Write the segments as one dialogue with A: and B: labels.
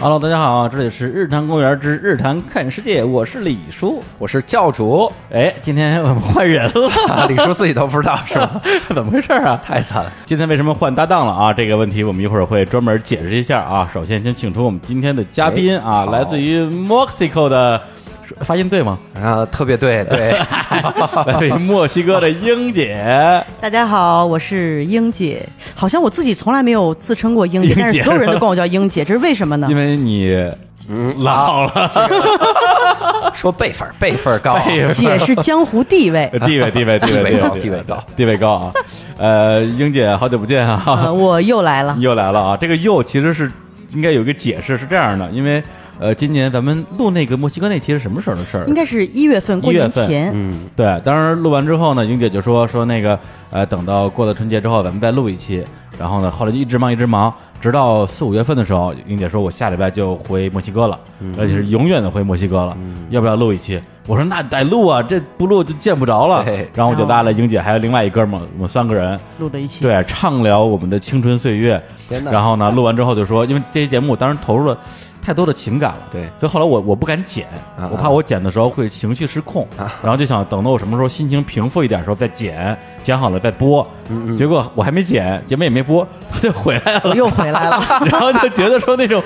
A: Hello，大家好，这里是日坛公园之日坛看世界，我是李叔。
B: 我是教主，
A: 哎，今天我们换人了，
B: 李叔自己都不知道是 吧？
A: 怎么回事啊？
B: 太惨了，
A: 今天为什么换搭档了啊？这个问题我们一会儿会专门解释一下啊。首先，先请出我们今天的嘉宾啊，
B: 哎好
A: 来自于 Mexico 的，发音 对吗？
B: 然后特别对 对，
A: 来自于墨西哥的英姐，
C: 大家好，我是英姐。好像我自己从来没有自称过英姐，
A: 英姐
C: 但是所有人都管我叫英姐，这是为什 么呢
A: 因？为你老
B: 嗯
A: 了，
B: 说辈分儿辈分儿 高，
A: 辈分。
C: 姐是江湖地位
A: 地位地位地位
B: 地位高
A: 地
B: 地
A: 位
B: 位高
A: 地位高啊！呃，英姐，好久不见啊！
C: 呃，我又来 了，
A: 又来了啊！这个又其实是应该有一个解释，是这样的，因为呃，今年咱们录那个墨西哥那期是什么时候的事儿
C: 应？该是一月份过
A: 一月
C: 年
A: 份
C: 前。
B: 嗯，
A: 对，当时录完之后呢，英姐就说说那个呃，等到过了春节之后，咱们再录一期。然后呢，后来就一直忙一直忙，直到四五月份的时候，英姐说我下礼拜就回墨西哥了，而且是永远的回墨西哥了，
C: 嗯
A: 要不要录一期？我说那得录啊，这不录就见不着了
B: 对。
A: 然后我就拉了英姐还有另外一哥们儿，我们三个人，
C: 录了一期，
A: 对，畅聊我们的青春岁月。
B: 天哪
A: 然后呢，录完之后就说，因为这期节目我当时投入了太多的情感了，
B: 对
A: 所以后来我我不敢剪
B: 啊，
A: 我怕我剪的时候会情绪失控，
C: 啊
A: 然后就想等到我什么时候心情平复一点的时候再剪，剪好了再播。结果我还没剪，节目也没播， 他就回来了
C: 嗯我，又回来了。
A: 然后就觉得说那 种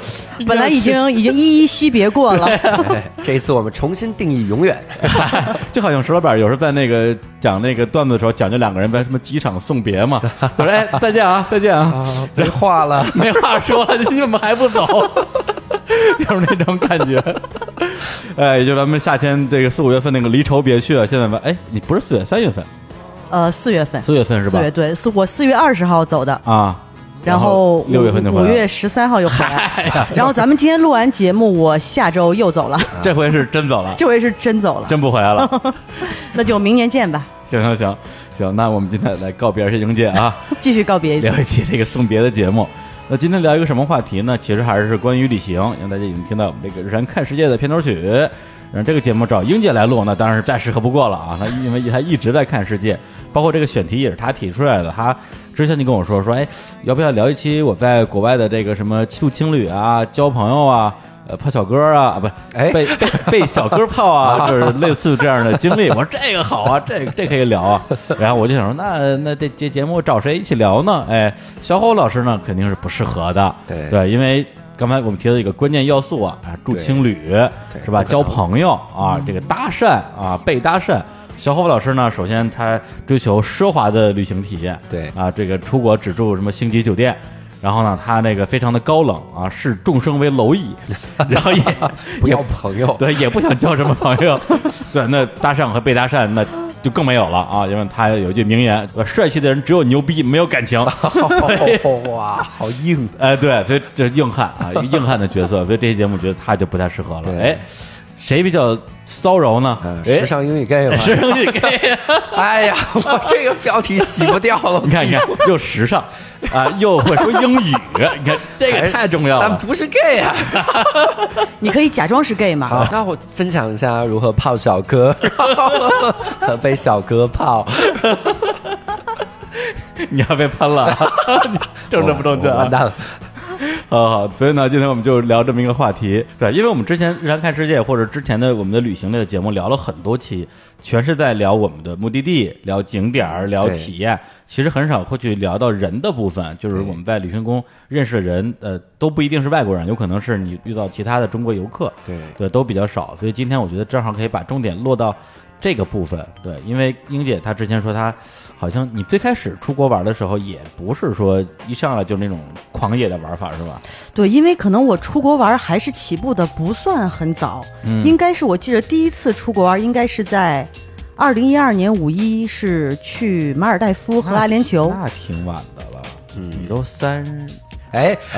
C: 本来已经已经依依惜别过 了，
B: 哎这一次我们重新定义永远，
A: 就好像石老板有时候在那个讲那个段子的时候，讲究两个人在什么机场送别 嘛，他说哎再见啊再见啊，
B: 人 化了，
A: 没话说了，你怎么还不走？就是那种感觉。哎，就咱们夏天这个四五月份那个离愁别绪啊，现在吧，哎，你不是四月三月份，
C: 呃，四月份，
A: 四月份是吧
C: 四？月对，四我四月二十号走的，
A: 啊，
C: 然后
A: 六月份就回
C: 五
A: 来了
C: 月十三号又回
A: 哎
C: 来了，然后咱们今天录完节目，我下周又走 了，
A: 啊这回是真走了，
C: 这回是真走了，
A: 真不回来了。
C: 那就明年见吧，
A: 行行行行，那我们今天来告别一下英姐啊，
C: 继续告别一次
A: 聊。一期这个送别的节目。那今天聊一个什么话题呢？其实还是关于旅行，因为大家已经听到我们这个《日常看世界》的片头曲。然后这个节目找英姐来录，那当然是再适合不过了啊！她因为她一直在看世界，包括这个选题也是她提出来的。她之前就跟我说说，哎，要不要聊一期我在国外的这个什么住青旅啊、交朋友啊、呃泡小哥啊，啊不，
B: 哎
A: 被被被小哥泡啊，就是类似这样的经历。我说这个好啊，这个这可以聊啊。然后我就想说，那那这这节目找谁一起聊呢？哎，小侯老师呢肯定是不适合的，
B: 对
A: 因为。刚才我们提到一个关键要素啊，啊住
B: 对
A: 青旅
B: 对
A: 是吧？
B: 不可能嗯
A: 交朋友啊，这个搭讪啊，被搭讪。小侯老师呢，首先他追求奢华的旅行体验，
B: 对
A: 啊，这个出国只住什么星级酒店，然后呢，他那个非常的高冷啊，视众生为蝼蚁， 然后也
B: 不要
A: 也
B: 朋 友，
A: 对，也不想交什么朋友。 对，那搭讪和被搭讪那就更没有了啊，因为他有一句名言：呃帅气的人只有牛逼，没有感 情。
B: 哇，好硬，
A: 哎，对，所以这硬汉啊，一个硬汉的角色，所以这期节目觉得他就不太适合了。
B: 对
A: 哎，谁比较骚扰呢？
B: 嗯
A: 哎
B: 时尚英语 gay 嘛，
A: 时尚 剧 gay，
B: 哎 呀，我这个标题洗不掉了，
A: 你看，你看，又时尚啊，又会说英语，你看这个太重要
B: 但
A: 了。
B: 不是 gay 啊。
C: 你可以假装是 gay 嘛？
B: 好，那我分享一下如何泡小哥， 然后被小哥泡，
A: 你要被喷 了，啊你正正不正确
B: 我
A: 啊
B: 完？蛋了。
A: 好啊好，所以呢，今天我们就聊这么一个话题。对，因为我们之前《日常看世界》或者之前的我们的旅行类的节目聊了很多期，全是在聊我们的目的地、聊景点儿、聊
B: 对
A: 体验，其实很少会去聊到人的部分。就是我们在旅行中认识的人，呃，都不一定是外国人，有可能是你遇到其他的中国游客，
B: 对
A: 对，都比较少。所以今天我觉得正好可以把重点落到。这个部分对，因为英姐她之前说她好像你最开始出国玩的时候，也不是说一上来就那种狂野的玩法是吧？
C: 对，因为可能我出国玩儿还是起步的不算很早，应该是我记得第一次出国玩儿应该是在二零一二年五一，是去马尔代夫
A: 啊
C: 和阿联酋。
A: 那挺晚的了，
C: 嗯
A: 你都三十，
B: 哎，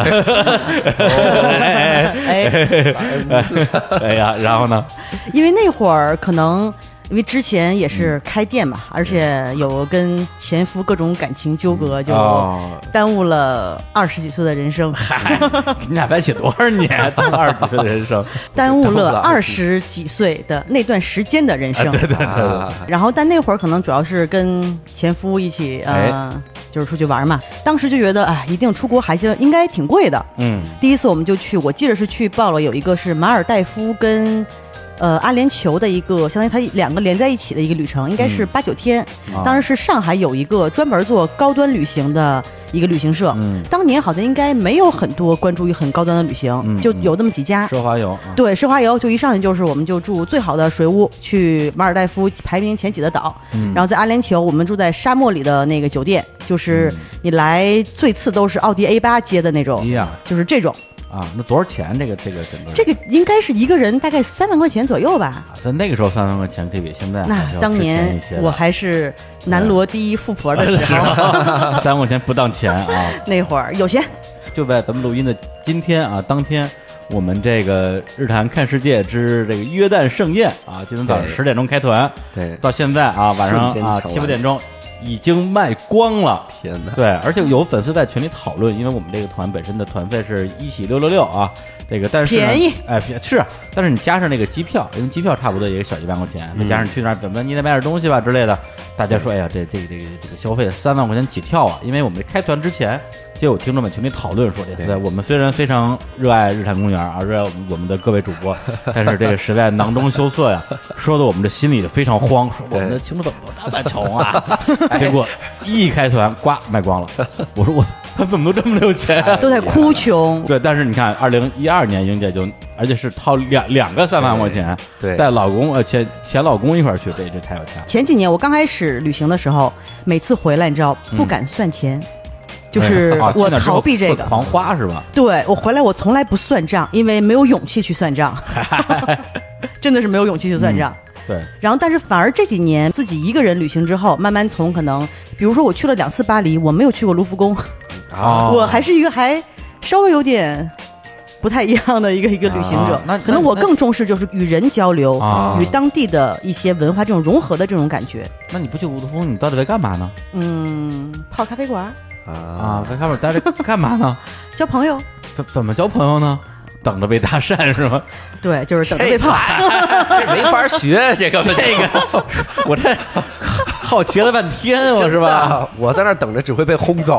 C: 哎，
A: 哎呀，然后呢？
C: 因为那会儿可能因为之前也是开店嘛，而且有跟前夫各种感情纠葛，就
A: 哦
C: 耽误了二十几岁的人生，
A: 嗨，你俩在一起多少年？啊当二十几岁的人 生，
C: 耽误
B: 耽误
C: 了
B: 了
C: 二十几岁的那段时间的人生。
A: 对对对对，
B: 啊
C: 然后，但那会儿可能主要是跟前夫一起，
A: 哎
C: 呃，就是出去玩嘛。当时就觉得，哎，一定出国还是应该挺贵的。
A: 嗯
C: 第一次我们就去，我记得是去报了有一个是马尔代夫跟呃阿联酋的一个，相当于它两个连在一起的一个旅程，应该是八九天。
A: 嗯啊
C: 当时是上海有一个专门做高端旅行的一个旅行社，
A: 嗯，
C: 当年好像应该没有很多关注于很高端的旅行，
A: 嗯
C: 就有那么几家。
A: 奢华游啊
C: 对，奢华游就一上去就是，我们就住最好的水屋，去马尔代夫排名前几的岛，
A: 嗯
C: 然后在阿联酋，我们住在沙漠里的那个酒店，就是
A: 嗯
C: 你来最次都是奥迪 A 八接的那种
A: 一，样
C: 就是这种，
A: 哎啊，那多少钱？这个这个整个
C: 这个应该是一个人大概三万块钱左右吧。
A: 啊在那个时候三万块钱可以比现在还
C: 那
A: 是哎要
C: 当
A: 值钱
C: 年
A: 一些的嗯哎
C: 我还是南锣第一富婆的时
A: 是
C: 候，
A: 吧 三万块钱不当钱啊，
C: 那会儿有钱，
A: 就在咱们录音的今天啊，当天我们这个日坛看世界之这个约旦盛宴啊，今天早上
B: 对
A: 十点钟开团，
B: 对，
A: 到现在啊晚上
B: 瞬间
A: 啊
B: 抢
A: 七八
B: 完
A: 点钟已经卖光 了。
B: 天哪！
A: 对，而且有粉丝在群里讨论，因为我们这个团本身的团费是一起六六六啊，这个但是呢
C: 便宜，
A: 哎，便是，但是你加上那个机票，因为机票差不多也小一万块钱，再
C: 嗯
A: 加上去那儿怎么你得买点东西吧之类的，大家说，哎呀，这这个这个这个消费三万块钱起跳啊！因为我们这开团之前就有听众们群里讨论说，哎
B: 对
A: 对，我们虽然非常热爱日坛公园啊，热爱我们我们的各位主播， 但是这个实在囊中羞涩呀，说的我们这心里就非常慌，说我们的听众怎么都这么穷啊？ 结果一开团，呱卖光了，我说我他怎么都这么有钱啊？
C: 哎都在哭穷。
A: 对，但是你看，二零一二年英姐就，而且是掏两两个三万块钱，
B: 对对
A: 带老公呃前前老公一块儿去，这这太有钱了。
C: 前几年我刚开始旅行的时候，每次回来你知道不敢算钱， 就是
A: 嗯啊
C: 我
A: 去那儿之后
C: 逃避这
A: 会
C: 个。
A: 狂花是吧？
C: 对我回来我从来不算账，因为没有勇气去 算账，真的是没有勇气去算账。
A: 对，
C: 然后，但是反而这几年自己一个人旅行之后，慢慢从可能，比如说我去了两次巴黎，我没有去过卢浮宫，
B: 啊
A: 哦
C: 我还是一个还稍微有点不太一样的一个一个旅行者
A: 啊。那
C: 可能
A: 那
C: 我
A: 那
C: 更重视就是与人交流，
A: 啊
C: 与当地的一些文化这种融合的这种感觉。
A: 那你不去五毒峰，你到底在干嘛呢？
C: 嗯，泡咖啡馆，
A: 啊
B: 啊，，
A: 在上面待着干嘛呢？
C: 交朋友，
A: 怎怎么交朋友呢？等着被搭讪是吗？
C: 对，就是等着被泡。
A: 啊
B: 这没法学， 这个这个
A: 我这好奇了半天，我 是吧？？
B: 我在那儿等着，只会被轰走，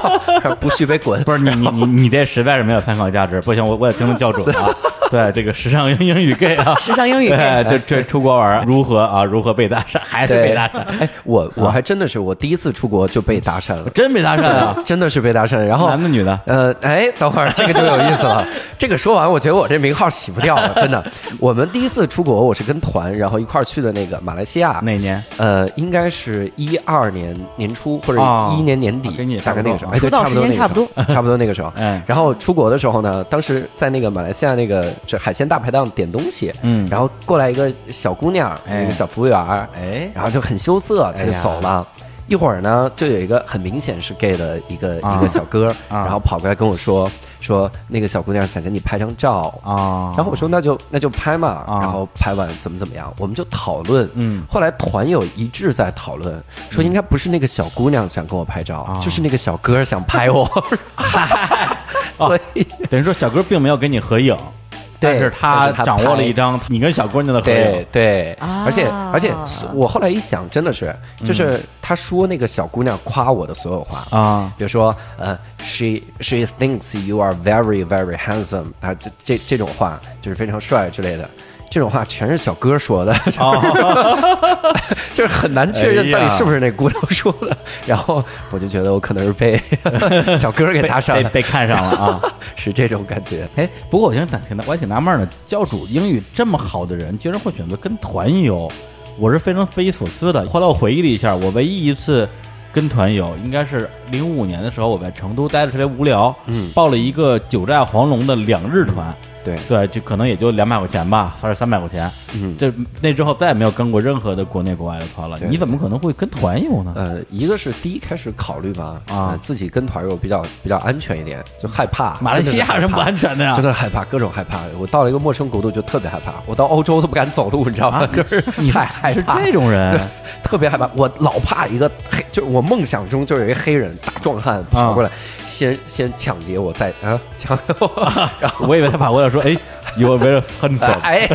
B: 不续杯滚。
A: 不 是你你你你这实在是没有参考价值，不行，我我得听听教主 啊。对，这个时尚英英语 gay 啊，
C: 时尚英语 gay
A: 对， 这这出国玩儿如何啊？如何被搭讪？还是被搭 讪？啊
B: 哎，我我还真的是，我第一次出国就被搭讪了。
A: 真被搭讪啊！
B: 真的是被搭讪，然后
A: 男的女的
B: 呃，哎，等会儿这个就有意思了。 这个说完，我觉得我这名号洗不掉了，真的。我们第一次出国，我是跟团，然后一块儿去的那个马来西亚，
A: 哪 年？
B: 呃，应该是一二年年初或者
A: 哦
B: 一一年年底，
A: 啊跟你也
B: 大概那个时候，哎，
C: 差不
B: 对，
C: 多
B: 差
C: 啊
B: 不多那个时候
C: 出道时间差不 多，
B: 差不多那个时候。
A: 嗯
B: 然后出国的时候呢，当时在那个马来西亚那个这海鲜大排档点东西，
A: 嗯
B: 然后过来一个小姑娘，
A: 哎
B: 一个小服务员，
A: 哎
B: 然后就很羞涩，她
A: 哎
B: 就
A: 呀
B: 走了。一会儿呢，就有一个很明显是 gay 的一个、
A: 啊
B: 一个小哥，
A: 啊
B: 然后跑过来跟我说说那个小姑娘想跟你拍张照
A: 啊
B: 然后我说那就那就拍嘛，
A: 啊
B: 然后拍完怎么怎么样，我们就讨论。
A: 嗯
B: 后来团友一致在讨论，说应该不是那个小姑娘想跟我拍照，
A: 啊
B: 就是那个小哥想 拍我，所以、
A: 等于说小哥并没有跟你合影，但
B: 对
A: 是他
B: 但是他
A: 掌握了
B: 拍
A: 一张你跟小姑娘的合
B: 对
A: 影。
B: 对，
C: 啊
B: 而且而且我后来一想，真的是
A: 嗯
B: 就是他说那个小姑娘夸我的所有话
A: 啊
B: 比如说呃，she she thinks you are very very handsome 啊，这这这种话就是非常帅之类的。这种话全是小哥说的，
A: 哦
B: 就是很难确认到底是不是那姑娘说的。
A: 哎
B: 然后我就觉得我可能是 被小哥给
A: 被
B: 搭讪
A: 被
B: 了，
A: 被看上了啊！
B: 是这种感觉。
A: 哎，不过我挺挺我还挺纳闷的，教主英语这么好的人，居然会选择跟团游，我是非常匪夷所思的。后来我回忆了一下，我唯一一次跟团游应该是零五年的时候，我在成都待着特别无聊，
B: 嗯
A: 报了一个九寨黄龙的两日团。
B: 对
A: 对，就可能也就两百块钱吧，还是三百块钱。
B: 嗯，
A: 这那之后再也没有跟过任何的国内国外的团了。
B: 对
A: 你怎么可能会跟团游呢？
B: 呃，一个是第一开始考虑吧，
A: 啊
B: 呃自己跟团游比较比较安全一点，就害怕。
A: 马来西亚有什么不安
B: 全？
A: 全的呀
B: 真？的害怕，各种害怕。我到了一个陌生国度就特别害怕，我到欧洲都不敢走路，你知道吗？就是
A: 啊你
B: 太害
A: 是
B: 怕，
A: 这种人，
B: 特别害怕。我老怕一个黑，就是我梦想中就有一个黑人大壮汉跑
A: 啊
B: 过来，先先抢劫我，再啊抢 我，然后
A: 我以为他跑过来说：“哎，有没有 很爽？”
B: 哎，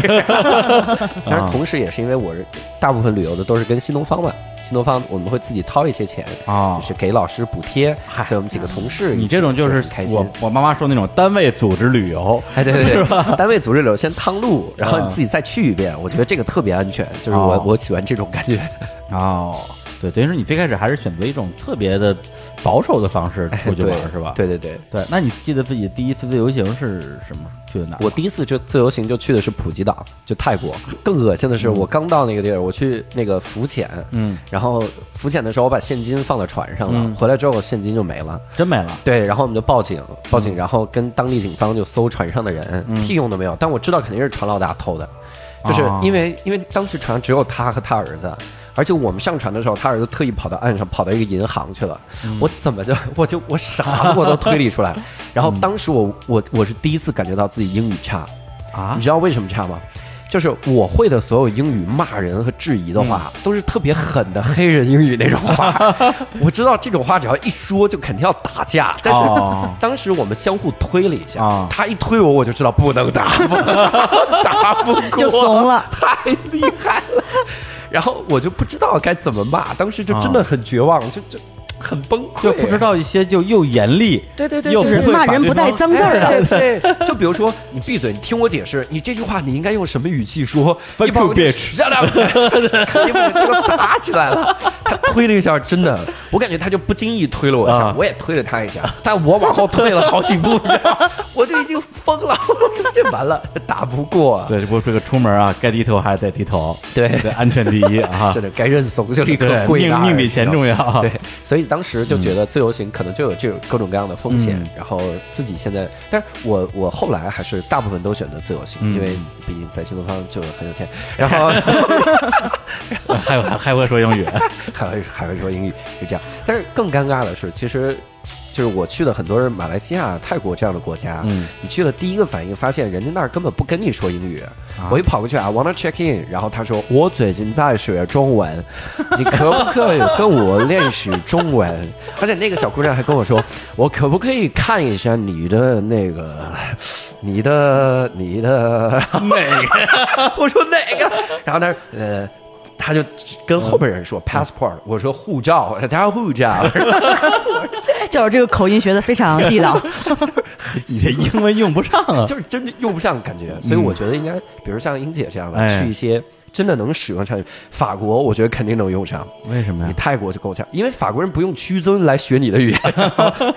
B: 但
A: 啊
B: 是同时也是因为我是大部分旅游的都是跟新东方嘛，新东方我们会自己掏一些钱
A: 哦
B: 就是给老师补贴，所以我们几个同事一起
A: 你这种就
B: 就是很开
A: 我
B: 心。
A: 我妈妈说那种单位组织旅游，
B: 哎， 对对对，单位组织旅游先趟路，然后
A: 嗯
B: 你自己再去一遍，我觉得这个特别安全，就是我、
A: 哦
B: 我喜欢这种感觉。
A: 哦，对，等于说你最开始还是选择一种特别的保守的方式出去
B: 哎对
A: 玩，是吧？
B: 对对对，
A: 对，那你记得自己第一次自由行是什么？去的哪儿？
B: 我第一次就自由行就去的是普吉岛，就泰国。更恶心的是，我刚到那个地儿，我去那个浮潜，
A: 嗯，
B: 然后浮潜的时候我把现金放到船上了，
A: 嗯
B: 回来之后现金就没了。
A: 真没了。
B: 对，然后我们就报警，报警，然后跟当地警方就搜船上的人，屁用都没有。但我知道肯定是船老大偷的，就是
A: 哦
B: 因为、因为当时船上只有他和他儿子，而且我们上船的时候，他儿子特意跑到岸上，跑到一个银行去了。我怎么就 我就我傻子我都推理出来。然后当时我我我是第一次感觉到自己英语差
A: 啊
B: 你知道为什么差吗？就是我会的所有英语骂人和质疑的话，
A: 嗯
B: 都是特别狠的黑人英语那种 话。我知道这种话只要一说就肯定要打架，但是、
A: 哦
B: 当时我们相互推了一下，
A: 啊
B: 他一推我，我就知道不能打， 不能打打不过，
C: 就怂了，
B: 太厉害了。然后我就不知道该怎么骂，当时就真的很绝望，就就很崩溃，
A: 哦就不知道一些就又严厉，
B: 对对对
A: 又
C: 就
A: 不
C: 是
A: 会
C: 骂
A: 把
C: 人
A: 对
C: 不带
A: 方
B: 哎
C: 脏字
B: 啊
C: 儿的。
B: 对对 对，就比如说你闭嘴，你听我解释，你这句话你应该用什么语气说？
A: Fuck
B: 一帮
A: you,
B: 人就
A: bitch
B: 让他们肯定不就打起来了。他推了一下，真的，我感觉他就不经意推了我一下
A: 啊，
B: 我也推了他一下，但我往后退了好几步，你知道吗我就已经疯了， 这完了，打不过。
A: 对，不这个出门啊，该低头还是得低头，
B: 对
A: 安全第一 啊
B: 真。的该认怂就立刻
A: 对
B: 跪那
A: 命
B: 儿
A: 命比钱重要
B: 对，所以当时就觉得自由行可能就有这种各种各样的风险，
A: 嗯
B: 然后自己现在，但是我我后来还是大部分都选择自由行，
A: 嗯
B: 因为毕竟在新东方就很有钱，然后
A: 还有还还会说英语，
B: 还会还会说英语，是这样。但是更尴尬的是，其实就是我去了很多人马来西亚、泰国这样的国家，
A: 嗯
B: 你去了第一个反应发现人家那儿根本不跟你说英语。我一跑过去啊，wanna check in，然后他说我最近在学中 文，你可不可以跟我练习中文？而且那个小姑娘还跟我说，我可不可以看一下你的那个，你的你的。
A: 哪个？
B: 我说哪个？然后他说呃，他就跟后边人说 passport，我说护照，他说护照，
C: 就是这个口音学的非常地道。
A: 你这英文用不上 啊。
B: 就是真的用不上感觉。所以我觉得应该，比如像英姐这样的，
A: 哎
B: 去一些真的能使用上。法国我觉得肯定能用上。
A: 为什么
B: 你？泰国就够呛，因为法国人不用屈尊来学你的语言，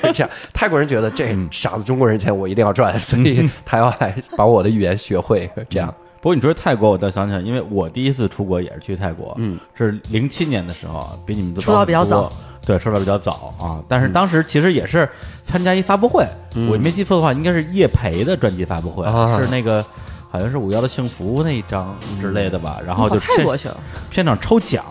B: 是这样。泰国人觉得这傻子中国人钱我一定要赚，所以 他要来把我的语言学会，这样。
A: 不过你说泰国，我倒想起来，因为我第一次出国也是去泰国，嗯，是零七年的时候，比你们都
C: 出道
A: 很
C: 比较
A: 多
C: 早，
A: 对，出道比较早啊。但是当时其实也是参加一发布会，我没记错的话，应该是叶培的专辑发布会，
B: 啊
A: 是那个好像是五幺的幸福那一张之类的吧。然后就
C: 哦泰
A: 现
C: 国去了，
A: 现场抽奖，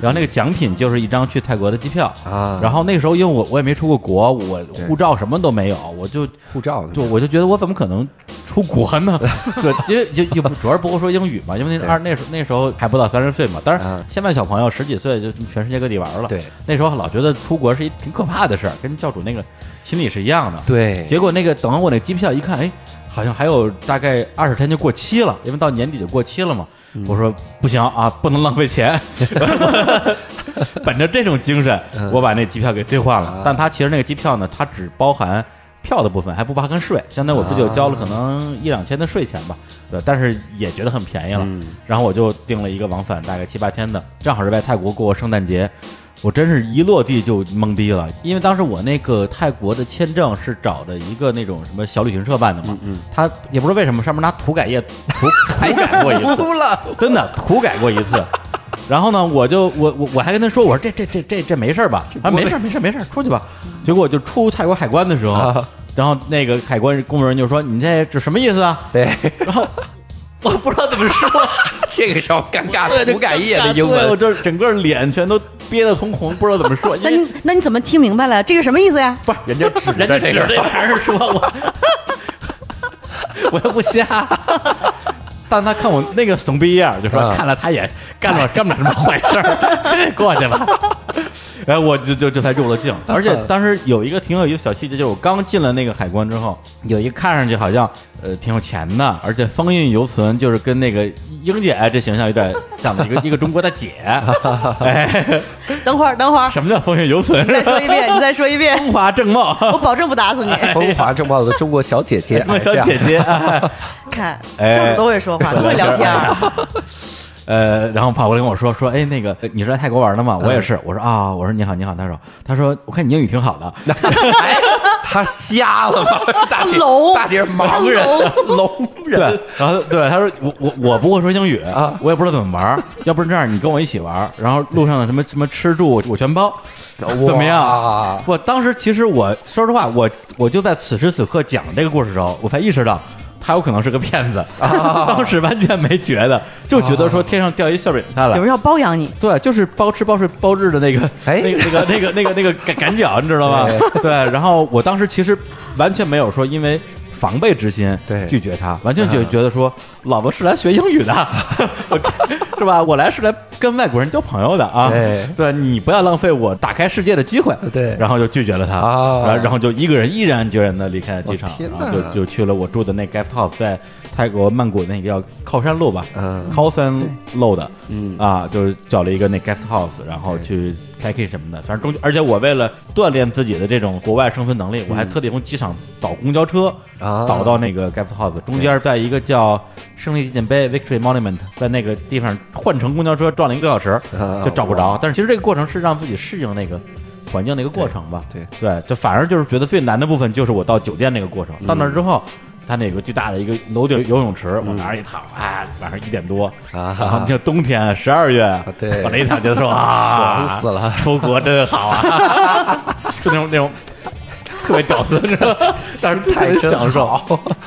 A: 然后那个奖品就是一张去泰国的机票
B: 啊
A: 然后那个时候因为我我也没出过国，我护照什么都没有，我就
B: 护照
A: 就我就觉得我怎么可能出国 呢？对，因为就就主要是不会说英语嘛，因为那二那时候那时候还不到三十岁嘛。当然
B: 嗯，
A: 现在小朋友十几岁就全世界各地玩了。
B: 对，
A: 那时候老觉得出国是一挺可怕的事儿，跟教主那个心理是一样的。，
B: 对，
A: 结果那个等我那机票一看，哎，好像还有大概二十天就过期了，因为到年底就过期了嘛。我说不行啊，不能浪费钱。本着这种精神，我把那机票给兑换了。但它其实那个机票呢，它只包含票的部分，还不包含税，相当于我自己就交了可能一两千的税钱吧。对，但是也觉得很便宜了。
B: 嗯
A: 然后我就订了一个往返大概七八天的，正好是在泰国过圣诞节。我真是一落地就懵逼了，因为当时我那个泰国的签证是找的一个那种什么小旅行社办的嘛，他也不知道为什么上面拿涂改液 涂涂改过一次，
B: 哭了。
A: 真的涂改过一次。然后呢，我就我我我还跟他说，我说这这这这这没事儿吧？啊，没事儿没事儿没事儿，出去吧。结果我就出泰国海关的时候，然后那个海关工作人员就说：“你这这什么意思啊？”
B: 对，
A: 然后 我不知道怎么说，
B: 这个时候尴尬
A: 对，
B: 的
A: 就
B: 涂改液的啊英
A: 对我
B: 文，
A: 这整个脸全都憋得通红，不知道怎么说，因
C: 那
A: 为
C: 你那你怎么听明白了？这个什么意思呀？
A: 不是
B: 人家指
A: 人
B: 着
A: 家
B: 这
A: 指
B: 个
A: 着玩意儿说 我，我又不瞎。 但他看我那个怂逼样儿，就说、
B: 啊
A: 看了他也干不了干不了什么坏事 儿，这过去吧。 哎，我就就这才入了境。嗯而且当时有一个挺有意思的小细节，就是我刚进了那个海关之后，有一个看上去好像呃挺有钱的，而且风韵犹存，就是跟那个英姐哎这形象有点像的一个一个中国大 姐。哎，
C: 等会儿，等会儿，
A: 什么叫风韵犹存？
C: 你再说一遍，你再说一 遍，
A: 风华正茂。
C: 我保证不打死你。
B: 风华正茂的中国小 姐姐，
A: 那
B: 哎
A: 小姐，姐，哎
C: 看，
A: 哎
C: 教主都会说话，都会聊天儿。
A: 呃，然后跑过来跟我说说，哎，那个呃你是来泰国玩的吗？我也是，我说啊，我说你好，你好，他说，他说我看你英语挺好 的，
B: 这样哎她瞎了吗？大姐
C: 聋，
B: 大姐是盲人，聋
A: 对
B: 人，，
A: 然后对他说我我我不会说英语
B: 啊
A: 我也不知道怎么玩儿，要不然这样，你跟我一起玩儿，然后路上的什么什么吃住我我全包，怎么样？
B: 哇？
A: 我当时其实我说实话，我我就在此时此刻讲这个故事的时候，我才意识到。他有可能是个骗子， 当时完全没觉得，就觉得说天上掉一馅饼下来，
C: 有人要包养你，
A: 对，就是包吃包睡包治的那个，
B: 哎
A: 那个那个那个那个那个赶赶脚，你知道吗？对，然后我当时其实完全没有说因为防备之心
B: 对
A: 拒绝他，完全就
B: 嗯
A: 觉得说老婆是来学英语的，我 是吧？我来是来跟外国人交朋友的啊
B: 对，
A: 对你不要浪费我打开世界的机会，
B: 对
A: 然后就拒绝了他，
B: 啊
A: 然后然后就一个人毅然决然的离开了机场
B: 我，天
A: 然
B: 哪
A: 后就就去了我住的那 guest house，在泰国曼谷那个叫靠山路吧，
B: 嗯
A: 靠山路的，
B: 嗯
A: 啊，就是找了一个那 guest house，然后去开 K 什么的，反正中间，而且我为了锻炼自己的这种国外生存能力，我还特地从机场倒公交车，
B: 嗯啊
A: 倒到那个 guest house，中间在一个叫胜利纪念碑 Victory Monument，在那个地方换乘公交车转了一个多小时
B: 啊，
A: 就找不
B: 哇
A: 着。但是其实这个过程是让自己适应那个。环境的一个过程吧，
B: 对
A: 对，就反而就是觉得最难的部分就是我到酒店那个过程，
B: 嗯
A: 到那儿之后，它那有个巨大的一个楼顶游泳池，往那儿一躺，哎，晚上一点多，
B: 嗯啊
A: 然后你就冬天十二月，
B: 对
A: 往那一躺就说啊，
B: 爽死了
A: 出国真好啊， 就那种那种特别屌丝，知道吗？但是特别享受。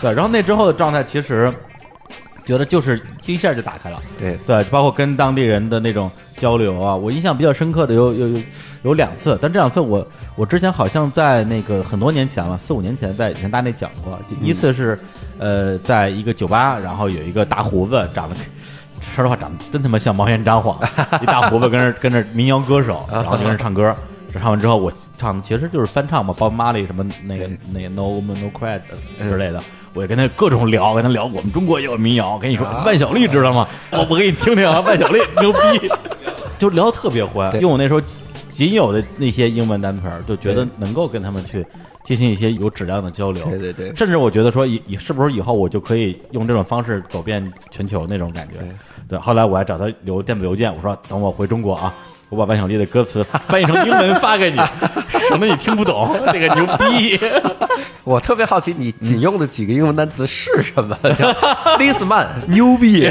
A: 对，然后那之后的状态其实觉得就是一下就打开了。
B: 对
A: 对，包括跟当地人的那种交流啊，我印象比较深刻的有有有有两次，但这两次我我之前好像在那个很多年前了，四五年前在以前大内讲过，一次是、呃在一个酒吧，然后有一个大胡子长得。说实话，长得真他妈像毛延张晃，一大胡子跟着跟着民谣歌手，然后就跟着唱歌。唱完之后，我唱的其实就是翻唱嘛，包马里什么那个那个 No Woman No Cry
B: 嗯
A: 之类的，我就跟他各种聊，跟他聊我们中国也有民谣，我跟你说
B: 啊
A: 万晓利知道 吗？我我给你听听啊，万晓利牛逼， 就聊得特别欢，
B: 对
A: 用我那时候仅有的那些英文单词儿，就觉得能够跟他们去进行一些有质量的交流，
B: 对对对
A: 甚至我觉得说以以是不是以后我就可以用这种方式走遍全球那种感觉。对
B: 对，
A: 后来我还找他留电子邮件，我说等我回中国啊，我把万晓利的歌词翻译成英文发 给你，省得你听不懂，这个牛逼。
B: 我特别好奇，你仅用的几个英文单词是什 么？叫 this man，牛 逼，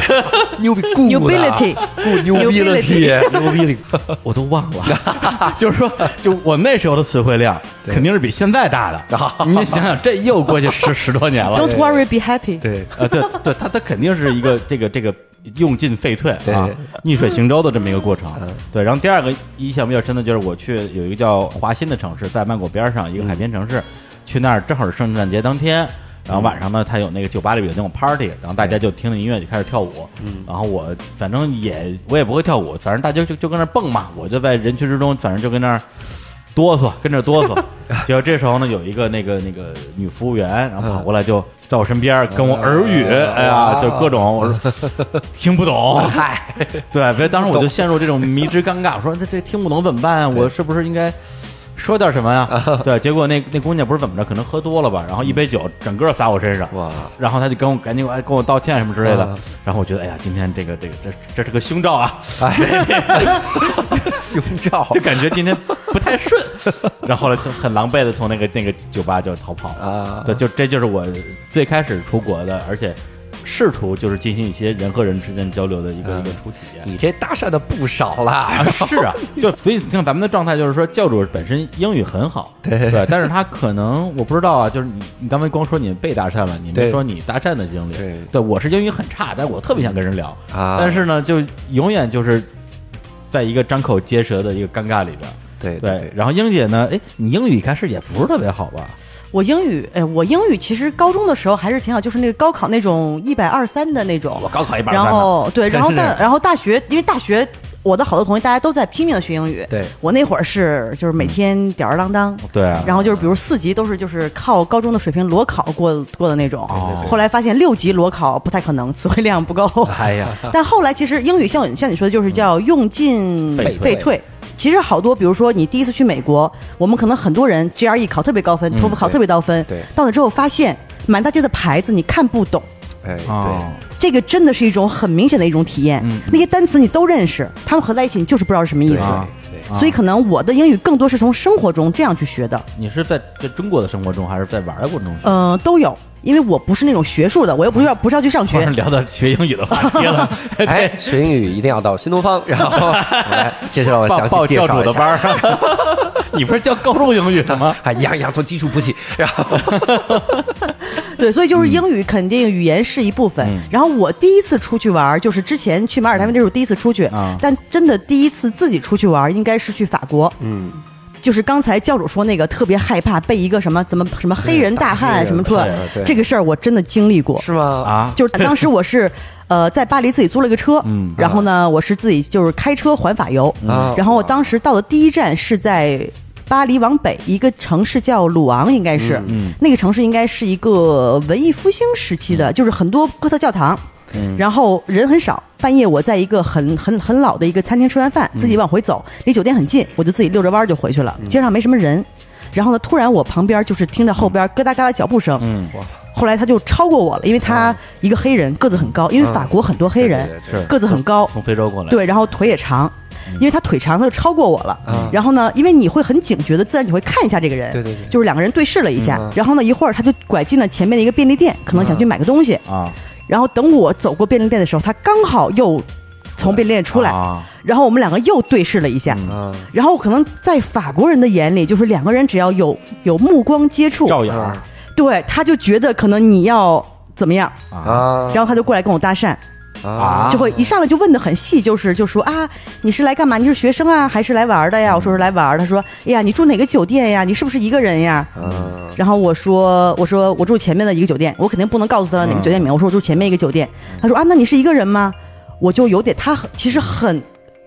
B: 牛逼，good 啊
C: Nobility
B: good 牛逼的 T，牛逼的，
A: 我都忘了， 就是说，就我那时候的词汇量肯定是比现在大的。 你想想，这又过去十十多年了。
C: Don't worry, be happy。
B: 对，
A: 呃，对对，他他肯定是一个这个这个用进废退
B: 对
A: 啊，逆水行舟的这么一个过程。对，然后第二个印象比较深的就是我去有一个叫华新的城市，在曼谷边上一个海边城市，去那儿正好是圣诞节当天。然后晚上呢，他有那个酒吧里有那种 party，然后大家就听着音乐就开始跳舞。嗯，然后我反正也我也不会跳舞，反正大家就就跟那儿蹦嘛，我就在人群之中，反正就跟那儿哆嗦， 跟着 哆嗦。结果这时候呢，有一个那个那个女服务员，然后跑过来就在我身边跟我耳语，
B: 嗯
A: 哎呀，就各种我说 听不 懂，嗨，对，所以当时我就陷入这种迷之尴尬，我说这这听不懂怎么办啊？我是不是应该？说点什么
B: 嗯
A: 呀？对，结果那那姑娘不是怎么着，可能喝多了吧，然后一杯酒整个撒我身上，
B: 哇
A: 然后她就跟我赶紧哎跟我道歉什么之类的
B: 嗯，
A: 然后我觉得哎呀，今天这个这个这这是个胸罩啊，
B: 哎 胸罩
A: 就感觉今天不太顺， 然后后来很很狼狈的从那个那个酒吧就逃跑了
B: 啊
A: 对，就这就是我最开始出国的，而且。试图就是进行一些人和人之间交流的一个、
B: 嗯
A: 一个初体验。
B: 你这搭讪的不少啦
A: 啊，，是啊，就所以你看咱们的状态就是说，教主本身英语很好，对，但是他可能我不知道啊，就是你你刚才光说你被搭讪了，你没
B: 对
A: 说你搭讪的经历，
B: 对
A: 我是英语很差，但我特别想跟人聊，
B: 啊
A: 但是呢，就永远就是在一个张口结舌的一个尴尬里边。
B: 对
A: 对，然后英姐呢？哎，你英语一开始也不是特别好吧？
C: 我英语，哎，我英语其实高中的时候还是挺好，就是那个高考那种一百二三的那种，
A: 高考一
C: 然后 对，然后但
A: 是
C: 然后大学，因为大学我的好多同学大家都在拼命的学英语，
B: 对
C: 我那会儿是就是每天吊儿郎当，
A: 对啊，
C: 然后就是比如四级都是就是靠高中的水平裸考过过的那种，
A: 哦
C: 后来发现六级裸考不太可能，词汇量不够。
A: 哎呀，
C: 但后来其实英语像像你说的，就是叫用进
A: 废
C: 废
B: 退
C: 退。其实好多，比如说你第一次去美国，我们可能很多人 GRE 考特别高
A: 嗯
C: 分，托福考特别高分，
B: 对
C: 到那之后发现满大街的牌子你看不懂，
B: 哎
A: 哦
B: 对，
C: 这个真的是一种很明显的一种体验。
A: 嗯
C: 那些单词你都认识，他们合在一起你就是不知道是什么意思。
A: 对啊
B: 对
A: 啊
C: 所以可能我的英语更多是从生活中这样去学的，
A: 你是在在中国的生活中，还是在玩儿的过程中？
C: 呃，都有。因为我不是那种学术的，我又不是要不是要去上
A: 突
C: 学
A: 然，聊到学英语的话题了，
B: 哎，学英语一定要到新东方，然后来，接下来我
A: 报
B: 详
A: 报
B: 细介
A: 教
B: 绍
A: 主的
B: 一下。
A: 班儿， 你不是教高中英语的 吗？
B: 啊，一样一样从基础补起，然后
C: 对，所以就是英语肯定语言是一部分。
A: 嗯
C: 然后我第一次出去玩儿，就是之前去马尔代夫那时候第一次出去，
B: 嗯
A: 啊
C: 但真的第一次自己出去玩儿应该是去法国，
B: 嗯，
C: 就是刚才教主说那个特别害怕被一个什么怎么什么黑人大
B: 黑
C: 汉
B: 人
C: 什么出来
B: 对对，
C: 这个事儿我真的经历过。
B: 是吗？
A: 啊，
C: 就是当时 我是，呃，在巴黎自己租了个车，
A: 嗯
C: 然后呢，我是自己就是开车环法游，
B: 啊
C: 然后我当时到的第一站是在巴黎往北一个城市叫鲁昂，应该是，
A: 嗯嗯
C: 那个城市应该是一个文艺复兴时期的，就是很多哥特教堂，
A: 嗯
C: 然后人很少。半夜我在一个很很很老的一个餐厅吃完饭，自
A: 嗯
C: 己往回走，离酒店很近，我就自己溜着弯儿就回去了，街上没什么人。然后呢，突然我旁边就是听着后边咯哒咯哒脚步声，
A: 嗯，
B: 哇，
C: 后来他就超过我了，因为他一个黑人，个子很高，因为法国很多黑人，
B: 啊对对对
A: 是
C: 个子很高，
A: 从非洲过来，
C: 对，然后腿也长，因为他腿长，他就超过我了。
B: 嗯
C: 然后呢，因为你会很警觉的，自然你会看一下这个人，
B: 对对对
C: 就是两个人对视了一下，
B: 嗯
C: 然后呢，一会儿他就拐进了前面的一个便利店，可能想去买个东西，
A: 啊，
C: 然后等我走过便利店的时候，他刚好又从便利店出来，
A: 啊，
C: 然后我们两个又对视了一下。
A: 嗯
B: 嗯，
C: 然后可能在法国人的眼里，就是两个人只要有有目光接触，
A: 照眼儿
C: 对，他就觉得可能你要怎么样，
A: 啊，
B: 啊，
C: 然后他就过来跟我搭讪，
B: 啊，
A: 啊
C: 就会一上来就问的很细，就是就说啊，你是来干嘛？你是学生啊，还是来玩的呀？我说是来玩儿。他说，哎呀，你住哪个酒店呀？你是不是一个人呀？
A: 啊
B: 嗯，
C: 然后我说，我说我住前面的一个酒店，我肯定不能告诉他哪个酒店名。我说我住前面一个酒店。他说啊，那你是一个人吗？我就有点，他很其实很，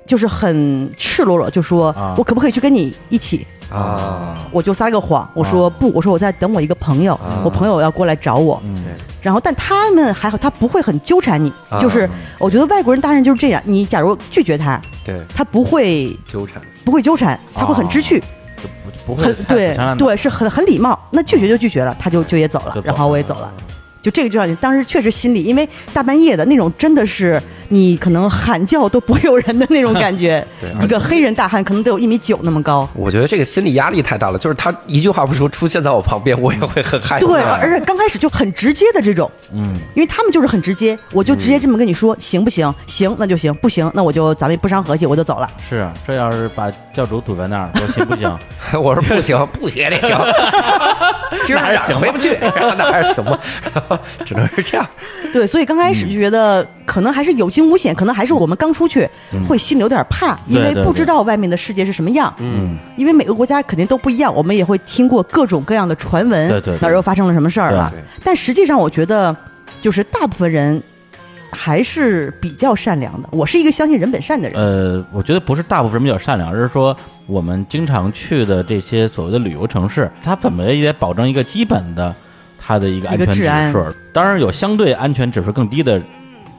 C: 就是很赤裸裸，就说、
A: 啊
C: 我可不可以去跟你一起？
B: 啊，
C: 我就撒了个谎，我说、不，我说我在等我一个朋友，
B: 啊
C: 我朋友要过来找我。
A: 嗯，
C: 然后，但他们还好，他不会很纠缠你。
B: 啊
C: 就是我觉得外国人大人就是这样，你假如拒绝他，
B: 对，
C: 他不会
B: 纠缠，
C: 不会纠缠，他会很知趣，
A: 就不哦不会
C: 很
A: 太
C: 对
A: 太
C: 对，是很很礼貌。那拒绝就拒绝了，他就就也走了，
A: 就走了
C: 然后我也走了。就这个就让你当时确实心里，因为大半夜的那种真的是你可能喊叫都不会有人的那种感 觉
B: 对。
C: 一个黑人大汉可能得有一米九那么高。
B: 我觉得这个心理压力太大了，就是他一句话不说出现在我旁边，我也会很
A: 哎
B: 害怕。
C: 对，而且刚开始就很直接的这种，
A: 嗯，
C: 因为他们就是很直接，我就直接这么跟你说，行不行？行，那就行；不行，那我就咱们不伤和气，我就走了。
A: 是啊，这要是把教主堵在那儿，说行不行？
B: 我说不行，不行也得行， 其实
A: 哪儿行吧
B: 回不去，那还是行 吧，然后只能是这样。
A: 嗯
C: 对，所以刚开始就觉得可能还是有惊无险，可能还是我们刚出去
A: 嗯
C: 会心里有点怕，
A: 对
C: 因为
A: 对
C: 不
A: 对
C: 知道外面的世界是什么样。
A: 嗯，
C: 因为每个国家肯定都不一样，我们也会听过各种各样的传闻，
A: 对对对
C: 哪儿又发生了什么事儿了
B: 对对。
C: 但实际上，我觉得就是大部分人还是比较善良的。我是一个相信人本善的人。
A: 呃，我觉得不是大部分人比较善良，而是说我们经常去的这些所谓的旅游城市，它怎么也得保证一个基本的它的一个安全指
C: 一个治
A: 数。当然有相对安全指数更低的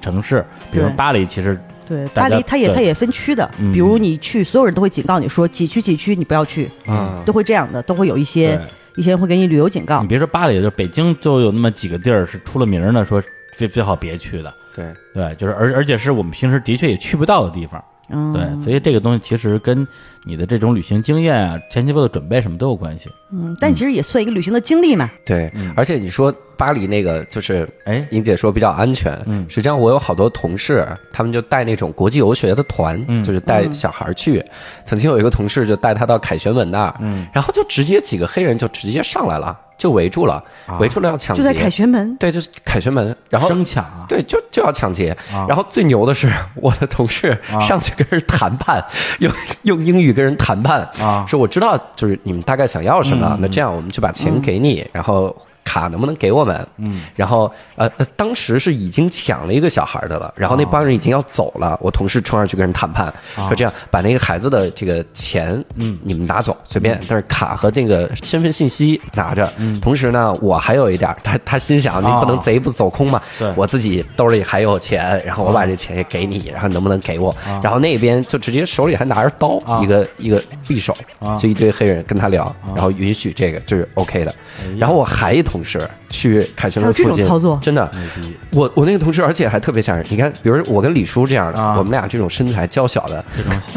A: 城市，比如
C: 对
A: 巴黎，其实
C: 对，
A: 大
C: 巴
A: 家
C: 黎它也
A: 对
C: 它也分区的
A: 嗯，
C: 比如你去，所有人都会警告你说几区几区你不要去，
B: 嗯
C: 都会这样的，都会有一些
A: 对
C: 一些人会给你旅游警告
A: 你。别说巴黎，就北京就有那么几个地儿是出了名儿的，说最最好别去的。
B: 对，
A: 对，就是而而且是我们平时的确也去不到的地方。
C: 嗯，
A: 对，所以这个东西其实跟你的这种旅行经验啊、前期做的准备什么都有关系。
C: 嗯，但其实也算一个旅行的经历嘛。
B: 对
A: 嗯，
B: 而且你说巴黎那个就是，
A: 哎
B: 英姐说比较安全，
A: 嗯
B: 实际上我有好多同事，他们就带那种国际游学的团，
A: 嗯
B: 就是带小孩儿去。曾经有一个同事就带他到凯旋门那儿，
A: 嗯，
B: 然后就直接几个黑人就直接上来了，就围住了，
A: 啊
B: 围住了要抢劫，
C: 就在凯旋门，
B: 对，就是凯旋门，然后
A: 生抢啊，
B: 对，就就要抢劫。
A: 啊
B: 然后最牛的是，我的同事
A: 啊
B: 上去跟人谈判，用用英语跟人谈判，
A: 啊
B: 说我知道就是你们大概想要什么，
A: 嗯
B: 那这样我们就把钱给你，然后。卡能不能给我们？嗯，然后呃，呃当时是已经抢了一个小孩的了，然后那帮人已经要走了，我同事冲上去跟人谈判，说这样把那个孩子的这个钱，嗯，你们拿走随便，但是卡和那个身份信息拿着，同时呢，我还有一点儿，他他心想你不能
A: 啊
B: 贼不走空嘛。
A: 对啊
B: 我自己兜里还有钱，然后我把这钱也给你，然后能不能给我？然后那边就直接手里还拿着刀，
A: 啊
B: 一个一个匕首，
A: 啊
B: 就一堆黑人跟他聊，然后允许这个就是 OK 的。
A: 哎
B: 然后我还一同事去凯旋门
C: 还
B: 附
C: 有这种
B: 近，
C: 操作
B: 真的
A: 牛逼，
B: 我我那个同事，而且还特别吓人。你看，比如我跟李叔这样的，
A: 啊
B: 我们俩这种身材娇小的，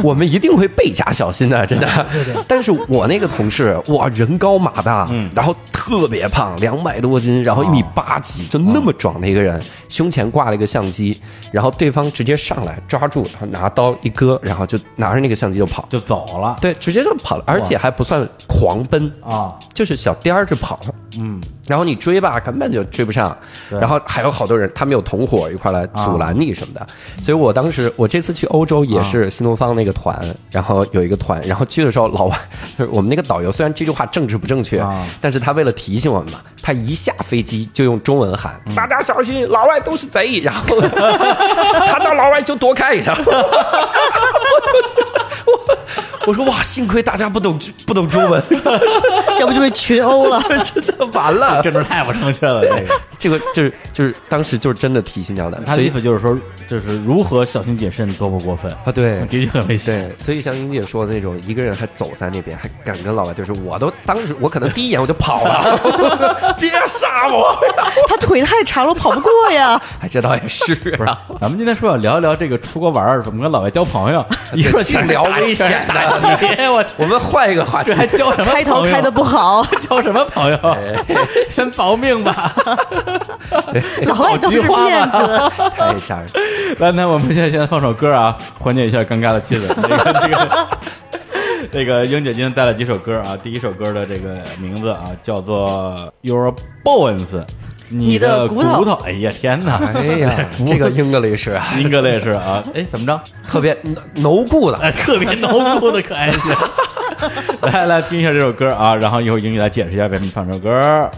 B: 我们一定会倍加小心的，真的。 但是我那个同事，哇，人高马大，
A: 嗯啊
B: 然后特别胖，两百多斤，然后一米八几，就那么壮的一个人，胸前挂了一个相机，然后对方直接上来抓住，然后拿刀一割，然后就拿着那个相机就跑，
A: 就走了
B: 对，直接就跑了，而且还不算狂奔，
A: 啊，
B: 就是小颠儿就跑了。
A: 嗯，
B: 然后你追吧，根本就追不上。
A: 对
B: 然后还有好多人，他们有同伙一块来阻拦你什么的。
A: 嗯
B: 所以我当时，我这次去欧洲也
A: 啊
B: 是新东方那个团，然后有一个团，然后去的时候，老外 就是我们那个导游，虽然这句话政治不正确，
A: 啊
B: 但是他为了提醒我们嘛，他一下飞机就用中文喊：“
A: 嗯
B: 大家小心，老外都是贼。” 然后他到老外就躲开， 然后我就。我说哇，幸亏大家不懂不懂中文，
C: 要不就被群 殴了。
B: 真的完了。
A: 政治太不正确了，这个。
B: 这个就是就是当时就是真的提心吊胆，
A: 他
B: 所
A: 的意
B: 以
A: 思就是说，就是如何小心谨慎，多不过分
B: 啊对
A: 的确很危险。
B: 对，所以像英姐说的那种，一个人还走在那边，还敢跟老外对视，我都当时我可能第一眼我就跑了，别杀我！
C: 他腿太长了，跑不过 呀。
B: 哎，这倒也是啊，
A: 咱们今天说要聊一聊这个出国玩儿怎么跟老外交朋 友，一说全是
B: 聊
A: 打
B: 危
A: 全是
B: 险
A: 打劫， 我
B: 我们换一个话题
A: 这，还交什么朋友？
C: 开头开的不好，
A: 交什么朋友？先保命吧。
C: 老外都是
A: 菊花
C: 骗子。
B: 太吓人。
A: 来，那我们现在先放首歌啊，缓解一下尴尬的气氛。 那个，那个，那个，英姐今天带了几首歌啊？第一首歌的这个名字啊，叫做《Your Bones》，你
C: 的
A: 骨
C: 骨头
A: 哎呀，天哪！
B: 哎呀，这个英格雷是啊，
A: 英格雷是啊，哎，怎么着？
B: 特别牢固的。
A: 哎，特别浓厚的可爱性。 来来，听一下这首歌啊，然后一会儿英语来解释一下为什么放这首歌。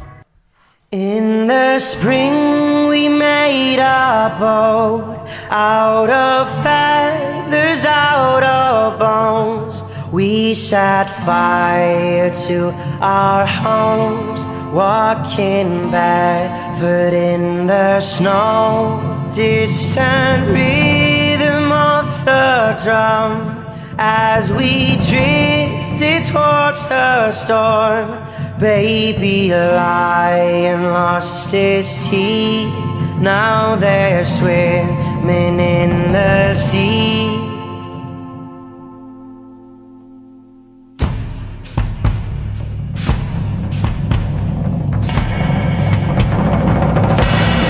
D: In the spring we made a boat out of feathers, out of bones. We set fire to our homes, walking barefoot in the snow. Distant rhythm of the drum as we drifted towards the storm. Baby lion lost his teeth. Now they're swimming in the sea.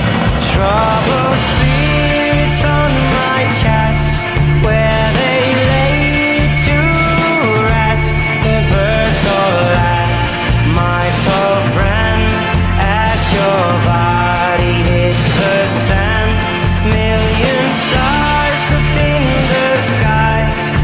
D: Troubled spirits on my chest, where they lay to rest. The birds all laugh, my tall friend, as your body hit the sand. Million stars up in the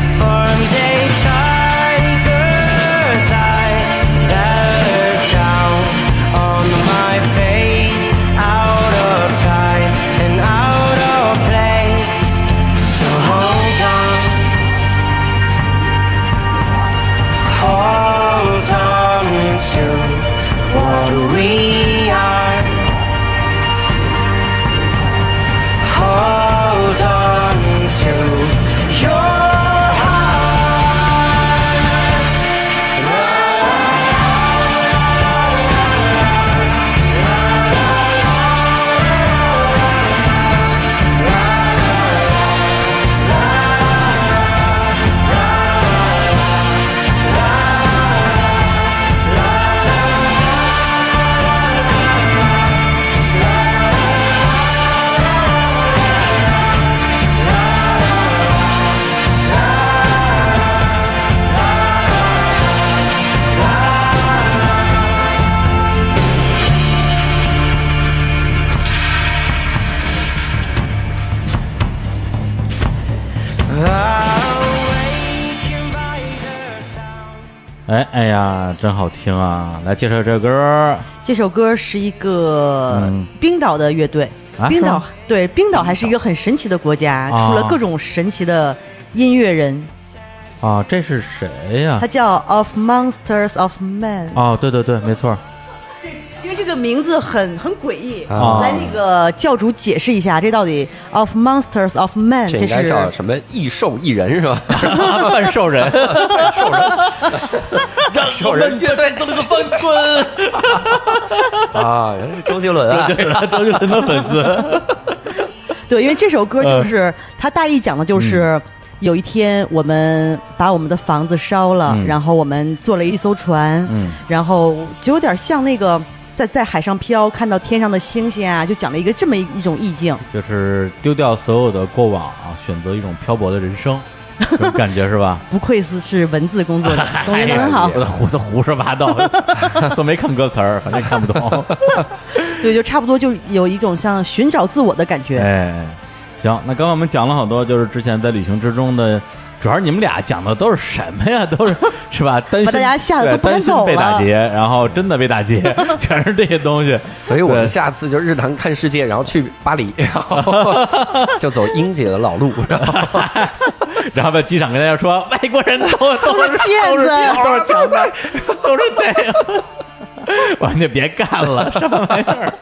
A: 哎真好听啊！来介绍这歌儿，
C: 这首歌是一个
A: 嗯
C: 冰岛的乐队，
A: 啊
C: 冰
A: 是
C: 岛
A: 吗
C: 对冰岛还是一个很神奇的国家，
A: 啊
C: 出了各种神奇的音乐人，
A: 啊，这是谁呀
C: 他、叫 Of Monsters of Men，、
A: 哦，对对对，没错儿，
C: 因为这个名字很很诡异。
A: 啊
C: 来，那个教主解释一下，这到底 Of Monsters of Men
B: 这
C: 这
B: 应该叫
C: 是
B: 什么异兽异人是吧？
A: 半兽人，
B: 让 兽人乐队都能翻滚 啊！原来是周杰伦啊！
A: 周杰伦的粉丝，
C: 对，因为这首歌就是
A: 呃
C: 它大意讲的就是。
A: 嗯
C: 有一天，我们把我们的房子烧了，
A: 嗯
C: 然后我们坐了一艘船，
A: 嗯
C: 然后就有点像那个在在海上飘，看到天上的星星啊，就讲了一个这么一一种意境。
A: 就是丢掉所有的过往啊，选择一种漂泊的人生，这种感觉是 吧？
C: 不愧是是文字 工作者，总结的很好
A: 哎我。的胡都胡说八道， 都没看歌词儿，反正也看不懂。
C: 对，就差不多就有一种像寻找自我的感觉。
A: 哎，行，那刚刚我们讲了好多，就是之前在旅行之中的，主要是你们俩讲的都是什么呀？都是是吧？担心
C: 把大家吓
A: 对
C: 得都不敢
A: 担心
C: 走
A: 被打
C: 了
A: 劫，然后真的被打劫， 全是这些东西。
B: 所以我
A: 对
B: 们下次就日坛看世界，然后去 巴黎，然后就走英姐的老路，然后
A: 然后在机场跟大家说，外国 人都都是
C: 骗子
A: 都是强盗，都是这样。我说你别干了，什么玩意儿？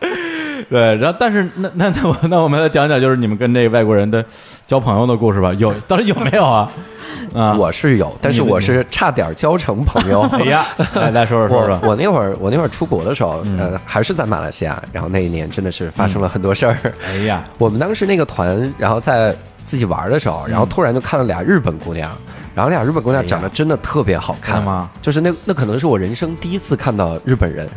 A: 对，然后但是那那那我那我们来讲讲，就是你们跟这个外国人的交朋友的故事吧。有，到底有没有啊？啊，
B: 我是有，但是
A: 你的
B: 我是差点交成朋友。
A: 哎呀，来来说说说嗯
B: 我
A: 说。
B: 我那会儿我那会儿出国的时候，呃，还是在马来西亚，然后那一年真的是发生了很多事儿。
A: 哎呀，
B: 我们当时那个团，然后在自己玩的时
A: 嗯
B: 候，然后突然就看到俩日本姑娘，然后俩日本姑娘长得真的特别好
A: 哎真
B: 看
A: 的吗？
B: 就是那那可能是我人生第一次看到日 本人，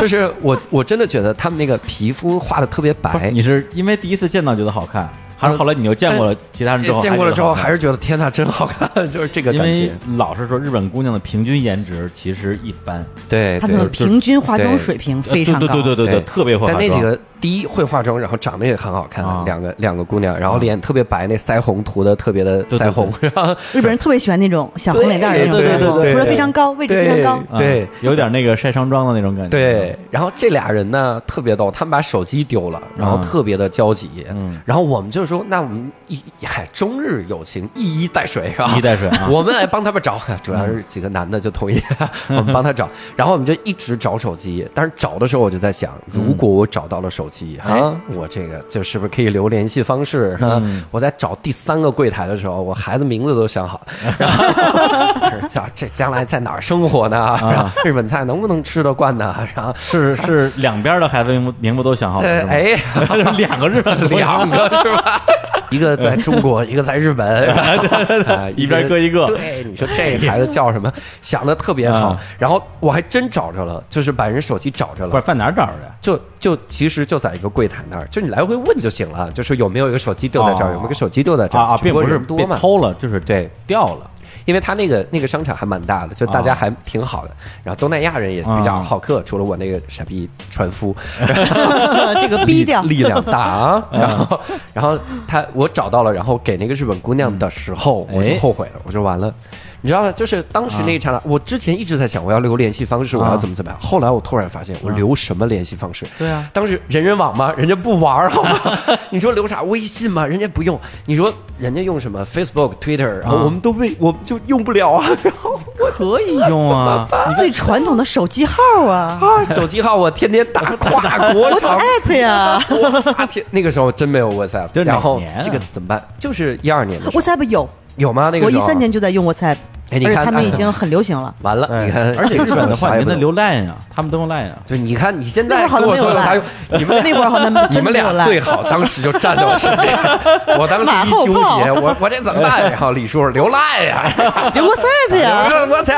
B: 就是我我真的觉得他们那个皮肤画的特别
A: 不是
B: 白。
A: 你是因为第一次见到觉得好看，还是后来你又见过了其他人之后，
B: 呃见过了之后还
A: 是
B: 是觉得天呐，真好看， 就是这个
A: 因
B: 感
A: 为
B: 觉。
A: 老实说，日本姑娘的平均颜值其实一般，
B: 对，
C: 他
B: 对
C: 们的平均化妆
B: 对
C: 水平
A: 呃
C: 非常高。
A: 对对对对对，特别会化妆。
B: 但那几个第一会化妆，然后长得也很好看，
A: 啊
B: 两个两个姑娘，然后脸特别白，那腮红涂的特别的
A: 对对
B: 腮红， 然后
C: 日本人特别喜欢那种小红脸蛋儿的那种
A: 对对对
C: 腮红
A: 对对
C: 涂的非常高，位置非常高。
A: 啊
B: 对
A: 有点那个晒伤妆的那种感觉。
B: 对，然后这俩人呢特别逗，他们把手机丢了，然后
A: 啊
B: 特别的焦急，
A: 嗯
B: 然后我们就说，那我们一嗨，中日友情一衣带水是吧？
A: 一衣带水啊
B: 我们来帮他 们找，主要是几个男的就同意， 我们帮他找，然后我们就一直找手机，但是找的时候我就在想，
A: 嗯
B: 如果我找到了手机啊，我这个就是不是可以留联系方式
A: 嗯
B: 啊？我在找第三个柜台的时候，我孩子名字都想好 了，然后 这这将来在哪儿生活呢？
A: 啊
B: 然后日本菜能不能吃得惯呢？然后
A: 是是两边的孩子名名字都想好了，
B: 这
A: 是吗
B: 哎
A: 两个日本姑娘
B: 两个是吧？ 一个在 中国，一个在日本， 啊
A: 一边搁一个
B: 对，你说这孩子 叫什么？想的特别好
A: 啊。
B: 然后我还真找着了，就是把人手机找着
A: 不是
B: 了。
A: 犯哪儿找的？
B: 就就其实就在一个柜台那儿，就你来回问就行了，就说有没有一个手机丢在这儿，
A: 哦
B: 有没有一个手机丢在这儿
A: 啊啊，
B: 只
A: 并
B: 过
A: 不是
B: 人
A: 被
B: 多嘛，
A: 偷了，就是
B: 对
A: 掉了。
B: 因为他那个那个商场还蛮大的，就大
A: 啊
B: 家还挺好的。然后东南亚人也比较好客，除了我那个傻逼船夫，
C: 这个逼调，
B: 力量 大啊！然后，然后他我找到了，然后给那个日本姑娘的时候，
A: 嗯
B: 我就
A: 哎
B: 后悔了，我就完了。你知道吗？就是当时那一刹那，我之前一直在想我要留联系方式，我
A: 啊
B: 要怎么怎么样。后来我突然发现，我留什么联系方式？
A: 对啊
B: 当时人人网吗？人家不玩儿 好吗？你说留啥微信吗？人家不用。你说人家用什么 Facebook、Twitter，然后
A: 啊
B: 我们都被我们就用不了啊。 然后我
A: 可以用 啊，
C: 最传统的手机号啊
B: 啊，手机号我天天打跨国
A: 哎
B: 长
C: ，App 呀
B: 我天，那个时候真没有 WhatsApp，
A: 这是哪
B: 然后
A: 年啊
B: 这个怎么办？就是一二年的时候
C: ，WhatsApp 有，
B: 有吗？那个
C: 我
B: 时
C: 一
B: 候
C: 三年就在用 WhatsApp，
B: 哎
C: 而
B: 你
C: 且
B: 看
C: 他们已经很流行了。
B: 完了，
A: 哎
B: 你看，
A: 而且日本的话，
B: 啥
A: 你
B: 也
A: 跟
B: 没
A: 他
B: 有
A: 留 line 啊，他们都用 line 啊。
B: 就你看，你现
C: 那会
B: 在
C: 儿好
B: 跟我
C: 像没有
B: 说有啥
C: 赖
B: 用？你们
C: 那会儿好像
B: 你
C: 真
B: 们
C: 没有
B: 俩
C: 赖
B: 最好当时就站在我身边，我当时一纠
C: 马后
B: 结，
C: 炮
B: 我我这怎么办？然后李叔留赖呀，
C: 有 WhatsApp 呀，
B: 我操！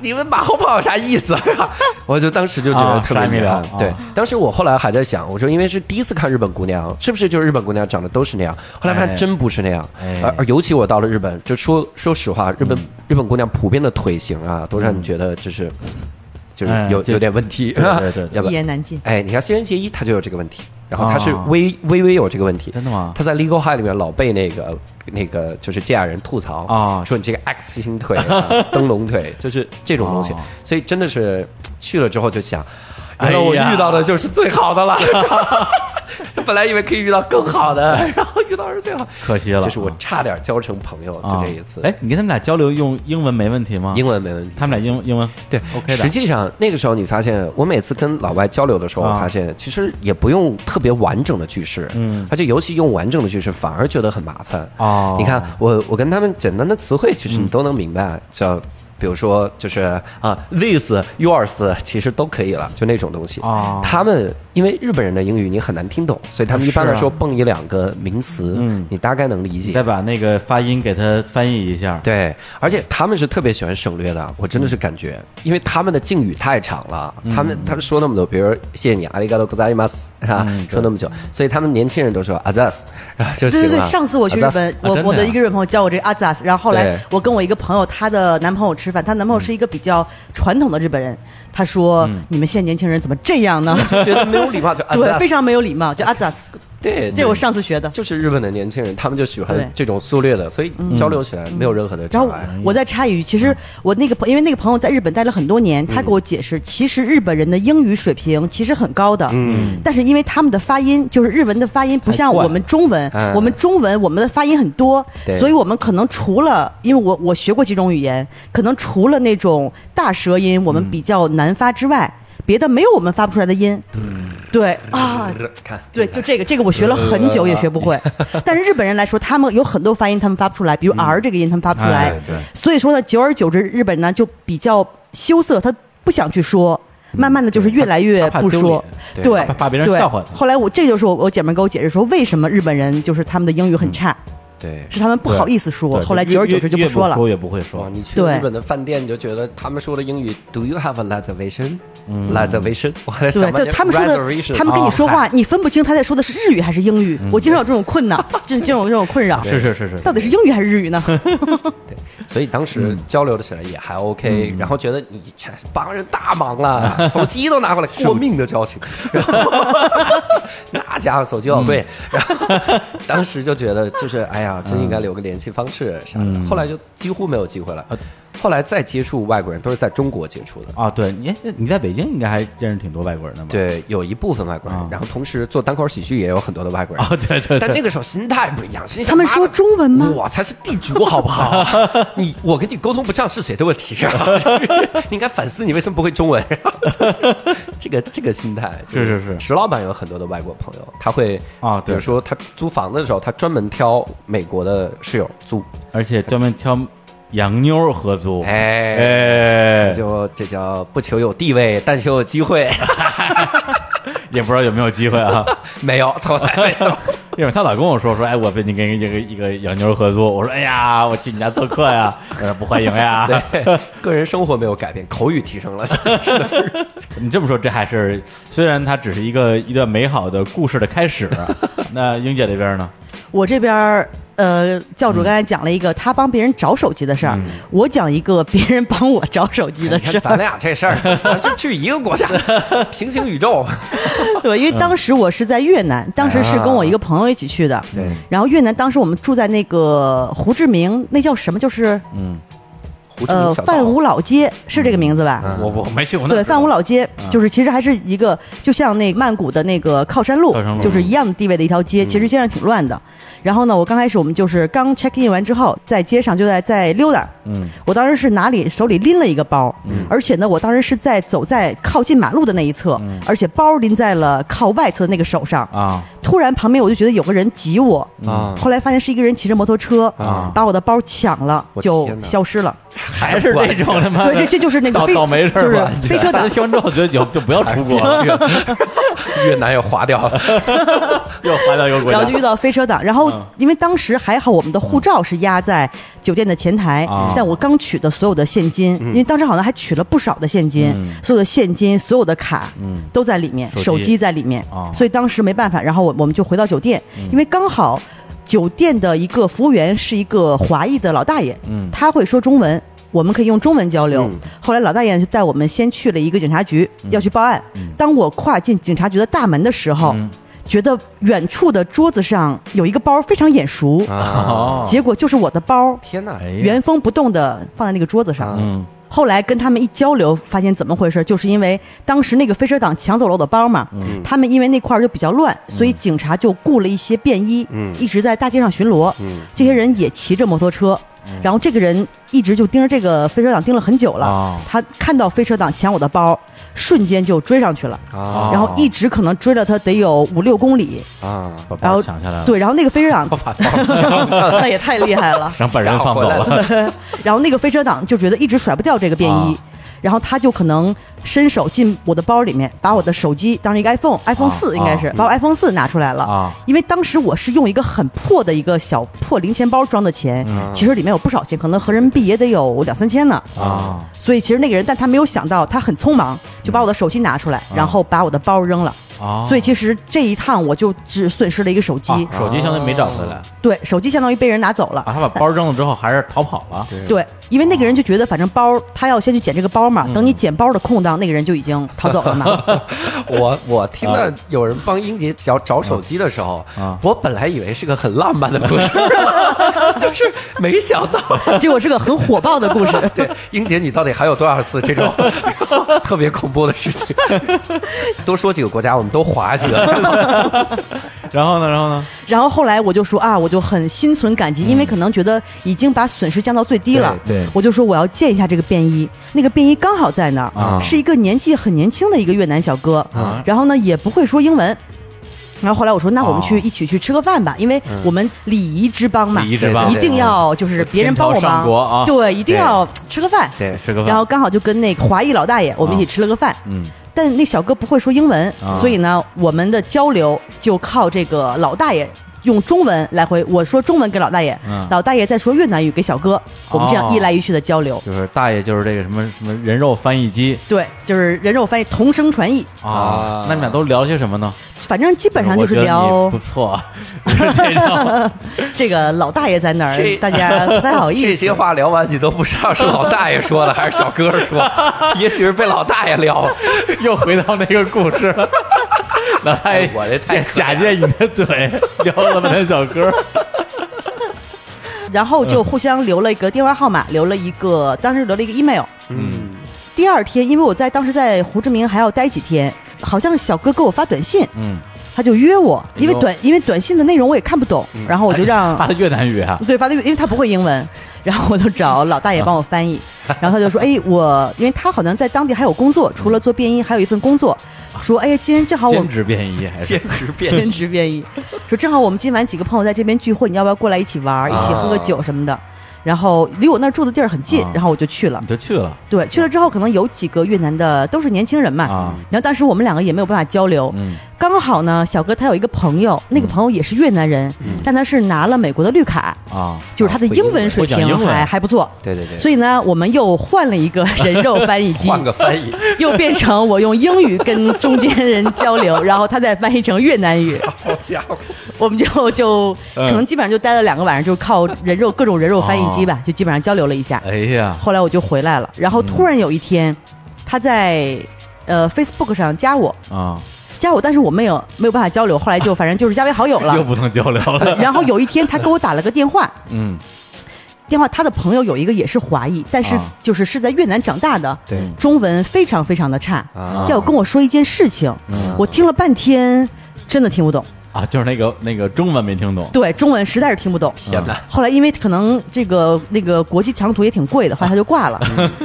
B: 你们马后炮有啥意思？啊 我就当时就觉得特别遗
A: 啊
B: 憾
A: 啥也没聊。
B: 对
A: 啊，
B: 当时我后来还在想，我说因为是第一次看日本姑娘，是不是就是日本姑娘长得都是那样？后来发
A: 哎
B: 现真不是那样
A: 哎，
B: 而而尤其我到了日本，就说说实话，日本日
A: 嗯
B: 本姑娘普遍的腿型啊，都让你觉得就是就是
A: 哎
B: 有
A: 就
B: 有点问题，
A: 对对对对
B: 要不
C: 一言难尽。
B: 哎，你看新垣结衣她就有这个问题，然后他是
A: 啊
B: 微、微微有这个问题，
A: 真的吗
B: 他在 Legal High 里面老被那个那个就是这俩人吐槽
A: 啊
B: 说你这个 X 型腿、啊、 灯笼腿，就是这种东西，
A: 哦
B: 所以真的是去了之后就想，
A: 哎
B: 原
A: 呀
B: 来我遇到的就是最好的了。 本来以为可以遇到更好的，然后遇到的是最好，
A: 可哎惜了
B: 就是我差点交成朋友，就
A: 啊
B: 这一次。
A: 哎，，你跟他们俩交流用英文没问题吗？
B: 英文没问题。
A: 他们俩英英文
B: 对
A: OK
B: 实
A: 的
B: 际上那个时候，你发现我每次跟老外交流的时候，
A: 啊
B: 我发现其实也不用特别完整的句式，
A: 嗯
B: 而且尤其用完整的句式反而觉得很麻烦。
A: 哦
B: 你看我我跟他们简单的词汇，其实你都能明白，叫。比如说，就是啊，this yours，其实都可以了，就那种东西。
A: 哦啊
B: 他们因为日本人的英语你很难听懂，所以他们一般来说蹦一两个名词，
A: 嗯
B: 你大概能理解。
A: 再把那个发音给他翻译一下。
B: 对，而且他们是特别喜欢省略
C: 嗯
B: 的，我真的是感觉，因为他们的敬语太长了，他们他们说那么多，比如谢谢你，阿里嘎多ございます啊，
C: 嗯
B: 说那么久，所以他们年轻人都说阿扎斯 啊就行
C: 对
B: 了。
C: 对对，上次我去日
B: Azaz
C: 本，
A: 真
C: 我
A: 的
C: 我的
A: 呀
C: 一个日本朋友教我这个阿扎斯，然后后来
B: 对
C: 我跟我一个朋友，她的男朋友吃饭，她男朋友是一个比较传统的日本人，他说：“你们现在年轻人怎么这样呢？”
B: 就觉得没有礼貌，就嗯阿
C: 对，
B: 扎
C: 非
B: 斯。
C: 常没有礼貌，叫阿扎斯，
B: 对，
C: 这我上次学的。
B: 就是日本的年轻人，他们就喜
C: 对嗯
B: 欢这种粗略的，所以交流起来没有任何的
C: 然
B: 障
C: 后
B: 碍。
C: 我再插一句，其实我那个朋，因为那个朋友在日本待了很多年，他给我解释，其实日本人的英语水平其实很高的，嗯，但是因为他们的发音，就是日文的发音不像
A: 太怪
C: 我们中文
B: 嗯，
C: 我们中文我们的发音很多
B: 对，
C: 所以我们可能除了，因为我我学过几种语言，可能除了那种大舌音我们比较难发之外，别的没有我们发不出来的音，对啊，
B: 哎看，
C: 对，就这个，这个我学了很久也学 不会。但是日本人来说，他们有很多发音他们发不出来，比如 R 这个音他们发不出来
A: 嗯哎。对
C: 所以说呢，久而久之，日本呢就比较羞涩，他不想去说。慢慢的就是越来越
A: 嗯他怕
C: 不说
A: 丢，
B: 脸对
C: 对
A: 他，怕别人
C: 对
A: 笑话他
C: 后来我这就是我我姐妹给我解释说，为什么日本人就是他们的英语很差，
B: 对。
C: 是他们不好意思说。
A: 嗯对
C: 后来久而久之就
A: 越越
C: 说了。
A: 说也不会
B: 哇，
A: 说。
B: 啊你去日
C: 对
B: 本的饭店，你就觉得他们说的英语，Do you have a reservation？reservation，我还在
C: 嗯对
B: 想，半
C: 就
B: 天
C: 他们说的
B: reservation，
C: 他们跟你说
B: 哦
C: 话，你分不清他在说的是日语还是英语。我经常有这种困扰，这这种这种困扰，
A: 嗯是是是是，
C: 到底是英语还是日语呢？
B: 对，所以当时交流的起来也还 OK，、然后觉得你这帮人大忙了，手机都拿过来，过命的交情， 然后那家伙手机老贵， 然后当时就觉得就是哎呀，真应该留个联系方式啥的，后来就几乎没有机会了。后来再接触外国人都是在中国接触的，
A: 啊，对你那你在北京应该还认识挺多外国人的吧？
B: 对，有一部分外国人，
A: 啊
B: 然后同时做单口喜剧也有很多的外国人
A: 啊， 对 对
B: 但
A: 对，
B: 那个时候心态不一样，心想
C: 他们说中文吗
B: 妈的我才是地主，好 不好？你我跟你沟通不上是谁的问题啊？你应该反思你为什么不会中文。 这个这个心态就
A: 是
B: 是
A: 是
B: 石老板有很多的外国朋友，他会
A: 啊
B: 比
A: 对
B: 如说他租房子的时候，他专门挑美国的室友租，
A: 而且专门挑洋妞儿合租，
B: 哎，
A: 哎，
B: 就这叫不求有地位，但求有机 会。
A: 也不知道有没有机会啊。
B: 没有，从来没 有。
A: 因为她老跟我说说，哎，我被你跟一个一个洋妞儿合租，我说，哎呀，我去你家做客呀，我说不欢迎呀。
B: 对，个人生活没有改变，口语提升了。
A: 你这么说，这还是虽然它只是一个一段美好的故事的开始，啊那英姐这边呢？
C: 我这边儿呃，教主刚才讲了一个他帮别人找手机的事儿，我讲一个别人帮我找手机的
B: 哎你
C: 事
B: 看
C: 儿。
B: 咱俩这事儿，咱就去一个国家，平行宇宙。
C: 对，因为当时我是在越南，当时是跟我一个朋友一起去的。
B: 对
C: 然后越南当时我们住在那个胡志明，那叫什么？就是
A: 嗯，
B: 胡志
C: 呃
B: 明小道
C: 范武老街，是这个名字吧？
B: 嗯
A: 我我没去过那儿，
C: 对，范武老街就是其实还是一个，就像那曼谷的那个靠山路
A: 靠山路，
C: 就是一样的地位的一条街，其实街上挺乱的。然后呢，我刚开始我们就是刚 check in 完之后，在街上就在在溜达。
A: 嗯，
C: 我当时是拿里手里拎了一个包，
B: 嗯
C: 而且呢，我当时是在走在靠近马路的那一侧，
B: 嗯
C: 而且包拎在了靠外侧的那个手上。
A: 啊，
C: 突然旁边我就觉得有个人挤我，
B: 啊
C: 后来发现是一个人骑着摩托车
B: 啊
C: 把我的包抢了，
B: 我
C: 就
B: 天哪
C: 消失了。
A: 还是这种他妈的，
C: 对，这这就是那个
A: 倒
C: 非
A: 倒霉事儿
C: 就
A: 吧，
C: 是飞车
A: 大
C: 党
A: 家。听完之后觉得有就不要出国 了，
B: 越南又划掉了，
A: 又滑到一个国
C: 然后就
A: 家
C: 遇。到飞车党，然后
A: 嗯
C: 因为当时还好，我们的护照是压在酒店的前台，
A: 啊
C: 但我刚取的所有的现金，因为当时好像还取了不少的现金，
A: 嗯
C: 所有的现金、所有的卡，
A: 嗯
C: 都在里面，
A: 手机
C: 手机在里面，
A: 啊嗯
C: 所以当时没办法，然后我我们就回到酒店，因为刚好酒店的一个服务员是一个华裔的老大爷，
A: 嗯
C: 他会说中文。我们可以用中文交流。
B: 嗯
C: 后来老大爷就
B: 嗯
C: 带我们先去了一个警察局，要去报案。当我跨进警察局的大门的时候，觉得远处的桌子上有一个包非常眼熟，
B: 啊，
C: 结果就是我的包，
B: 天哪！
A: 哎呀
C: 原封不动的放在那个桌子上。
A: 嗯
C: 后来跟他们一交流，发现怎么回事，就是因为当时那个飞车党抢走了我的包嘛，
A: 嗯
C: 他们因为那块儿就比较乱，所以警察就雇了一些便衣，
A: 嗯
C: 一直在大街上巡逻。这些人也骑着摩托车，
A: 嗯
C: 然后这个人一直就盯着这个飞车党盯了很久了，
A: 哦
C: 他看到飞车党抢我的包，瞬间就追上去了。
A: 哦
B: 啊
C: 然后一直可能追了他得有五六公里，
B: 啊，
A: 把包
C: 然后
A: 抢下来了，，
C: 对，然后那个飞车 党
B: 把包子
C: 那也太厉害了，
A: 然后把人放走
B: 抢回
A: 了，
C: 然后那个飞车党就觉得一直甩不掉这个便衣
A: 啊，
C: 然后他就可能伸手进我的包里面，把我的手机当成一个 iPhone，iPhone 四应该是
A: 啊
C: 把我 iPhone 四拿出来了
A: 啊，
C: 因为当时我是用一个很破的一个小破零钱包装的钱，
A: 嗯
C: 其实里面有不少钱，可能合人民币也得有两三千呢。
A: 啊，
C: 所以其实那个人，但他没有想到，他很匆忙就把我的手机拿出来，然后把我的包扔了。
A: 嗯啊
C: 所以其实这一趟我就只损失了一个手机，哦
A: 啊手机相当于没找回来
C: 对，手机相当于被人拿走了。
A: 啊，他把包扔了之后还是逃跑了，
C: 对，因为那个人就觉得，反正包他要先去捡这个包嘛，
A: 嗯
C: 等你捡包的空档，那个人就已经逃走 了嘛。
B: 我我听到有人帮英杰找找手机的时候
A: 啊，
B: 我本来以为是个很浪漫的故事， 就是没想到。
C: 结果是个很火爆的故事。
B: 对，英杰，你到底还有多少次这种特别恐怖的事情？ 多说几个国家，我们都滑几个。
A: 然后呢，然后呢，
C: 然后后来我就说啊，我就很心存感激，因为可能觉得已经把损失降到最低了。
A: 嗯对对
C: 我就说我要见一下这个便衣，那个便衣刚好在那儿，
A: 啊
C: 是一个年纪很年轻的一个越南小哥，
A: 啊
C: 然后呢也不会说英文。然后后来我说，那我们去、
A: 哦
C: 一起去吃个饭吧，因为我们礼仪之邦嘛，
A: 嗯礼仪之邦
C: 一定要就是别人帮我
A: 天朝上
C: 忙，
A: 国啊
C: 对，一定要吃个饭。
B: 对
A: 吃个
C: 然后
A: 饭，
C: 刚好就跟那个华裔老大爷我们一起吃了个饭，
A: 嗯，
C: 但那小哥不会说英文，
A: 啊
C: 所以呢，我们的交流就靠这个老大爷用中文来回，我说中文给老大爷，
A: 嗯哦
C: 老大爷再说越南语给小哥，我们这样一来一去的交流，
A: 就是大爷就是这个什么什么人肉翻译机
C: 对，就是人肉翻译，同声传译，
A: 啊
B: 啊，
A: 那你们俩都聊些什么呢？
C: 反正基本上就是
A: 嗯我觉得你
C: 聊
A: 不错， 这种
C: 这个老大爷在那
B: 这
C: 儿，大家不太好意 思。
B: 这些话聊完，你都不知道是老大爷说的还是小哥说，也许是被老大爷聊了。
A: 又回到那个故事 了。老太爷
B: 哎，我这太
A: 假
B: 可
A: 假借你的嘴撩了半天小 哥，
C: 然后就互相留了一个电话号码，留了一个，当时留了一个 email。
A: 嗯
C: 第二天，因为我在当时在胡志明还要待几天，好像小哥给我发短信，
A: 嗯，
C: 他就约我，
A: 哎呦嗯
C: 因为短因为短信的内容我也看不懂，然后我就让、
A: 发的越南语啊，
C: 对发的，因为他不会英 文，然后我就找老大爷帮我翻译，
A: 嗯
C: 然后他就说，哎，我因为他好像在当地还有工作，除了做便衣还有一份工作，说，哎呀，今天正好我
A: 啊兼
C: 们
A: 职便衣还是
B: 兼职变
C: 兼职便衣，说正好我们今晚几个朋友在这边聚会，你要不要过来一起玩儿，一起喝个酒什么的。然后离我那儿住的地儿很近
A: 啊，
C: 然后我就去了
A: 你。就去了
C: 对，去了之后可能有几个越南的都是年轻人嘛，
A: 啊
C: 然后当时我们两个也没有办法交流，
A: 嗯
C: 刚好呢，小哥他有一个朋友，那个朋友也是越南人，但他是拿了美国的绿卡，
A: 嗯啊，
C: 就是他的英文水
A: 会讲
C: 平
A: 英文
C: 还还不错。
B: 对对对
C: 所以呢，我们又换了一个人 肉翻译 机，
B: 换个翻译，
C: 又变成我用英语跟中间人交流，然后他再翻译成越南 语，
B: 好家伙！
C: 我们就就
A: 嗯
C: 可能基本上就待了两个晚上，就靠人肉各种人肉翻译
A: 哦
C: 机吧，就基本上交流了一下。
A: 哎呀，
C: 后来我就回来了，然后突然有一天，他在呃 Facebook 上加我，
A: 啊，
C: 加我，但是我没有没有办法交流，后来就反正就是加为好友
A: 又
C: 了。
A: 不能交流了，
C: 然后有一天他给我打了个电话，
A: 嗯，
C: 电话他的朋友有一个也是华裔，但是
A: 啊
C: 就是是在越南长大的，
B: 对
C: 中文非常非常的差，
B: 啊
C: 要跟我说一件事情，我听了半天，真的听不懂，
A: 啊，就是那个那个中文没听懂，
C: 对，中文实在是听不懂。
B: 天哪！
C: 后来因为可能这个那个国际长途也挺贵的，后来他就挂了。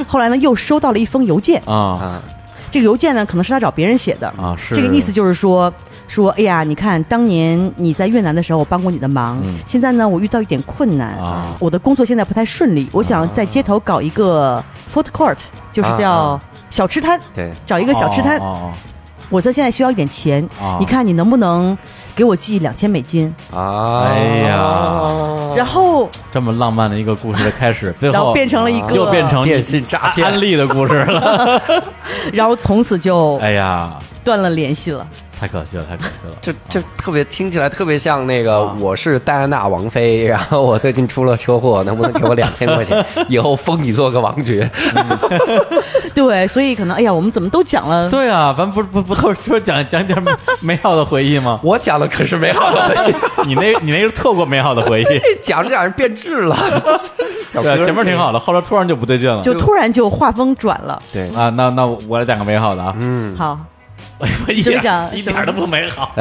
C: 后来呢，又收到了一封邮件，
A: 啊
B: 啊，
C: 这个邮件呢可能是他找别人写的
A: 啊是
C: 这个意思就是说说，哎呀，你看当年你在越南的时候，我帮过你的忙，
A: 嗯
C: 现在呢我遇到一点困难
A: 啊
C: 我的工作现在不太顺利，我想在街头搞一个 food court，就是叫
B: 啊
C: 小吃摊，
B: 对
C: 找一个小吃摊。
A: 哦
C: 我这现在需要一点钱，
A: 啊
C: 你看你能不能给我寄两千美金？
B: 啊，
A: 哎呀
C: 然后
A: 这么浪漫的一个故事的开 始，最
C: 然
A: 后
C: 后变成了一个
A: 又变成
B: 电信诈骗
A: 安利的故事 了。
C: 然后从此就
A: 哎呀，
C: 断了联系了。
A: 太可惜了，太可惜了。
B: 这这特别听起来特别像那个我是戴安娜王妃，然后我最近出了车祸，能不能给我两千块钱？以后封你做个王爵。
C: 对，所以可能哎呀，我们怎么都讲 了，
A: 对啊，咱不不不都是说讲讲点美美好的回忆 吗？
B: 我讲的可是美好的回忆，
A: 你那你那是错过美好的回忆，
B: 讲着讲着变质了。小
A: 对啊，
B: 哥
A: 前面挺好的，后来突然就不对劲了。
C: 就突然就画风转了。
B: 对，
A: 啊，那那我来讲个美好的啊，
C: 好，
A: 我一
C: 怎
A: 点
C: 么嗯讲
A: 一点儿都不美 好。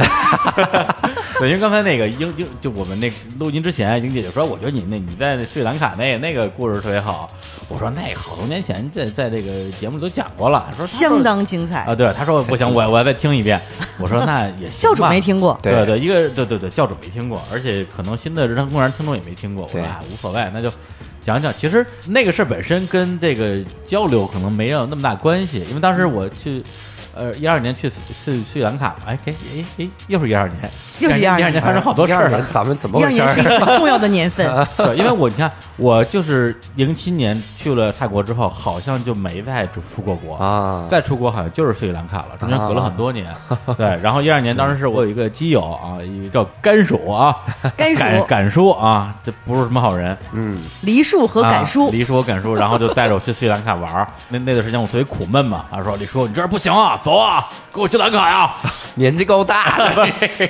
A: 对，因为刚才那个英英就我们那个录音之前，英姐就说，我觉得你那你在斯里兰卡那那个故事特别好。我说那好多年前在在这个节目里都讲过了，说她说
C: 相当精彩。
A: 啊，对，他说 不行，我我要再听一遍。我说那也行
C: 教主
A: 吧
C: 没听过，
A: 对
B: 对
A: 一个对对对，教主没听过，而且可能新的《人生公园》听众也没听过，我说
B: 对
A: 哎无所谓，那就讲讲。其实那个事儿本身跟这个交流可能没有那么大关系，因为当时我去。呃，一二年去去去兰卡，哎，给哎哎，又是一二年，
C: 又是
A: 一
C: 12年
A: 二年发生好多事
B: 12
A: 儿
B: 年
A: 了。
B: 咱们怎么
C: 一
B: 回
C: 二
B: 事
C: 年是一
B: 儿？
C: 个很重要的年份，
A: 对，因为我你看，我就是零七年去了泰国之后，好像就没再出出过国
B: 啊
A: 再出国好像就是斯里兰卡了，中间隔了很多 年。对，然后一二年当时是我有一个基友啊，一个叫甘薯啊，
C: 甘薯
A: 敢敢叔啊，这不是什么好人。
B: 嗯，
C: 黎叔和
A: 啊
C: 敢叔，
A: 李叔我敢叔，然后就带着我去斯里兰卡玩儿。那那段时间我特别苦闷嘛，他说：“李叔，你这儿不行啊，走啊，跟我去兰卡 呀！”
B: 年纪够大了，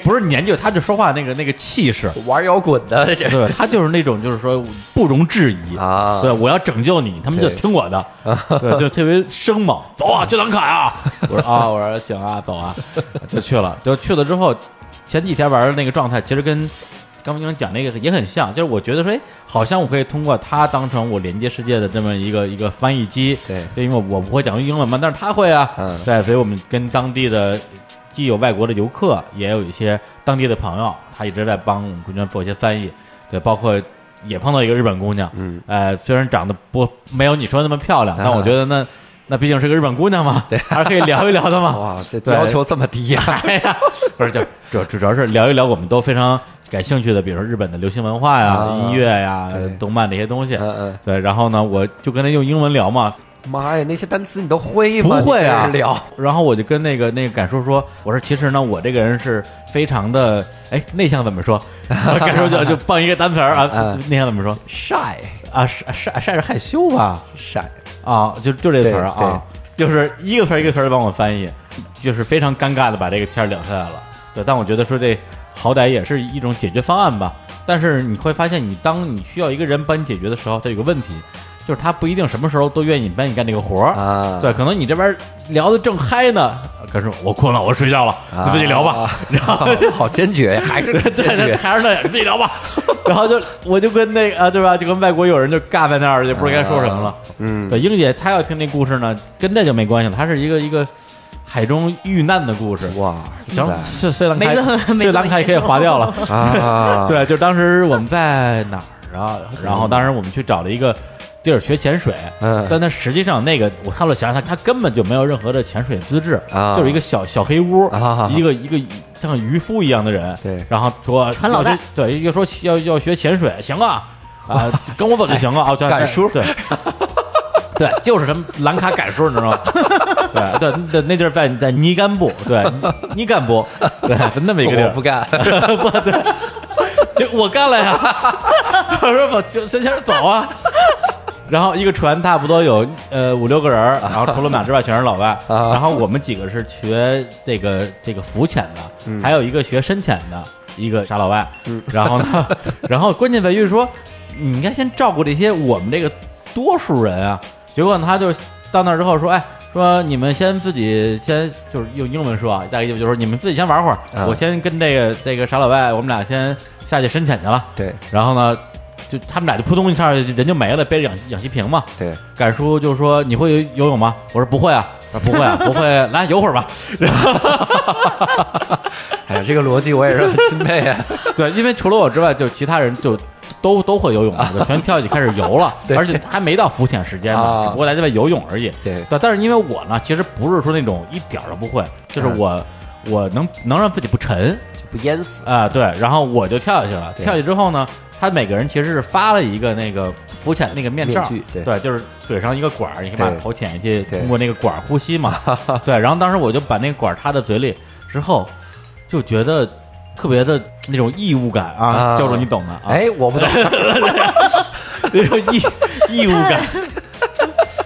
A: 不是年纪，他就说话那个那个气势，
B: 玩摇滚的这
A: 对他就是那种就是说不容置疑
B: 啊
A: 对我要拯救你，他们就
B: 对
A: 听我的， 对，就特别生猛，走啊，去兰卡呀！我说啊，我说行啊，走啊， 就去了，就去了之后，前几天玩的那个状态其实跟。刚刚讲那个也很像，就是我觉得说，哎，好像我可以通过它当成我连接世界的这么一个一个翻译机。
B: 对
A: 所以因为我不会讲英文嘛，但是他会啊。
B: 嗯
A: 对，所以我们跟当地的既有外国的游客，也有一些当地的朋友，他一直在帮我们中间做一些翻译。对，包括也碰到一个日本姑娘，
B: 嗯，
A: 呃，虽然长得不没有你说那么漂亮，但我觉得那那毕竟是个日本姑娘嘛，对，还是可以聊一聊的嘛。
B: 哇，这
A: 对
B: 要求这么低啊 呀、
A: 哎呀，不是，就主主主要是聊一聊我们都非常感兴趣的，比如说日本的流行文化呀、
B: 啊
A: 音乐呀
B: 对、
A: 动漫这些东西。
B: 嗯嗯，
A: 对，然后呢，我就跟他用英文聊嘛，
B: 妈呀，那些单词你都会
A: 不
B: 吗？
A: 会啊
B: 你跟人 聊，
A: 然后我就跟那个那个敢叔说，我说其实呢，我这个人是非常的哎内向，怎么说？然后敢叔就就蹦一个单词儿啊，
B: 嗯
A: 内向怎么说
B: 晒
A: 啊？晒晒晒是害羞吧？
B: 晒，
A: 啊，就就这词儿啊，就是一个词儿一个词儿帮我翻译，就是非常尴尬的把这个天儿聊下来了。对，但我觉得说这好歹也是一种解决方案吧。但是你会发现，你当你需要一个人帮你解决的时候，他有个问题，就是他不一定什么时候都愿意帮你干这个活儿
B: 啊
A: 对，可能你这边聊的正嗨呢，可是我困了，我睡觉了，
B: 啊
A: 你自己聊 吧。然后
B: 好坚决 呀，还是很
A: 这
B: 坚
A: 这
B: 决。
A: 还 是那样，你自己聊吧。然后就我就跟那个啊，对吧？就跟外国友人就尬在那儿，就不知道该说什么了。
B: 啊嗯，
A: 对，英姐她要听那故事呢，跟这就没关系了，它是一个一个海中遇难的故事。
B: 哇
A: 行，
B: 塞
A: 这这兰
C: 没这么
A: 开，
C: 没
A: 这
C: 这么
A: 兰开可以
C: 严重
A: 划掉了。
B: 啊，
A: 对，就当时我们在哪儿 啊？然后当时我们去找了一个地儿学潜水，
B: 嗯
A: 但它实际上那个我看了想想，它它根本就没有任何的潜水资质，
B: 啊
A: 就是一个小小黑屋，
B: 啊
A: 一个一个像渔夫一样的人，
B: 对
A: 然后说
C: 传老
A: 要
C: 大
A: 去对，又说要要学潜水，行啊， 啊，跟我走就行了啊，
B: 敢
A: 叔 对。对，就是什么兰卡改叔，你知道吗？ 对对对，那地儿在在尼甘布，对尼甘布，对那么一个地
B: 我
A: 儿
B: 不， 干，
A: 就我干了呀！ 我说我就先先走啊。 然后一个船差不多有呃五六个人儿，然后除了我们俩之外全是老外。
B: 啊
A: 然后我们几个是学这个这个浮潜的，
B: 嗯
A: 还有一个学深潜的，一个傻老外。然后 呢，然后关键在于说，你应该先照顾这些我们这个多数人啊。结果呢他就到那儿之后说，哎。说你们先自己先就是用英文说啊，大概意思就是说你们自己先玩会儿，
B: 啊
A: 我先跟这个这个傻老外，我们俩先下去深潜去了。
B: 对
A: 然后呢，就他们俩就扑通一下人就没了，背着氧气氧气瓶嘛。
B: 对，
A: 敢叔就说：“你会游游泳吗？”我说：“不会啊。”他说：“不会 啊，不会，来游会儿吧。
B: 哎呀，这个逻辑我也是很钦佩啊。”
A: 对，因为除了我之外，就其他人就都都会游泳 了，就全跳下去开始游了，
B: 对
A: 而且还没到浮潜时间呢
B: 啊，
A: 只不过在这边游泳而已。
B: 对
A: 对，但是因为我呢，其实不是说那种一点儿都不会，就是
B: 嗯
A: 我我能能让自己不沉，
B: 就不淹死
A: 啊、对，然后我就跳下去了。
B: 对
A: 跳下去之后呢，他每个人其实是发了一个那个浮潜那个面罩，
B: 面具对
A: 就是嘴上一个管儿，你可以把
B: 对
A: 头潜下去，
B: 对
A: 通过那个管儿呼吸 嘛。对，然后当时我就把那个管儿插在嘴里之后，就觉得特别的那种异物感啊，
B: 啊
A: 教主你懂的啊，
B: 哎，我 不懂，
A: 那种异异物 感。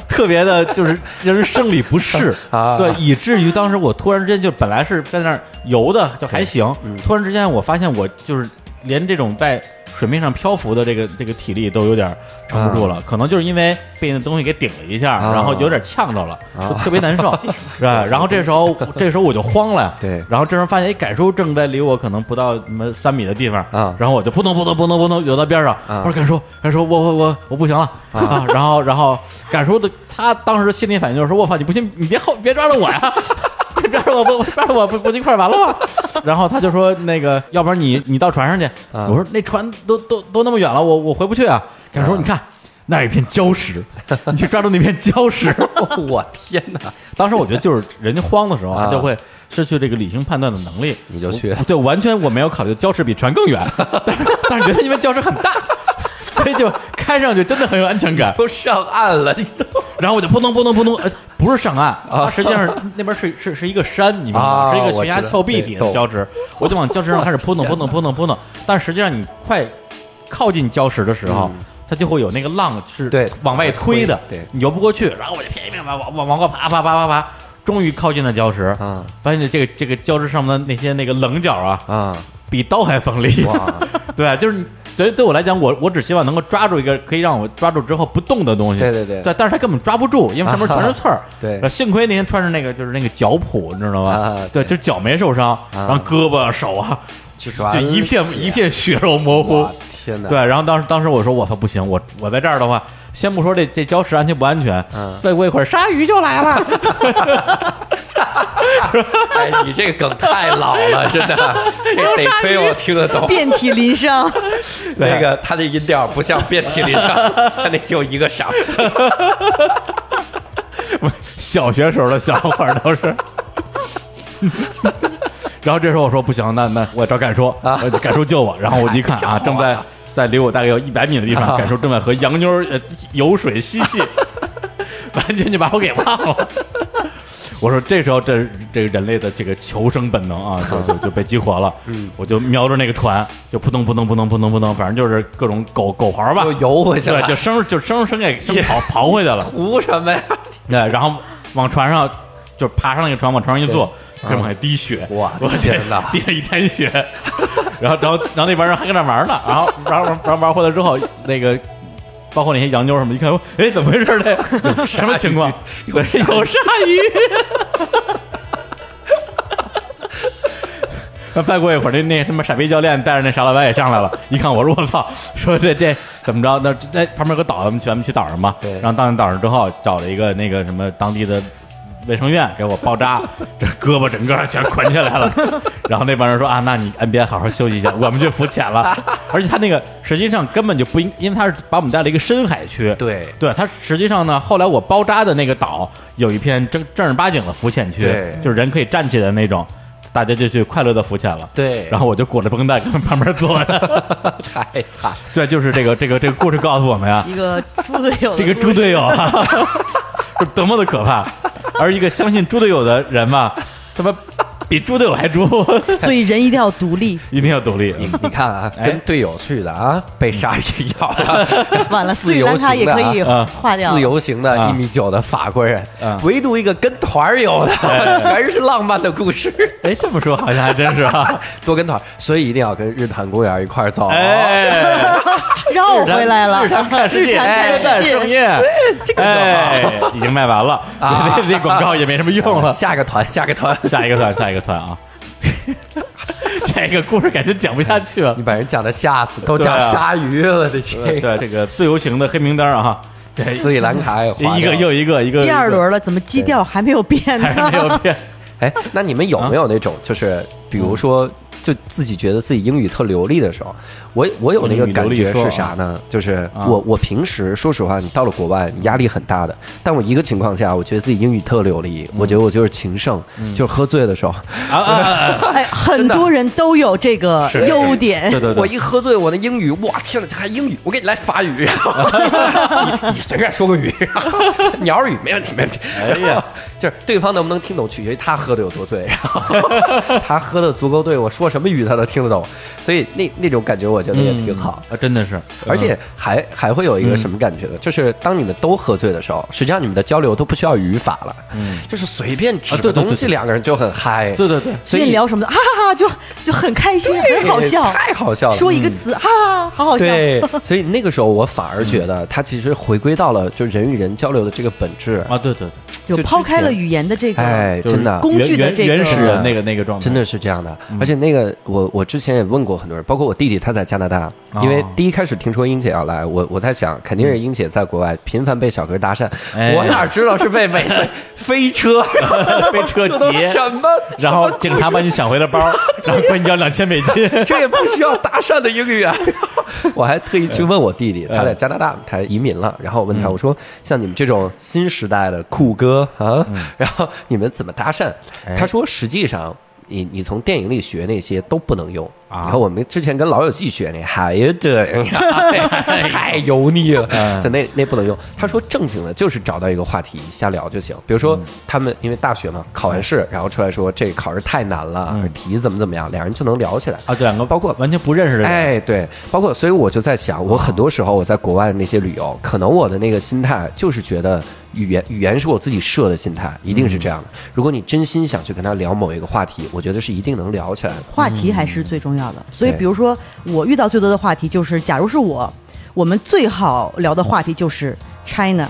A: 特别的，就是让人生理不适
B: 啊
A: 对，以至于当时我突然之间就本来是在那儿游的，就还行，
B: 嗯
A: 突然之间我发现我就是连这种在水面上漂浮的这个这个体力都有点撑不住了，可能就是因为被那东西给顶了一下，
B: 啊
A: 然后有点呛着了，
B: 啊
A: 就特别难 受，是吧？然后这时候这时候我就慌了呀，
B: 对
A: 然后这时候发现哎，改叔正在离我可能不到什么三米的地方
B: 啊
A: 然后我就扑通扑通扑通扑通游到边上，
B: 啊
A: 我说敢叔，敢叔，我我我我不行了啊！然后然后敢叔的他当时心里反应就是说，我操，你不信你别后别抓着我呀， 别抓着我不抓着我不不就一块儿完了吗？然后他就说那个，要不然你你到船上去，
B: 啊
A: 我说那船都都都那么远了，我我回不去啊。敢叔，
B: 啊
A: 你看那儿有一片礁石， 你去抓住那片礁石。
B: 我天哪！
A: 当时我觉得就是人家慌的时候，
B: 啊
A: 他就会失去这个理性判断的能力。
B: 你就去
A: 我对，完全我没有考虑礁石比船更远， 但是但是觉得因为礁石很大， 所以就开上去真的很有安全感。
B: 都上岸了，你都
A: 然后我就扑通扑通扑通，呃不是上岸，它实际上是那边是是是一个山，你明白吗？
B: 啊
A: 是一个悬崖
B: 我知道
A: 峭壁底下的
B: 对懂
A: 礁石，我就往礁石上开始扑腾扑腾扑腾扑腾，但实际上你快靠近礁石的时候。它就会有那个浪是
B: 对
A: 嗯往外推的，
B: 对
A: 你游不过去，然后我就拼命往往往往过爬爬爬爬爬，终于靠近了礁石，
B: 啊
A: 发现这个这个礁石上面的那些那个棱角啊，
B: 啊！
A: 比刀还锋利。
B: 哇
A: 对，啊就是你对对我来讲，我我只希望能够抓住一个可以让我抓住之后不动的东西。
B: 对对对
A: 对，但是他根本抓不住，因为上面全是刺儿。 呃
B: 对
A: 幸亏那天穿着那个就是那个脚蹼，你知道吧？
B: 啊
A: 对，就脚没受伤，然后胳膊手啊，就就
B: 全
A: 一片
B: 是血
A: 一片血肉模糊
B: 哇。天哪！
A: 对，然后当时当时我说我操不行，我我在这儿的话，先不说这这礁石安全不安全，
B: 嗯
A: 再过一会儿鲨鱼就来了。
B: 哎，你这个梗太老了，真 的，这得亏我听得懂。
C: 遍体鳞伤。
B: 那个他的音调不像遍体鳞 伤，他那就一个傻。
A: 小学时候的笑话都是。 然后这时候我说不行，那那我找敢叔，
B: 啊
A: 我敢叔救我。然后我一看 啊，正在在离我大概有一百米的地方，
B: 啊
A: 敢叔正在和洋妞儿呃游水嬉戏， 完全就把我给忘了。 我说这时候这这个人类的这个求生本能啊，就就就被激活了。嗯，我就瞄着那个船，就扑通扑通扑通扑通扑通，反正就是各种狗狗刨吧，
B: 又游回去了
A: 对就生就生生给 生刨刨回去了。
B: 图什么呀？
A: 对，然后往船上就爬上那个船，往船上一坐，
B: 对
A: 开始往下滴血，
B: 哇
A: 我这
B: 天哪
A: 滴了一滩血， 然后然后然后那帮人还跟那玩呢，然后然后然后然后玩回来之后，那个包括那些洋妞什么，一看，哎，怎么回事嘞？ 什么情况？有鲨鱼。 那再过一会儿，那那他妈傻逼教练带着那傻老板也上来了，一看我说我操，说这这怎么着？那那旁边有个岛，咱们去咱们去岛上吧。
B: 对
A: 然后到那岛上之后，找了一个那个什么当地的卫生院给我包扎，这胳膊整个全捆起来了。 然后那帮人说啊，那你岸边好好休息一下，我们去浮潜 了。而且他那个实际上根本就不应，因为他是把我们带了一个深海区。
B: 对
A: 对，他实际上呢，后来我包扎的那个岛有一片正正儿八经的浮潜区，
B: 对
A: 就是人可以站起来的那种。大家就去快乐的浮潜了，
B: 对
A: 然后我就裹着绷带 跟旁边坐着，
B: 太惨！
A: 对，就是这个这个这个故事告诉我们 呀，
C: 一个猪队友的
A: 这个
C: 故
A: 猪
C: 事
A: 队友啊，是多么的可怕！而一个相信猪队友的人嘛，他妈比猪队友还猪，
C: 所以人一定要独立。
A: 一定要独立。
B: 你看啊，
A: 哎
B: 跟队友去的啊，被鲨鱼咬 了。
C: 完了，斯
B: 自
C: 里
B: 由
C: 兰卡也
B: 行的
C: 可
B: 啊
C: 以
A: 啊
C: 划掉。
B: 自由行的
A: 啊
B: 一米九的法国人
A: 嗯，
B: 唯独一个跟团儿游的，全是浪漫的故事，
A: 哎，这么说好像还真是 啊。
B: 多跟团儿，所以一定要跟日坛公园一块儿走。
A: 哎，
C: 绕哦回来 了，
A: 日常看世界，
C: 日常看世界
A: 蛋盛宴，
C: 这个
A: 哎，已经卖完了，
B: 啊
A: 这这广告也没什么用了。
B: 下个团，下个团，
A: 下一个团，下一个团啊！ 这个故事感觉讲不下去了
B: 你。把人讲的吓死，都
A: 对啊
B: 讲鲨鱼了，这
A: 对
B: 这
A: 这个自由行的黑名单啊，这
B: 斯里兰卡也划
A: 一个
B: 掉
A: 又一个，一个
C: 第二轮了，怎么基调还没有变
A: 还是没
C: 呢？
A: 有变。
B: 哎，那你们有没有那种就是比如说，
A: 啊
B: 就自己觉得自己英语特流利的时候，我我有那个感觉是啥呢？就是
A: 啊
B: 我我平时说实话，你到了国外你压力很大的，但我一个情况下，我觉得自己英语特流利，我觉得我就是情圣，
A: 嗯
B: 就是喝醉的时候，
A: 啊啊啊啊！
C: 哎，很
B: 的
C: 多人都有这个
A: 是
C: 优点。
A: 对对
B: 我
A: 对，
B: 一喝醉，我那英语，哇天哪，这还英语！我给你来法语， 你你随便说个语， 鸟语没问题，没问题。
A: 哎呀，
B: 就是对方能不能听懂，取决于他喝的有多醉，然 后他喝的足够醉，我说什么语他都听得懂，所以那那种感觉我觉得也挺好。
A: 啊，真的是，
B: 而且还还会有
A: 嗯
B: 一个什么感觉呢？就是当你们都喝醉的时候，实际上你们的交流都不需要语法了，嗯，就是随便指
A: 啊对对
B: 个
A: 对
B: 东西，
A: 对
B: 两个人就很嗨，
A: 对对对
B: 所
C: 最近
B: 以
C: 聊什么的，哈 哈哈，就就很开心，很好笑，
B: 太好笑了，
C: 说一个词，哈哈，好好笑。
B: 对，所以那个时候我反而觉得，它其实回归到了就人与人交流的这个本质。
A: 啊，对对对，
C: 就
B: 就之
C: 抛开了
B: 前
C: 语言的这个，
B: 哎，
A: 就是
B: 真的，
C: 工具的
A: 原
C: 这个
A: 原原始人那个那个状态，
B: 真的是这样的。
A: 嗯
B: 而且那个，我我之前也问过很多人，包括我弟弟，他在加拿大，
A: 哦
B: 因为第一开始听说英姐要来，我我在想，肯定是英姐在国外频繁被小哥搭讪，
A: 哎
B: 我哪知道是被尾 随飞车，
A: 被 车
B: 这都
A: 劫，
B: 什么？
A: 然后警察把你抢回 了包，然后管你要两千美 金。
B: 这也不需要搭讪的英语啊！ 我还特意去问我弟弟，他在加拿大，他移民了。然后我问他，我说像你们这种新时代的酷哥啊，然后你们怎么搭讪？他说实际上。你你从电影里学那些都不能用
A: 啊
B: 你看我们之前跟老友记学那还这样， 太油腻了，
A: 嗯
B: 就那那不能用。他说正经的，就是找到一个话题瞎聊就行。比如说他们因为大学嘛，考完试然后出来说这考试太难了，题怎么怎么样，两人就能聊起来。
A: 啊，对，两个
B: 包括
A: 完全不认识的人，
B: 哎，对，包括，所以我就在想，我很多时候我在国外的那些旅游，可能我的那个心态就是觉得语言语言是我自己设的心态，一定是这样的。
A: 嗯
B: 如果你真心想去跟他聊某一个话题，我觉得是一定能聊起来的。
C: 话题还是最重要的。所以，
B: 对
C: 比如说我遇到最多的话题就是，假如是我，我们最好聊的话题就是 China，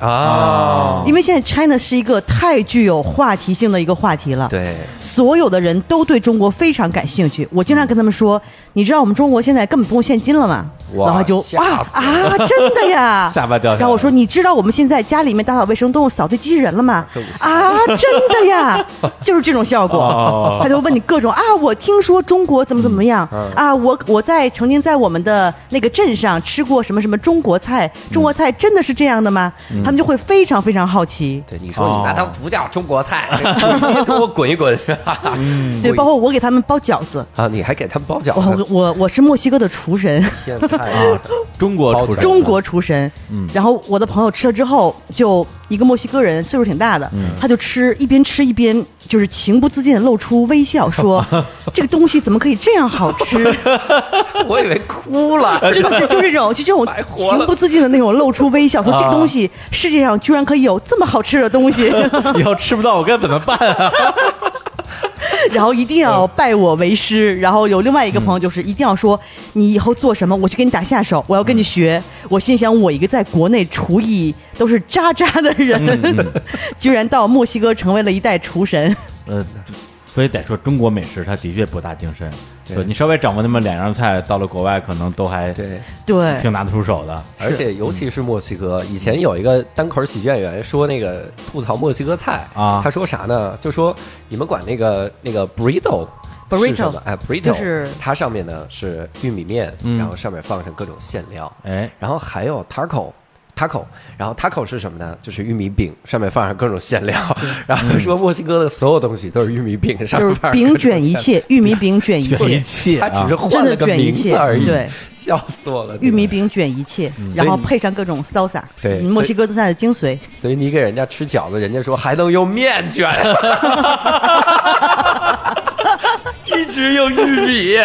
B: 哦
A: 啊
C: 因为现在 China 是一个太具有话题性的一个话题了。。
B: 对，
C: 所有的人都对中国非常感兴趣。我经常跟他们说，你知道我们中国现在根本不用现金了吗？
B: 哇
C: 然后就
B: 吓
C: 啊
B: 死
C: 啊，真的呀
A: ！下巴掉下来
C: 然后我说，你知道我们现在家里面打扫卫生都用扫地机器人了吗
B: 更 吓？
C: 啊，真的呀，就是这种效
A: 哦嗯
C: 果。他就问你各种啊，我听说中国怎么怎么样啊，我我在曾经在我们的那个镇上吃过什么什么中国菜，
A: 嗯
C: 中国菜真的是这样的吗？他们就会非常非常好奇。
B: 对，你说你拿它不叫中国菜，你给我滚一滚！
C: 对，包括我给他们包饺子。
B: 啊，你还给他们包饺
C: 我
B: 子
C: 我，我我是墨西哥的厨神，
B: 天太啊！
A: 中国出
B: 包
A: 身的
B: 起来
C: 中国厨神。
B: 嗯
C: 然后我的朋友吃了之后，就一个墨西哥人，岁数挺大的，
B: 嗯
C: 他就吃，一边吃一边就是情不自禁地露出微 笑，说：“这个东西怎么可以这样好吃？”
B: 我以为哭了。
C: 就就就这种就这种
B: 白活了
C: 情不自禁的那种露出微笑，说：“这个东西世界上居然可以有这么好吃的 东西，
A: 以后吃不到我该怎么办啊？
C: 然后一定要拜我为师。”然后有另外一个朋友就是一定要说：“你以后做什么，我去给你打下手，我要跟你学。”我心想，我一个在国内厨艺都是渣渣的人， 居然到墨西哥成为了一代厨神。
A: 呃，所以得说中国美食它的确博大精深，对你稍微掌握那么两样菜，到了国外可能都还
B: 对，
C: 对，
A: 挺拿得出手的。
B: 而且尤
C: 嗯
B: 其是墨西哥，以前有一个单口喜剧演员说那个吐槽墨西哥菜
A: 啊
B: 他说啥呢？就说你们管那个那个 burrito。
C: burrito
B: 是什么哎，burrito
C: 就是
B: 它上面呢是玉米面，
A: 嗯
B: 然后上面放上各种馅料，
A: 哎，
B: 然后还有 taco。taco，然后 taco 是什么呢？就是玉米饼，上面放上各种馅料。 然后说墨西哥的所有东西都是玉米饼，上
C: 就
B: 面
C: 是
B: 放上各
C: 饼
B: 种
C: 卷一
B: 馅
C: 切，玉米饼卷一
A: 卷一
C: 切，
A: 切
B: 料，它
A: 啊
B: 只是！换了个
C: 真的卷一
B: 名
C: 切
B: 字而已。
C: 对，
B: 笑死我了。
C: 玉米饼卷一切，
A: 嗯
C: 然后配上各种 salsa，
B: 对
C: 墨西哥菜的精髓。
B: 所以你给人家吃饺子，人家说还能用面 卷，一直用玉米。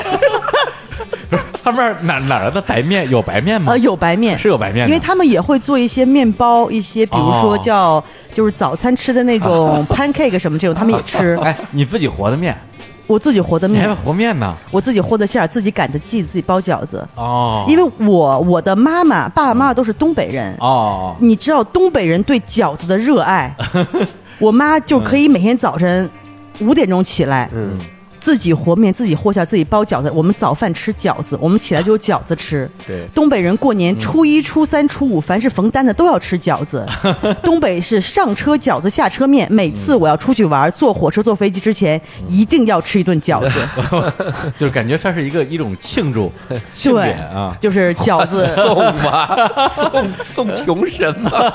A: 他们那儿哪哪来的白面？有白面吗
C: 呃，？有白面
A: 是有白面的，哦
C: 因为他们也会做一些面包，一些比如说叫、就是早餐吃的那 种 pancake 什么这种，他们也吃。
A: 哎，你自己和的面，
C: 我自己和的
A: 你还
C: 面
A: 会，和面呢？
C: 我自己和的馅儿，自己擀的剂，自己包饺子。
A: 哦，
C: 因为我我的妈妈、爸爸妈妈都是东北人，
A: 哦，
C: 你知道东北人对饺子的热爱，我妈就可以每天早晨五点钟起来，
B: 嗯，
C: 自己和面，自己和馅，自己包饺子。我们早饭吃饺子，我们起来就有饺子吃。
B: 对
C: 东北人过年初一、初三、初五，凡是逢单的都要吃饺子。东北是上车饺子，下车面。每次我要出去玩，坐火车、坐飞机之前，一定要吃一顿饺子。
A: 就是感觉它是一个一种庆祝庆
C: 对
A: 典啊，。
C: 就是饺 子，
B: 送 吧，送送穷神吧。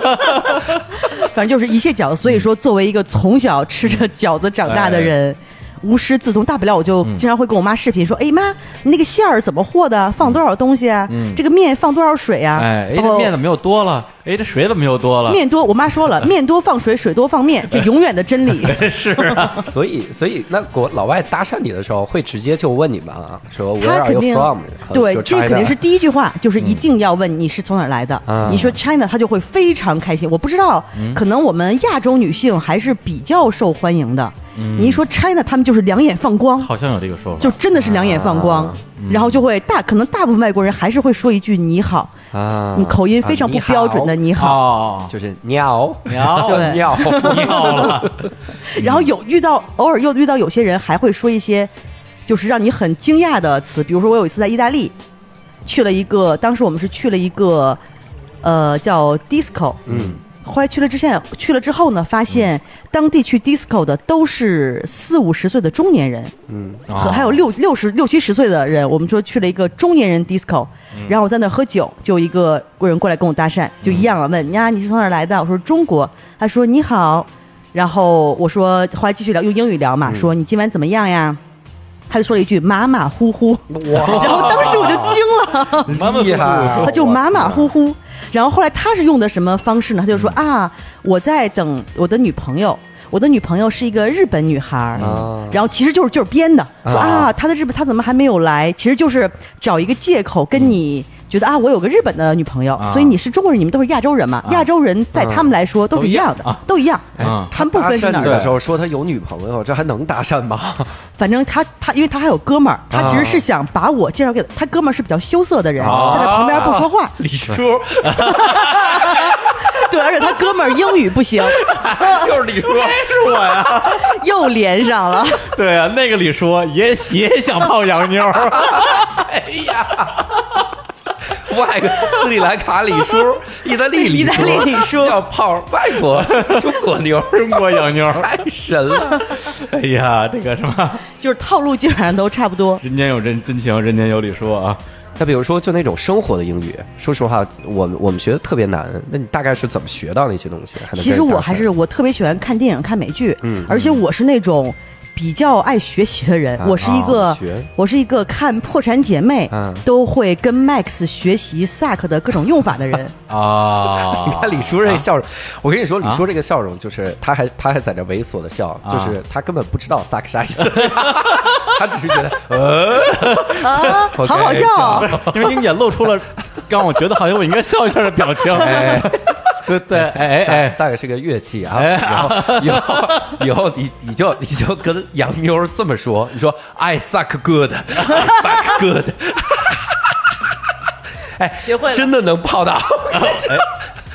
C: 反正就是一切饺子。所以
A: 嗯
C: 说，作为一个从小吃着饺子长大的
A: 哎
C: 人，无师自通。大不了我
A: 嗯
C: 就经常会跟我妈视频说：“哎妈，你那个馅儿怎么和的？放多少东西啊？这个面放多少水啊？”
A: 嗯哎，哎，
C: 然
A: 这
C: 后
A: 面怎么又多了？哎，这水怎么又多了？
C: 面多，我妈说了，面多放水，水多放面，这永远的真理。
A: 是啊，
B: 所以，所以那国老外搭讪你的时候，会直接就问你们啊，说 Where
C: 他
B: are
C: 肯
B: you
C: 定
B: from？
C: 对，
B: 就
C: 这肯定
B: China 嗯
C: 是第一句话，就是一定要问你是从哪儿来的。
B: 啊嗯
C: 你说 China，他就会非常开心。我不知道，可能我们亚洲女性还是比较受欢迎的。
B: 嗯
C: 你一说 China，他们就是两眼放光，
A: 好像有这个说法。
C: 就真的是两眼放光，
B: 啊嗯
C: 然后就会大，可能大部分外国人还是会说一句你好，
B: 啊，
C: 你口音非常不标准的
B: 啊
C: 你好。
A: 哦，
B: 就是尿
A: 鸟
C: 对
B: 尿
A: 尿了，
C: 然后有遇到偶尔又遇到有些人还会说一些，就是让你很惊讶的词，比如说我有一次在意大利，去了一个，当时我们是去了一个，呃，叫 disco，嗯，后来去了之前去了之后呢，发现当地去 disco 的都是四五十岁的中年人，
B: 嗯，
A: 哦
C: 和还有六六十六七十岁的人，我们说去了一个中年人 disco，、然后我在那喝酒，就一个人过来跟我搭讪，就一样啊，问呀你是从哪儿来的？我说中国，他说你好，然后我说后来继续聊，用英语聊嘛，说你今晚怎么样呀？他就说了一句马马虎虎，
B: 哇，
C: 然后当时我就惊了。
B: 厉害，
C: 他就马马虎虎。然后后来他是用的什么方式呢？他就说啊，我在等我的女朋友，我的女朋友是一个日本女孩儿
B: 啊，
C: 然后其实就是就是编的，说
B: 啊
C: 啊，她在日本，她怎么还没有来？其实就是找一个借口跟你。觉得啊，我有个日本的女朋友，
A: 啊
C: 所以你是中国人，你们都是亚洲人嘛？亚洲人在他们来说都是一样的，都一样，哎
A: 啊
C: 他们不分是
B: 搭
C: 哪
B: 讪你
C: 儿的
B: 的时候嗯说他有女朋友，这还能搭讪 吗？
C: 反正他他，因为他还有哥们儿，他其实是想把我介绍给他哥们儿是比较羞涩的人，
A: 啊
C: 在他旁边不说话，
A: 李叔，
C: 对，而且他哥们儿英语不行，
A: 就是李叔，是我呀。
C: 又连上了。
A: 对啊，那个李叔也也想泡洋妞儿，
B: 哎外斯里兰卡李 叔，意大利李
C: 意大利李叔
B: 要泡外国 中国妞，
A: 中国洋妞儿。
B: 太神了！
A: 哎呀，这个什么，
C: 就是套路基本上都差不多。
A: 人间有人真情，人间有李叔啊。
B: 那比如说，就那种生活的英语，说实话，我们我们学的特别难。那你大概是怎么学到那些东西？啊还能
C: 其实
B: 跟人嗯
C: 我
B: 搭讪
C: 还是我特别喜欢看电影、看美剧，而且我是那种比较爱学习的人。
B: 啊
C: 我是一
B: 啊
C: 个
B: 学
C: 我是一个看《破产姐妹
B: 嗯》
C: 都会跟 Max 学习 Sack 的各种用法的人。
A: 啊，
B: 你看李叔这笑容，我跟你说，李
A: 啊
B: 叔这个笑容就是他还他还在那猥琐的笑，
A: 啊
B: 就是他根本不知道萨克啥意 思，他只是觉得呃
C: 啊，好
B: OK，
C: 好笑哦！
A: 因为英姐露出 了让我觉得好像我应该笑一下的表情。
B: 哎
A: 对对，哎哎
B: 萨
A: 哎，
B: 萨克是个乐器啊，
A: 哎
B: 然后以后以后你你就你就跟洋妞儿这么说，你说 I suck good，I suck good，哎，
C: 学会了
B: 真的能泡到，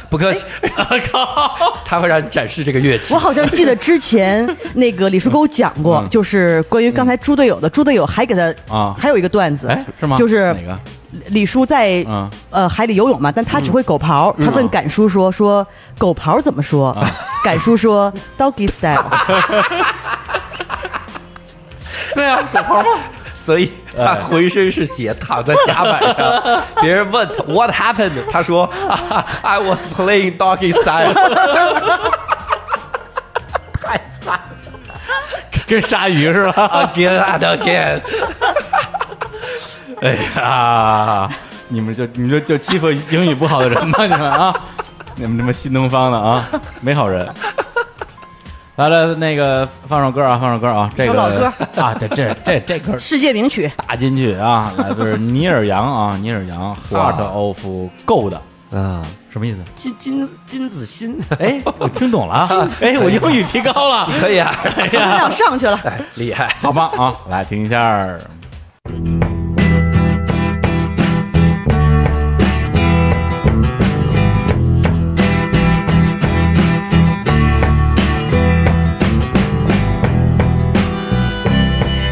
B: 不客气，
A: 哎靠，
B: 他会让你展示这个乐器
C: 我。好像记得之前那个李叔给我讲过，
A: 嗯
C: 就是关于刚才猪队友的，猪队友还给他
A: 啊
C: 还有一个段子
A: 哎，是吗？
C: 就是
A: 哪个？
C: 李叔在、
A: 嗯
C: 呃海里游泳嘛，但他只会狗刨。他问敢叔说：“说狗刨怎么说？”
A: 啊
C: 敢叔说 ：“doggy style。
A: 对啊，狗刨吗？
B: 所以他浑身是血，躺在甲板
A: 哎
B: 上。别人问他 What happened？他说、 啊、I was playing doggy style。太惨
A: 跟鲨鱼是吧？
B: ，again and again。
A: 哎呀，你们就你们就就欺负英语不好的人吧，你们 啊，你们这么新东方的啊，没好人。来来，那个放首歌啊，放首歌啊，这个
C: 首老歌
A: 啊，这这这这歌”
C: 世界 名曲，
A: 打进去啊，来自尼尔杨啊， 尼尔杨 Heart of Gold
B: 啊，
A: 什么意思？
B: 金金金子欣，
A: 哎，我听懂了啊， 哎，我英语提高了，
B: 可以啊，
A: 哎
C: 我们
A: 呀
C: 俩，上去了。
A: 哎
B: 厉害。
A: 好棒啊，来听一下儿。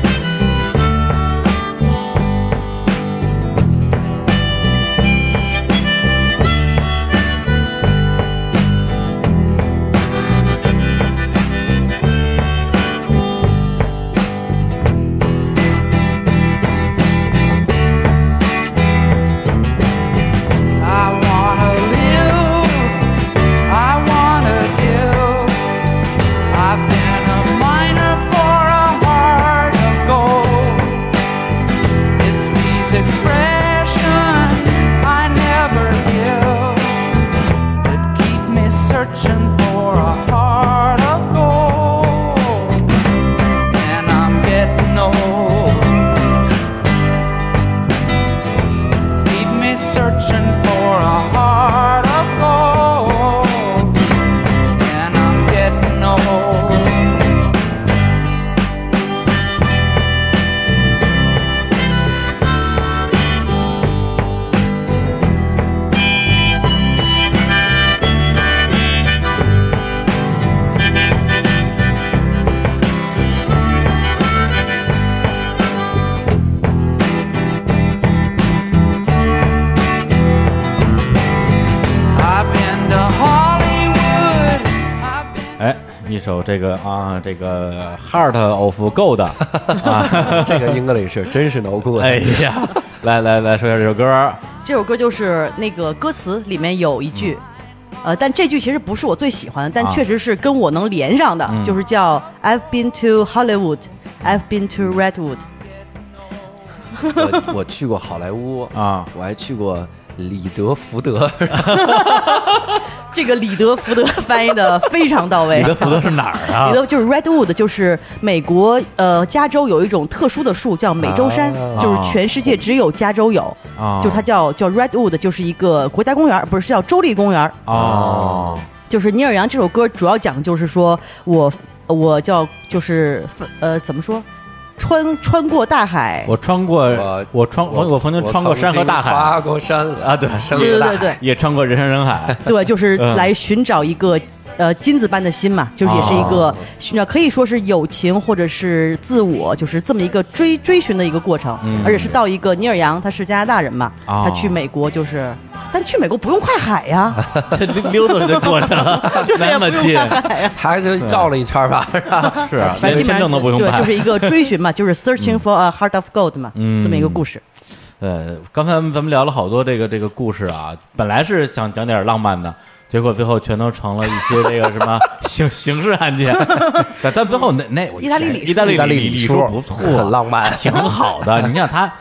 D: Heart
A: 哎首这个啊，这个 Heart of Gold 啊，
B: 这个 English 真是挠 过。
A: 哎呀，来来来说一下这首歌儿，
C: 这首歌就是那个歌词里面有一句，呃，但这句其实不是我最喜欢，但
A: 嗯啊
C: 确实是跟我能连上的，
A: 嗯
C: 就是叫 I've been to Hollywood, I've been to Redwood。
B: 我我去过好莱坞
A: 啊
B: 我还去过里德福德，
C: 这个李德福德翻译的非常到位
A: 你。的福德是哪儿啊
C: 李？德就是 Redwood，就是美国呃加州有一种特殊的树叫美洲杉，
B: 啊
C: 就是全世界只有加州有，
A: 啊
C: 就是它叫叫 Redwood，就是一个国家公园，不是是叫州立公园。
A: 哦，
C: 就是《尼尔杨》这首歌主要讲的就是说我我叫就是呃怎么说，穿穿过大海，
A: 我穿过，我穿我我曾经穿过山和大海
B: 跨过山
A: 啊，对，
B: 山
C: 对
B: 和
C: 对
B: 大
C: 对
B: 海。
C: 对
A: 也穿过人山人 海，
C: 对，就是
A: 嗯
C: 来寻找一个。呃，金子般的心嘛，就是也是一个
A: 哦
C: 寻找，可以说是友情或者是自我，就是这么一个追追寻的一个过程，
A: 嗯
C: 而且是到一个尼尔杨，他是加拿大人嘛，
A: 哦
C: 他去美国就是，但去美国不用跨海呀，
A: 这溜达这过去 了，
C: 对
A: 那
C: 呀，
A: 么
C: 不用
A: 近，
C: 跨海呀，
B: 还就绕了一圈吧，是吧？
A: 是啊
C: 反
A: 连
C: 正基
A: 签
C: 本
A: 证
C: 上
A: 都不用
C: 对，
A: 办
C: 就是。一个追寻 嘛，就是 searching for a heart of gold 嘛，
A: 嗯
C: 这么一个故事。
A: 呃，刚才咱们聊了好多这个这个故事啊，本来是想讲点浪漫的，结果最后全都成了一些这个什 么刑刑事案件，但但最后那那我
C: 意大利礼数
A: 意大利
B: 意大利
A: 礼礼
B: 礼数
A: 不错，
B: 很浪漫
A: 挺好 的。你想他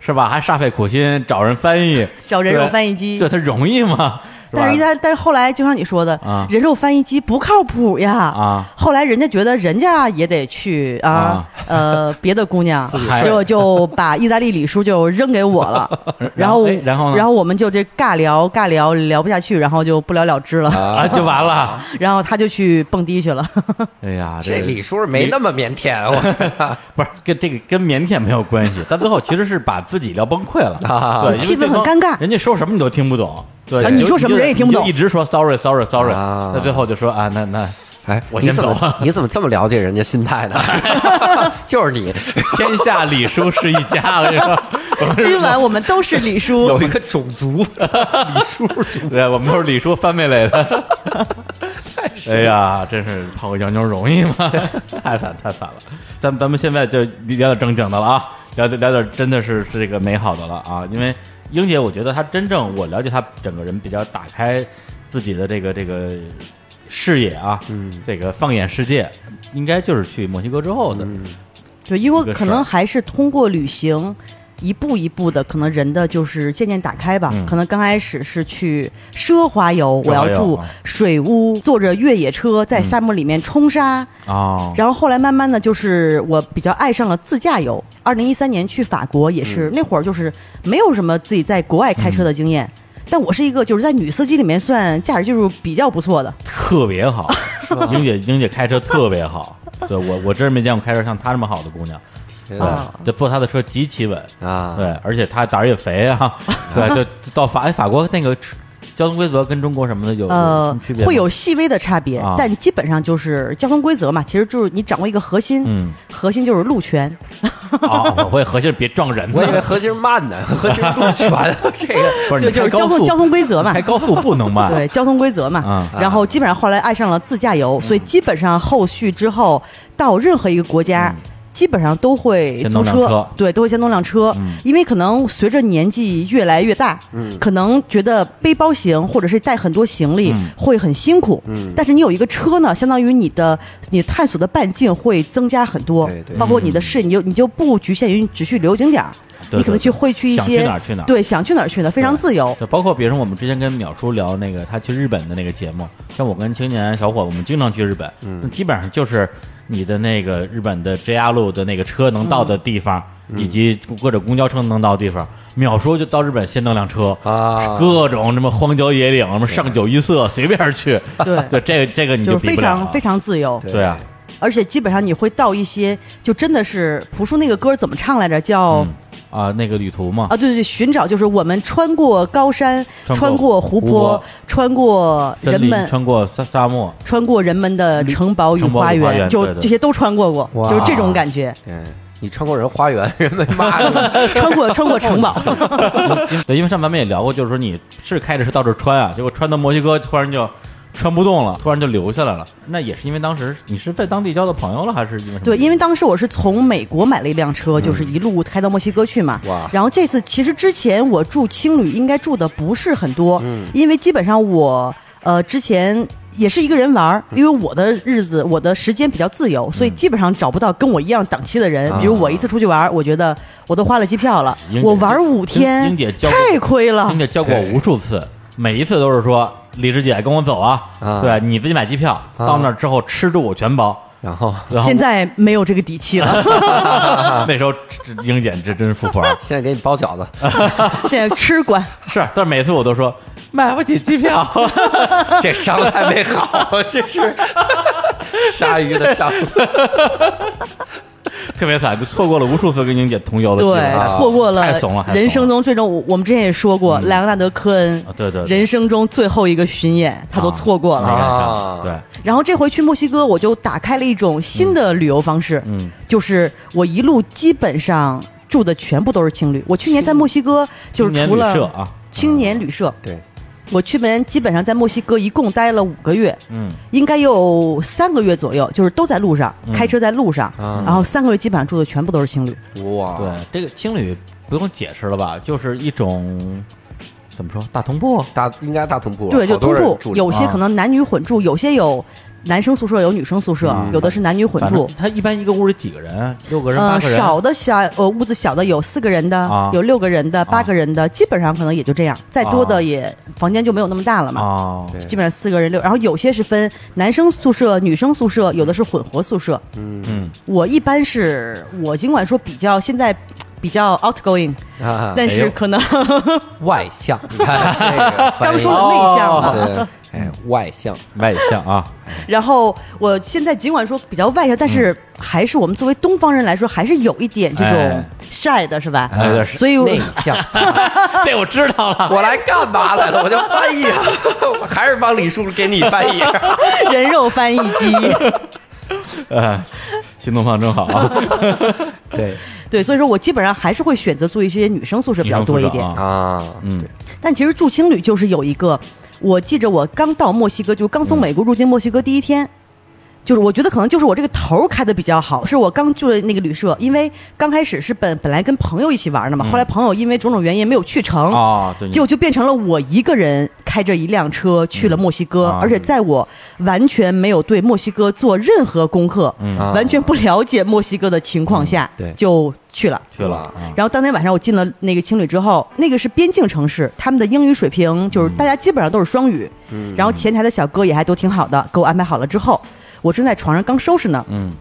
A: 是吧，还煞费苦心找人翻译，
C: 找人肉翻译
A: 对，
C: 机
A: 对。他容易吗？吧
C: 但是，一旦但是后来，就像你说的，
A: 啊
C: 人肉翻译机不靠谱呀。
A: 啊
C: 后来人家觉得人家也得去啊，
A: 啊
C: 呃，别的 姑娘
A: 己睡，。
C: 就就把意大利礼书就扔给我了然后
A: 哎， 然后呢
C: 然后我们就这尬聊尬聊聊不下去，然后就不了了之了。
A: 啊就完了。
C: 然后他就去蹦迪去了。
A: 哎呀，
B: 这
A: 个
B: 李叔没那么腼腆，我 觉得
A: 不是跟这个跟腼腆没有关系，但最后其实是把自己聊崩溃 了，
B: 啊
A: 对，因为
C: 气氛
A: 对方
C: 很尴尬
A: 人家说什么你都听不懂，对，
C: 啊
A: 就
C: 你说什么
A: 就
C: 人也听不懂
A: 你就一直说 sorry sorry sorry，
B: 啊
A: 那最后就说啊，那那
B: 哎，
A: 我
B: 你
A: 先
B: 怎
A: 走
B: 么
A: 了
B: 你怎么这么了解人家心态 呢？就是你
A: 天下礼书是一家，我跟你说， 我们
C: 今
A: 是。
C: 晚我们都是礼
B: 有
C: 书，
B: 一个种族李叔族，
A: 对，我们都是礼书翻倍类的。哎呀，真是泡个洋妞容易吗？ 太惨太惨了。咱咱们现在就聊点正经的了啊，聊点聊点真的是是这个美好的了啊。因为英姐，我觉得她真正我了解她整个人比较打开自己的这个这个视野啊，嗯，这个放眼世界，应该就是去墨西哥之后的。
C: 对，因为
A: 这个
C: 可
A: 事儿
C: 能还是通过旅行，一步一步的，可能人的就是渐渐打开吧。
A: 嗯
C: 可能刚开始是去奢华
A: 奢
C: 游，我
A: 华游
C: 要住
A: 啊
C: 水屋，坐着越野车在沙漠里面冲沙。
A: 哦，
C: 然后后来慢慢的就是我比较爱上了自驾游。二零一三年去法国也
A: 嗯
C: 是、那会儿就是没有什么自己在国外开车的经
A: 嗯
C: 验。但我是一个就是在女司机里面算驾驶技术比较不错的，
A: 特别好，英姐英姐开车特别好。对我我真是没见过开车像她这么好的姑娘。
C: 啊
A: 对，就坐他的车极其稳
B: 啊
A: 对，而且他胆儿也肥啊，对，就就到法哎法国那个交通规则跟中国什么的有有什
C: 呃
A: 么区别，吗
C: 会有细微的差别，
A: 啊
C: 但基本上就是交通规则嘛，其实就是你掌握一个核心，
A: 嗯
C: 核心就是路权，
A: 啊，我会核心别撞人呢，
B: 我以为核心慢呢，核心路 权这个
A: 不是
C: 对，
A: 你
C: 就是
A: 开
C: 交
A: 高
C: 通
A: 速
C: 交通规则嘛
A: 开，高速不能慢，
C: 对，交通规则嘛。
A: 嗯
C: 然后基本上后来爱上了自驾游，所以基本上后续之后到任何一个国家。基本上都会
A: 嗯先弄
C: 租
A: 辆车嗯
C: 对，都会先弄辆车，因为可能随着年纪越来越大，
B: 嗯
C: 可能觉得背包行或者是带很多行李
A: 嗯
C: 会很辛苦，
B: 嗯
C: 但是你有一个车呢，相当于你的你探索的半径会增加很多，
B: 对对
C: 包括你的视，你就你就不局限于你只去旅游景点儿，
A: 啊对
C: 你可能
A: 对
C: 去会去一
A: 想去
C: 些
A: 哪儿去哪儿
C: 对，想去哪儿去哪儿，非常
A: 对
C: 自由。
A: 对，包括比如说我们之前跟淼叔聊那个他去日本的那个节目，像我跟青年小伙，我们经常去日本，那基本上就是你的那个日本的 JR 路的那个车能到的地方，以及或者公交车能到的地方。淼叔就到日本先弄辆车
B: 啊
A: 各种什么荒郊野岭，什么上九一色，随便去。
C: 对
A: 对，这个这个你
C: 就是
A: 比
C: 非
A: 不了了
C: 常非常自由，
A: 对啊，
C: 而且基本上你会到一些，就真的是朴树那个歌怎么唱来着？叫、
A: 嗯啊，那个旅途嘛
C: 啊，，对对对，寻找就是我们穿过高山，
A: 穿过
C: 穿
A: 湖
C: 湖
A: 泊
C: 穿过
A: 森
C: 人
A: 林
C: 们。
A: 穿过沙沙漠，
C: 穿过人们的城堡与
A: 城堡与
C: 花
A: 花园
C: 就
A: 对对
C: 这些都穿过过，
B: 哇
C: 就是这种感觉。
B: 嗯，你穿过人花园， 人被骂了。
C: 穿过穿过城堡，
A: 对，因为上咱们也聊过，就是说你是开着车到这儿穿啊，结果穿到墨西哥突然就穿不动了，突然就留下来了。那也是因为当时你是在当地交的朋友了，还是因为什么？
C: 对，因为当时我是从美国买了一辆车，就是
A: 嗯
C: 一路开到墨西哥去嘛。
B: 哇
C: 然后这次其实之前我住青旅，应该住的不是很多，
A: 嗯
C: 因为基本上我呃之前。也是一个人玩儿，
A: 嗯
C: 因为我的日子、我的时间比较自由，所以基本上找不到跟我一样档期的人。
B: 啊
C: 比如我一次出去玩儿，我觉得我都花了机票了
A: 英，姐
C: 我玩儿五天，
A: 英英姐教过
C: 太亏了。
A: 并且教过我无数次，每一次都是说李志姐跟我走啊，
B: 啊
A: 对你自己买机票，到那儿之后吃住我全包。
B: 然后
A: 然后
C: 现在啊没有这个底气 了，
A: 那时候这英姐这真是富婆，
B: 现在给你包饺子，
C: 现在吃管。
A: 是，但是每次我都说买不起机票，
B: 这伤还没好，这是鲨鱼的伤。
A: 特别惨，就错过了无数次跟英姐同游的机会
C: 对，
A: 啊
C: 错过了
A: 太怂了，太怂了
C: 人生中最终，我我们之前也说过，莱昂纳德·科恩
A: 啊，对对嗯对
C: 人生中最后一个巡演，他都错过
A: 没赶
C: 了。
A: 上
B: 啊
A: 对。
C: 然后这回去墨西哥，我就打开了一种新的旅游方式，
A: 嗯嗯
C: 就是我一路基本上住的全部都是青旅。我去年在墨西哥
A: 青
C: 就是
A: 年
C: 除
A: 旅
C: 了
A: 社啊，嗯
C: 青年旅社，
B: 对，
C: 我去年基本上在墨西哥一共待了五个月，
A: 嗯，
C: 应该有三个月左右，就是都在路上，
A: 嗯
C: 开车在路上，
B: 啊
C: 然后三个月基本上住的全部都是青旅。
B: 哇，
A: 对，这个青旅不用解释了吧，就是一种怎么说大同铺，
B: 大应该大同铺，啊
C: 对，就
B: 好多
C: 通
B: 人
C: 铺
B: 住，里
C: 有些
A: 啊
C: 可能男女混住，有些有男生宿舍，有女生宿舍，有的是男女
A: 嗯
C: 混
A: 反正
C: 住。
A: 他一般一个屋里几个人，六个人、八
C: 呃，
A: 个人，
C: 少的小呃屋子小的有四个人的，
A: 啊
C: 有六个人的，八个人的，基本上可能也就这样，再多
A: 啊
C: 的也、房间就没有那么大了嘛。
A: 哦，
B: 对
C: 基本上四个人六，然后有些是分男生宿舍、女生宿舍，有的是混合宿舍。
A: 嗯，
C: 我一般是我尽管说比较现在比较 outgoing，、
B: 啊，
C: 但是可能、
B: 外向，你 看这个翻
C: 刚
B: 译
C: 说了内
A: 哦
C: 向啊嘛，
B: 对，哎，外向，
A: 外向啊，
C: 然后我现在尽管说比较外向，
A: 嗯
C: 但是还是我们作为东方人来说，还是有一点这种
A: 哎
C: shy 的，是吧？
A: 哎对是
C: 所以我
B: 内向，
A: 这我知道了，
B: 我来干嘛来了？我就翻译啊， 我还是帮李叔给你翻译。 啊
C: 人肉翻译机，
A: 呃，新东方真好啊，
B: 对
C: 对，所以说我基本上还是会选择住一些女生宿舍比较多一
A: 女
C: 点
A: 生宿。舍啊，
B: 啊，
A: 嗯，
C: 但其实住青旅就是有一个，我记着我刚到墨西哥，就
A: 嗯
C: 刚从美国入境墨西哥第一天。就是我觉得可能就是我这个头儿开的比较好，是我刚住的那个旅社，因为刚开始是本本来跟朋友一起玩的嘛，后来朋友因为种种原因没有去
A: 嗯
C: 成，
A: 哦，对，你
C: 结嗯果就变成了我一个人开着一辆车去了墨西哥，
A: 啊
C: 而且在我完全没有对墨西哥做任何功课，
A: 嗯
B: 啊
C: 完全不了解墨西哥的情况下，
B: 嗯对
C: 就去了。
A: 去了啊，
C: 然后当天晚上我进了那个青旅之后，那个是边境城市，他们的英语水平就是
A: 嗯
C: 大家基本上都是双语。
B: 嗯
C: 然后前台的小哥也还都挺好的，给我安排好了之后，我正在床上刚收拾呢，
A: 嗯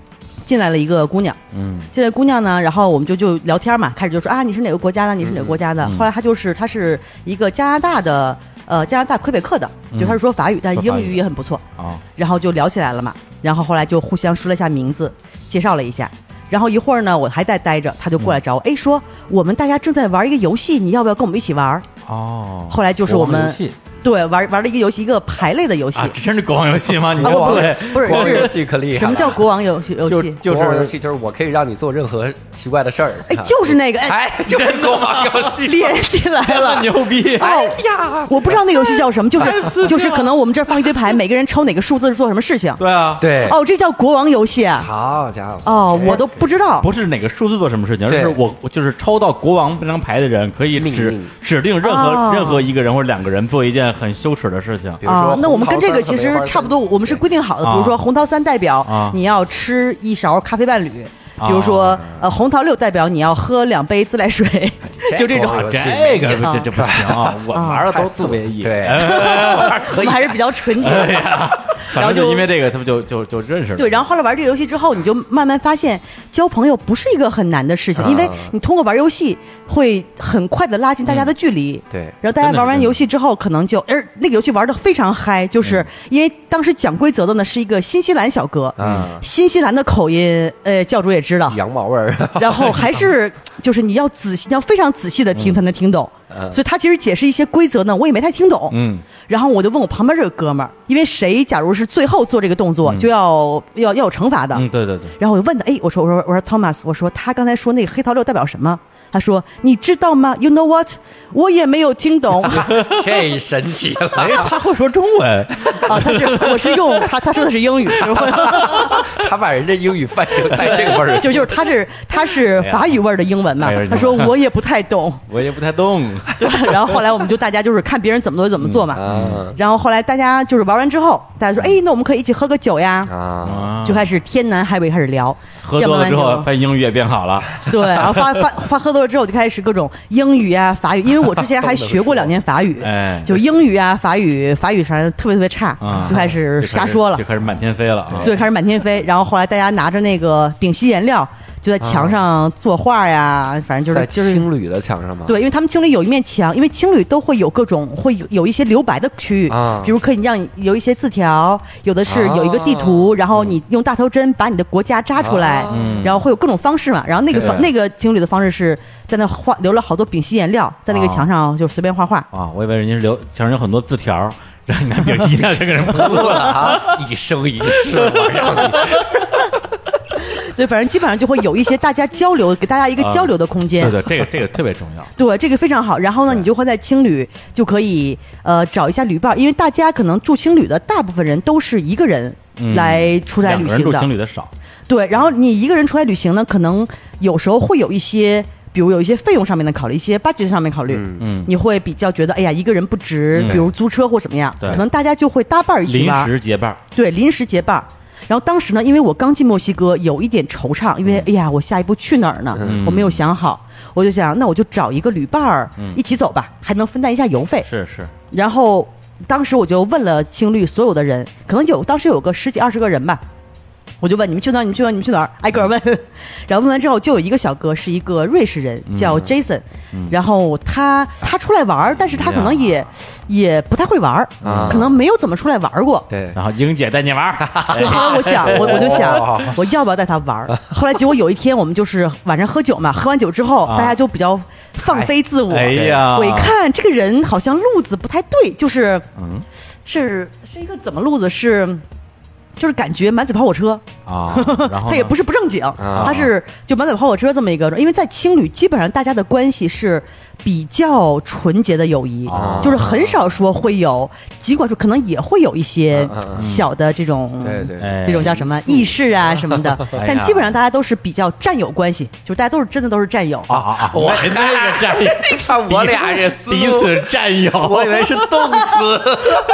C: 进来了一个姑娘。
A: 嗯
C: 进来姑娘呢，然后我们就就聊天嘛，开始就说啊，你是哪个国家的？你是哪个国家的？
A: 嗯
C: 后来她就是她是一个加拿大的，呃，加拿大魁北克的，就她是说法语，但是
A: 嗯说法
C: 英
A: 语
C: 语也很不错。
A: 啊，
C: 然后就聊起来了嘛，然后后来就互相说了一下名字，介绍了一下。然后一会儿呢，我还在待着，她就过来找我，哎、说我们大家正在玩一个游戏，你要不要跟我们一起玩？
A: 哦，
C: 后来就是我
A: 国王
C: 们
A: 游戏
C: 对玩玩了一个游戏，一个排类的游戏。
A: 啊，这真是国王游戏吗？ 你
C: 啊
A: 这
C: 不不
A: 对，
C: 不是
B: 光游
C: 是
B: 戏可厉害了
C: 什么叫国王游戏游
B: 就
C: 戏？
B: 就是
A: 国王游
B: 游
A: 戏
B: 戏，就是我可以让你做任何奇怪的事儿。
C: 哎，就是那个哎，
B: 哎，就是国王游戏，
C: 连起来了
A: 太。牛逼，
B: 哎呀，
C: 我不知道那个游戏叫什么，就是就是可能我们这儿放一堆牌，每个人抽哪个数字是做什么事情。
A: 对啊，，
B: 对，
C: 哦，这叫国王游戏啊！
B: 好家伙，
C: 哦，我都不知道。
A: 不是哪个数字做什么事情，而是
B: 对
A: 我我就是抽到国王那张牌的人，可以
B: 命
A: 指
B: 令
A: 指定任
C: 哦
A: 何任何一个人或者两个人做一件很羞耻的事情
B: 比如说
C: 啊，那我们跟这个
B: 红桃三
C: 其
B: 和梅
C: 实
B: 花
C: 差不多，
B: 三
C: 我们是规定好的，比如
A: 啊
C: 说红桃三代
A: 啊
C: 表你要吃一勺咖啡伴侣，比如
B: 啊
C: 说呃红桃六代表你要喝两杯自来水，
A: 就这种哎
B: 国王游
A: 这
B: 戏
A: 个
C: 啊
A: 这这不行啊！ 我玩的都特别野，
B: 对
C: 我们还是比较纯洁的。
B: 啊
A: 反
C: 然后
A: 正就
C: 就
A: 因为这个，他们就就就认识了。
C: 对，然后后来玩这个游戏之后，你就慢慢发现交朋友不是一个很难的事情，
B: 啊
C: 因为你通过玩游戏会很快的拉近大家的距离。
B: 嗯对
C: 然后大家
A: 真的是
C: 玩完
A: 真的
C: 游戏之后，可能就，而那个游戏玩的非常嗨，就是因为当时讲规则的呢是一个新西兰小哥，
B: 嗯
C: 新西兰的口音，呃，教主也知道，
B: 羊毛味儿，
C: 然后还是就是你要仔细，你要非常仔细的听才能听懂。所以他其实解释一些规则呢，我也没太听懂。
A: 嗯，
C: 然后我就问我旁边这个哥们儿，因为谁假如是最后做这个动作，就要要要有惩罚的。
A: 嗯嗯，对对对，
C: 然后我就问他，哎，我说我说我说 Thomas，我说他刚才说那个黑桃六代表什么？他说：“你知道吗？You know what？我也没有 听懂。
B: 这神奇了，
A: 哎，他会说中文，
C: 啊，他是我是用他他说的是英语， 是吧
B: 他把人家英语翻成带这个味儿，
C: 就就是他是他是法语味儿的英文嘛
A: 哎哎呀。
C: 他说我也不太懂，
A: 我也不太懂。
C: 然后后来我们就大家就是看别人怎么做就怎么做嘛。
B: 啊
C: 然后后来大家就是玩完之后，大家说：哎，那我们可以一起喝个酒呀。”
B: 啊，
A: 嗯啊
C: 就开始天南海北开始聊，
A: 喝多了之
C: 这样慢
A: 后，
C: 慢
A: 发现英语也变好了。，
C: 就对，然后发发发喝多了之后就开始各种英语啊、法语，因为我之前还学过两年法语
A: 哎
C: 就英语啊、法语、法语啥的特别特别差，
A: 啊，
C: 就开始瞎说了
A: 就，开始满天飞了啊。
C: 对，开始满天飞。然后后来大家拿着那个丙烯颜料，就
A: 啊
C: 在墙上作画呀，反正就
B: 在
C: 是嗯就是
B: 青旅的墙上
A: 啊
B: 吗？
C: 对，因为他们青旅有一面墙，因为青旅都会有各种会有有一些留白的区域，
B: 啊
C: 比如可以让你有一些字条，有的是有一个地图，然后你用大头针把你的国家扎出来，
A: 嗯
C: 然后会有各种方式嘛。然后那个方
A: 啊对
C: 那个青旅的方式是在那画留了好多丙烯颜料，在那个墙上就随便画画。
A: 啊，我以为人家是留墙上有很多字条，然 后你拿笔一亮就给 人
B: 哭了啊！一生一世，我让你
C: 对，反正基本上就会有一些大家交流，给大家一个
A: 啊
C: 交流的空间。
A: 对对，这个这个特别重要。
C: 对，这个非常好。然后呢，你就会在青旅就可以呃找一下旅伴儿，因为大家可能住青旅的大部分人都是一个人
A: 嗯
C: 来出差
A: 两
C: 旅
A: 个
C: 行
A: 人住
C: 的。
A: 情侣的少，
C: 对，然后你一个人出来旅行呢，可能有时候会有一些，比如有一些费用上面的考虑，一些 budget 上面考虑，
A: 嗯
C: 你会比较觉得，哎呀，一个人不值，
A: 嗯
C: 比如租车或什么样，
A: 对
C: 可能大家就会搭伴儿一起
A: 临
C: 玩，
A: 时结伴儿，
C: 对，临时结伴儿。然后当时呢，因为我刚进墨西哥，有一点惆怅，因为、
A: 嗯
C: 哎呀，我下一步去哪儿呢？我没有想好，我就想，那我就找一个旅伴儿、
A: 嗯
C: 一起走吧，还能分担一下油费。
A: 是是，
C: 然后当时我就问了青旅所有的人，可能有当时有个十几二十个人吧，我就问你们去哪儿？你们去哪儿？你们去哪儿？ 挨个儿问。然后问完之后，就有一个小哥是一个瑞士人，叫 Jason，、然后他他出来玩儿，但是他可能也、也不太会玩儿、
B: 啊
C: 可能没有怎么出来玩儿过。
B: 对
A: 然后英姐带你玩儿，
C: 对，后来我想，我我就想
B: 哦，
C: 我要不要带他玩儿？后来结果有一天，我们就是晚上喝酒嘛，喝完酒之后，
A: 啊
C: 大家就比较放飞自我。
A: 哎呀
C: 我一看这个人好像路子不太对，就是，
A: 嗯
C: 是是一个怎么路子是。就是感觉满嘴跑火车，
A: 啊，然后啊
C: 他也不
A: 是
C: 是不正经，他是就满嘴跑火车这么一个。因为在青旅，基本上大家的关系是比较纯洁的友谊，
A: 啊
C: 就是很少说会有，尽管说可能也会有一些
A: 啊
B: 嗯嗯嗯
C: 小的这种
B: 对对，
A: 哎
C: 这种叫什么意识啊什么的，
A: 哎呀
C: 但基本上大家都是比较战友关系，就是大家都是真的都是战友。
A: 啊啊啊，我那个战友，
B: 你看我俩这思路
A: 第一次战友，
B: 我以为是动词，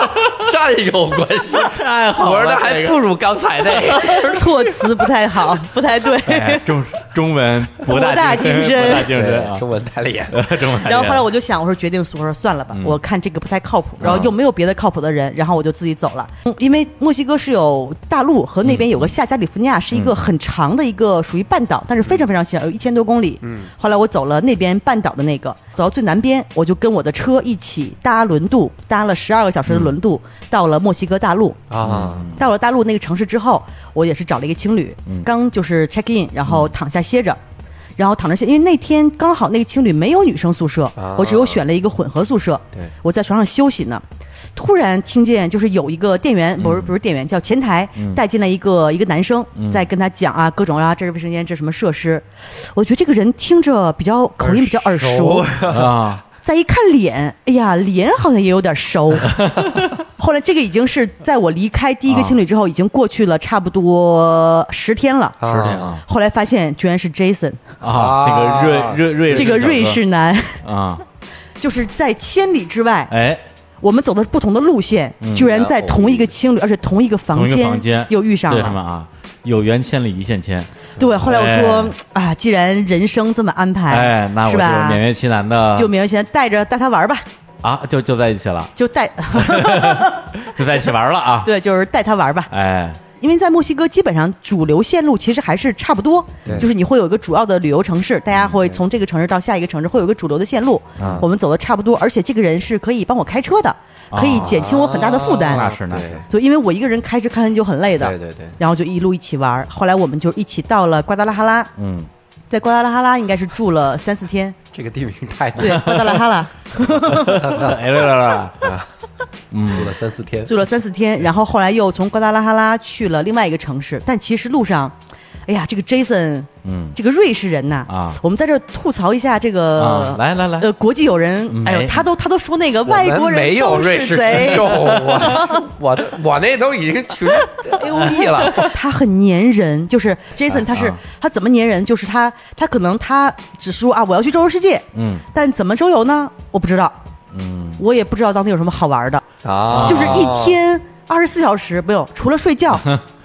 B: 占有关系。
A: 太好了，
B: 我说那还
A: 这个
B: 不如刚才那 个。
C: 措辞不太好，不 太对。
A: 哎中中文博
C: 博大精深
A: 博大精深啊，
B: 中文太厉害了，
A: 中文。
C: 然后后来我就想，我说决定我说算了吧，我看这个不太靠谱，然后又没有别的靠谱的人，然后我就自己走了。嗯因为墨西哥是有大陆和那边有个下加利福尼亚，是一个很长的一个属于半岛，但是非常非常小，有一千多公里。嗯，后来我走了那边半岛的那个，走到最南边，我就跟我的车一起搭轮渡，搭了十二个小时的轮渡，到了墨西哥大陆。
B: 啊！
C: 到了大陆那个城市之后，我也是找了一个青旅，
B: 嗯
C: 刚就是 check in，然后躺下歇着。然后躺着歇，因为那天刚好那个青旅没有女生宿舍，
B: 啊
C: 我只有选了一个混合宿舍。
B: 对
C: 我在床上休息呢，突然听见就是有一个店
B: 嗯
C: 员，不是不是店员，叫前台、带进来一个一个男生，
B: 嗯
C: 在跟他讲啊各种啊，这是卫生间，这是什么设施。我觉得这个人听着比较口音比较耳熟
A: 啊，
C: 再一看脸，哎呀，脸好像也有点 熟。后来这个已经是在我离开第一个青旅之后，已经过去了差不多十天了。
A: 是这样啊
C: 后来发现居然是 Jason，
A: 啊，这个瑞瑞瑞
C: 这个瑞士男，
A: 啊，
C: 就是在千里之外，
A: 哎，嗯
C: 我们走的不同的路线，居然在同一个青旅，而且同一个
A: 同
C: 房
A: 一个房
C: 间
A: 间
C: 又遇上
A: 对什么
C: 了。
A: 啊？有缘千里一线牵，
C: 对，后来我说
A: 哎
C: 啊，既然人生这么安排
A: 哎，那，我
C: 是
A: 就
C: 吧
A: 勉？为其难的
C: 就明显带着带他玩吧，
A: 啊，就就在一起了，
C: 就带，
A: 就在一起玩了啊，
C: 对，就是带他玩吧。
A: 哎，
C: 因为在墨西哥，基本上主流线路其实还是差不多，就是你会有一个主要的旅游城市，大家
B: 嗯
C: 会从这个城市到下一个城市，会有一个主流的线路。我们走的差不多，而且这个人是可以帮我开车的，
B: 啊
C: 可以减轻我很大的负担。
A: 那是那
B: 对
A: 是，
C: 就因为我一个人开车开很久很累的，
B: 啊对对对
C: 然后就一路一起玩儿。后来我们就一起到了瓜达拉哈拉，
A: 嗯，
C: 在瓜达拉哈拉应该是住了三四天。
B: 这个地名太难
C: 对，瓜达拉哈拉
A: 哎了了了，
B: 了，住了三四天，
C: 住了三四天，然后后来又从瓜达拉哈拉去了另外一个城市，但其实路上。哎呀，这个 Jason，
A: 嗯
C: 这个瑞士人呐，
A: 啊
C: 我们在这儿吐槽一下这
A: 啊
C: 个，，
A: 来来来，
C: 呃，国际友人，哎
A: 没
C: 呦，他都他都说那个外国
B: 我们
C: 人
B: 没有
C: 都是
B: 瑞士
C: 贼
B: 听，众，我我的我那都已经群丢地了。
C: 他很粘人，就是
A: 哎
C: Jason，他是、
A: 啊
C: 他怎么粘人？就是他他可能他只说啊，我要去周游世界，
A: 嗯
C: 但怎么周游呢？我不知道，
A: 嗯，
C: 我也不知道当地有什么好玩的，
B: 啊
C: 就是一天二十四小时不用，除了睡觉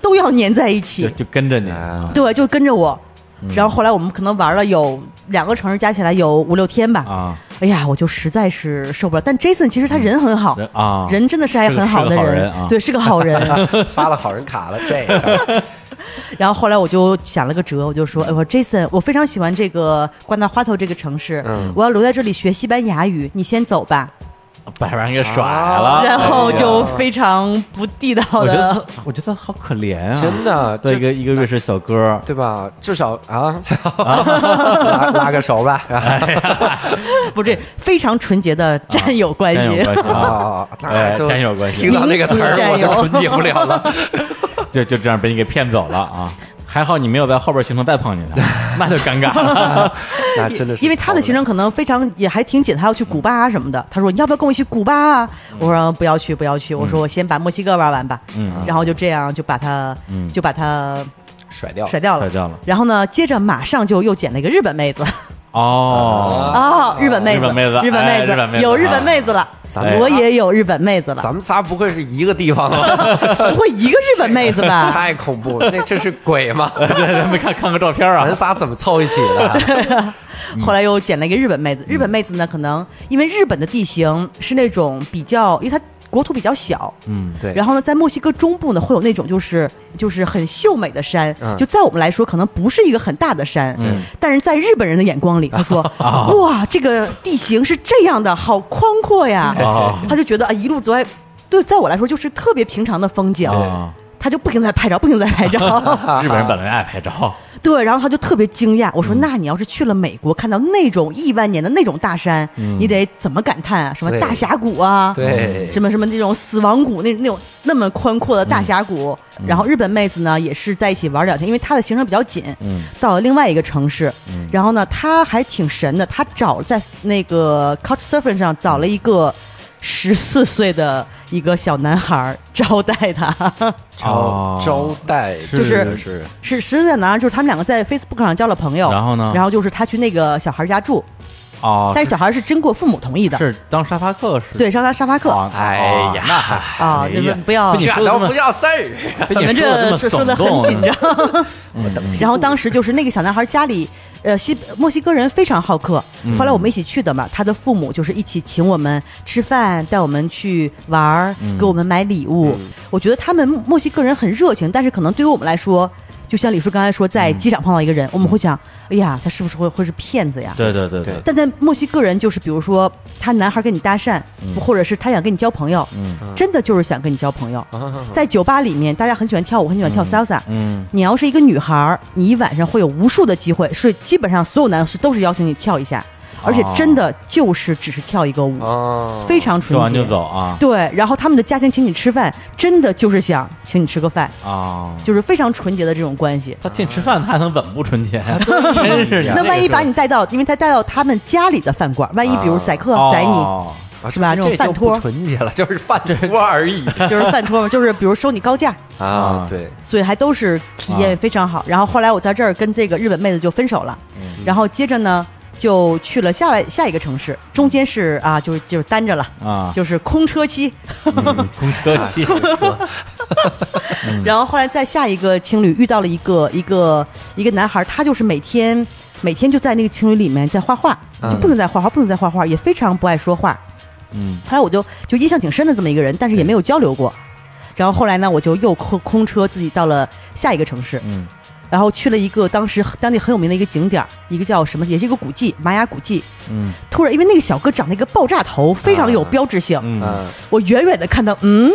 C: 都要粘在一
A: 就
C: 起，
A: 就跟着你
B: 啊
C: 对，就跟着我。
A: 嗯
C: 然后后来我们可能玩了有两个城市加起来有五六天吧，
A: 啊嗯
C: 哎呀，我就实在是受不了。但 Jason 其实他人很好，
A: 人啊
C: 人真的是还
A: 是个
C: 很好的
A: 是个好
C: 人，
A: 人啊
C: 对，是个好人。
B: 发了好人卡了，这一下
C: 然后后来我就想了个辙，我就说，哎，我说 Jason，我非常喜欢这个瓜纳花头这个城市，
B: 嗯
C: 我要留在这里学西班牙语，你先走吧。
A: 把人给甩
B: 啊
A: 了，
C: 然后就
B: 哎呀
C: 非常不地道
A: 我觉得，
C: 的
A: 他，我觉得他好可怜啊，
B: 真的
A: 对
B: 这
A: 一个一个瑞士小哥儿，
B: 对吧？至少啊，拉拉个手吧。
C: 不是非常纯洁的战友关
A: 真
C: 系。
A: 有关系啊，
B: 啊，
A: 哎
B: 那都
A: 战友关系
B: 听到这个词儿我就纯洁不了了。
A: 就就这样被你给骗走了啊！还好你没有在后边行程再碰见 他，那就尴尬了。
B: 那真的是，
C: 因为他的行程可能非常也还挺紧，他要去古巴啊什么的。他说你要不要跟我一起古巴啊？我说不要去，不要去。我说我先把墨西哥玩完吧。
A: 嗯
C: 然后就这样就把他
A: 嗯
C: 就把他
B: 甩掉
C: 甩掉了
A: 甩。掉了
C: 然后呢，接着马上就又捡了一个日本妹子。
A: 哦，
C: 哦，日本妹子，
A: 日本妹子
C: 日本
A: 哎
C: 妹
A: 日本妹子
C: 有日本妹子了，
B: 咱们仨
A: 哎
C: 我也有日本妹子了，
B: 咱们仨不会是一个地方了，
C: 不会一个日本妹子吧？
B: 太恐怖了！那这是鬼吗？
A: 对，咱们看看个照片啊
B: 咱，仨怎么凑一起 的？
A: 嗯
C: 后来又捡了一个日本妹子，日本妹子呢，可能因为日本的地形是那种比较，因为它国土比较小。
A: 嗯，
B: 对，
C: 然后呢，在墨西哥中部呢，会有那种就是就是很秀美的山，
B: 嗯
C: 就在我们来说，可能不是一个很大的山，
A: 嗯
C: 但是在日本人的眼光里，他 说，
B: 啊
C: 哇，这个地形是这样的，好宽 阔呀，
A: 啊
C: 他就觉得啊，一路走来，对，在我来说就是特别平常的风景，
A: 啊，
C: 他就不停地在拍照，不停地在拍照。
A: 日本人本来爱拍照，
C: 对，然后他就特别惊讶，我
B: 嗯
C: 说：“那你要是去了美国，看到那种亿万年的那种大山，你得怎么感叹啊？什么
B: 嗯对
C: 大峡谷啊，
B: 对
C: 什么什么这种死亡谷，那那种那么宽阔的大峡谷。
A: 嗯
C: 然后日本妹子呢，也是在一起玩两天，因为她的行程比较紧，
A: 嗯
C: 到了另外一个城市，
A: 嗯
C: 然后呢，她还挺神的，她找在那个 Couchsurfing 上找了一个。十四岁的一个小男孩儿招待她。
A: 哦
B: 招招待
A: 嗯
C: 就是
B: 是
C: 是十四岁男孩，就是他们两个在 Facebook 上交了朋友，
A: 然后呢
C: 然后就是他去那个小孩家住，
A: 哦，
C: 但是小孩是经过父母同意的，
A: 是当沙发客是？
C: 对，上他沙发课
A: 哦，
B: 哎呀
A: 那还
C: 啊
A: 哎，
C: 对
A: 呀
C: 不不要
A: 被你
B: 选
A: 说的
B: 都
A: 这么
B: 不叫 事儿。
A: 被
C: 你们
A: 说得
C: 这
A: 这
C: 说
A: 么
C: 的很
A: 耸动啊
C: 紧张。
B: 我等
C: 然后当时就是那个小男孩家里，呃，西墨西哥人非常好客。
A: 嗯
C: 后来我们一起去的嘛，他的父母就是一起请我们吃饭，带我们去玩儿，
A: 嗯
C: 给我们买礼物。我觉得他们墨西哥人很热情，但是可能对于我们来说，就像李叔刚才说，
A: 嗯
C: 在机场碰到一个人，我们会想，哎呀，他是不是会会是骗子呀？
A: 对对对
B: 对
C: 但在墨西哥人就是，比如说他男孩跟你搭讪，或者是他想跟你交朋友，
A: 嗯
C: 真的就是想跟你交朋友。
B: 啊
C: 在酒吧里面，大家很喜欢跳舞，很喜欢跳 salsa。
A: 嗯
C: 你要是一个女孩儿，你一晚上会有无数的机会，是基本上所有男士都是邀请你跳一下，
A: 啊
C: 而且真的就是只是跳一个舞，
B: 啊
C: 非常
A: 说
C: 纯
A: 完
C: 洁
A: 就。走啊
C: 对，然后他们的家庭请你吃饭，真的就是想请你吃个饭，
A: 啊！
C: 就是非常纯洁的这种关系。
A: 他请吃饭，他还能怎么不纯洁？啊 真是的。
C: 那万一把
A: 你
C: 你带到，因为他带到他们家里的饭馆，万一比如宰客宰
A: 哦
C: 你，
B: 啊
C: 是吧
B: 这
C: 这
B: 这
C: 种
B: 就
C: 饭
B: 不
C: 托
B: 纯洁了，就是饭托而已
C: 就是饭托嘛，就是比如收你高价，
B: 啊。对，
C: 所以还都是体验非常好。然后后来我在这儿跟这个日本妹子就分手了，然后接着呢就去了下外下一个城市，中间是啊，就是就是单着了。
A: 啊，
C: 就是空车期，
A: 嗯 公车期，
C: 然后后来在下一个情侣遇到了一个一个一个男孩，他就是每天每天就在那个情侣里面在画画，
B: 嗯
C: 就不能再画画，不能再画画，也非常不爱说话。
A: 嗯
C: 后来我就就印象挺深的这么一个人，但是也没有交流过。然后后来呢，我就又空空车自己到了下一个城市，
A: 嗯
C: 然后去了一个当时当地很有名的一个景点儿，一个叫什么，也是一个古迹，玛雅古迹。
A: 嗯
C: 突然，因为那个小哥长了一个爆炸头，非常有标志性。
A: 嗯
B: 嗯
C: 我远远的看到，嗯，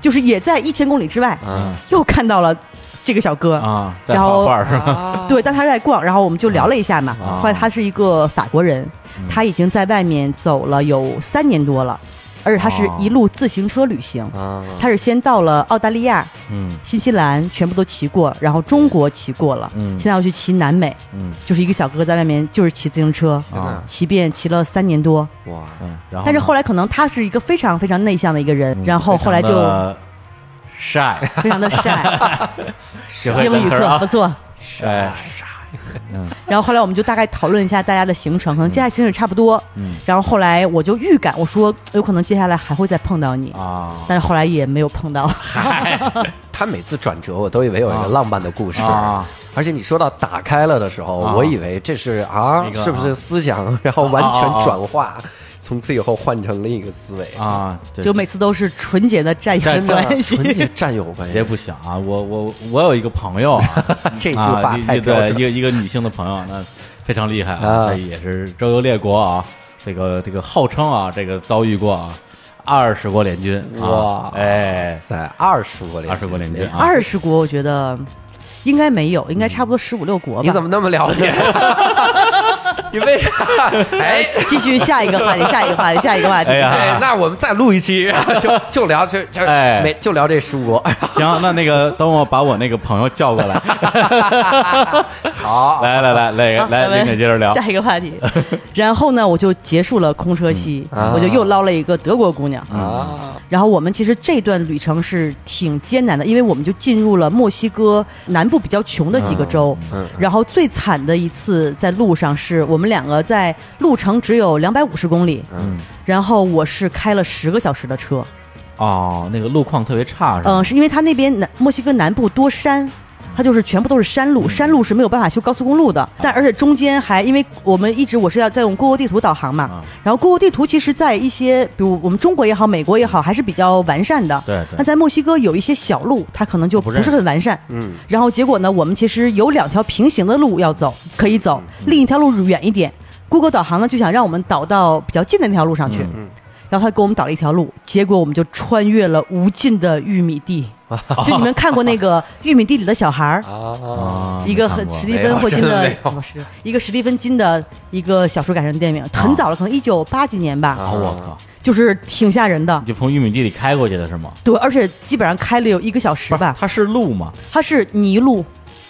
C: 就是也在一千公里之外，
B: 嗯
C: 又看到了这个小哥。
A: 啊，在
C: 然
A: 画
C: 后
A: 画是吧？
C: 对，但他在逛，然后我们就聊了一下嘛。
A: 啊嗯
C: 后来他是一个法国人，他已经在外面走了有三年多了。而且他是一路自行车旅行，
B: 啊，
C: 他是先到了澳大利亚、
A: 嗯
C: 新西兰，全部都骑过，然后中国骑过了，
A: 嗯
C: 现在要去骑南美，
A: 嗯
C: 就是一个小哥哥在外面就是骑自行车，啊
B: 天哪
C: 骑遍骑了三年多，
B: 哇，
A: 嗯，然后
C: 但是后
A: 来，
C: 来可能他是一个非常非常内向的一个人，
A: 嗯
C: 然后后来就
A: 晒，
C: 非常的晒，
A: 学会
C: 英
A: 单词
C: 语课
A: 啊哎
C: 不，错。
A: 晒，
C: 然后后来我们就大概讨论一下大家的行程，可能接下来行程也差不多。
A: 嗯
C: 然后后来我就预感，我说哎有可能接下来还会再碰到你，
A: 啊，
C: 但是后来也没有碰 到。
A: 嗨，
B: 他每次转折，我都以为有一
A: 啊
B: 个浪漫的故事，
A: 啊
B: 而且你说到打开了的时候，
A: 啊
B: 我以为这是啊
A: 那，个
B: 是不是思想，然后完全转化，从此以后换成另一个思维，
A: 啊，这
C: 就每次都是纯洁的战
A: 战啊
C: 友关系，
B: 纯洁占有关
A: 谁
B: 系，
A: 不想啊？我我我有一个朋友啊，
B: 这句
A: 啊，
B: 话
A: 一
B: 太
A: 一
B: 标
A: 对
B: 准
A: 一
B: 了。
A: 个一个女性的朋友，那非常厉害啊，
B: 啊
A: 这也是周游列国啊，这个这个号称啊，这个遭遇过啊二十国联军啊，哎，
B: 塞，二十国联
A: 二十国联军啊，
C: 二十国我觉得应该没有，应该差不多十五六国吧。
B: 你怎么那么了 解？你为啥？哎，
C: 继续下一个话题，下一个话题，下一个话题。
A: 哎呀
B: 哎那我们再录一期， 就就聊这这
A: 哎
B: 没就聊这十五国。
A: 行，那那个等我把我那个朋友叫过来，
B: 好，
A: 来来来来 哎
C: 好
A: 来，
C: 咱们
A: 林姐接着聊
C: 下一个话题。然后呢，我就结束了空车期，
B: 嗯啊
C: 我就又捞了一个德国姑娘。
B: 啊，
C: 然后我们其实这段旅程是挺艰难的，因为我们就进入了墨西哥南部比较穷的几个州。
B: 嗯
C: 然后最惨的一次在路上是我们两个在路程只有两百五十公里，
B: 嗯
C: 然后我是开了十个小时的车。
A: 哦，那个路况特别差是吧？
C: 嗯，是因为它那边南墨西哥南部多山。它就是全部都是山
A: 嗯
C: 路，山路是没有办法修高速公路
A: 啊
C: 的。但而且中间还因为我们一直我是要在用 Google 地图导航嘛，
A: 啊
C: 然后 Google 地图其实，在一些比如我们中国也好，美国也好，还是比较完善的。
A: 对对
C: 那在墨西哥有一些小路，它可能就
A: 不
C: 不
A: 认
C: 是很完善。
B: 嗯
C: 然后结果呢，我们其实有两条平行的路要走，可
A: 嗯
C: 以走；另一条路远一点。Google 导航呢就想让我们导到比较近的那条路上去，
B: 嗯
C: 然后他给我们导了一条路，结果我们就穿越了无尽的玉米地。就你们看过那个玉米地里的小孩儿，
B: 啊，
A: 啊，
C: 嗯一个
A: 没看
C: 很
A: 过
C: 史蒂芬霍金
B: 没有真
C: 的
B: 的没有
C: 哦是一个史蒂芬金的一个小说改成电影，很早了，可能一九八几年吧，
A: 啊，我靠，
C: 就是挺吓人的
A: 你。就从玉米地里开过去的是吗？
C: 对，而且基本上开了有一个小时
A: 不是
C: 吧，
A: 它是路吗？
C: 它是泥路，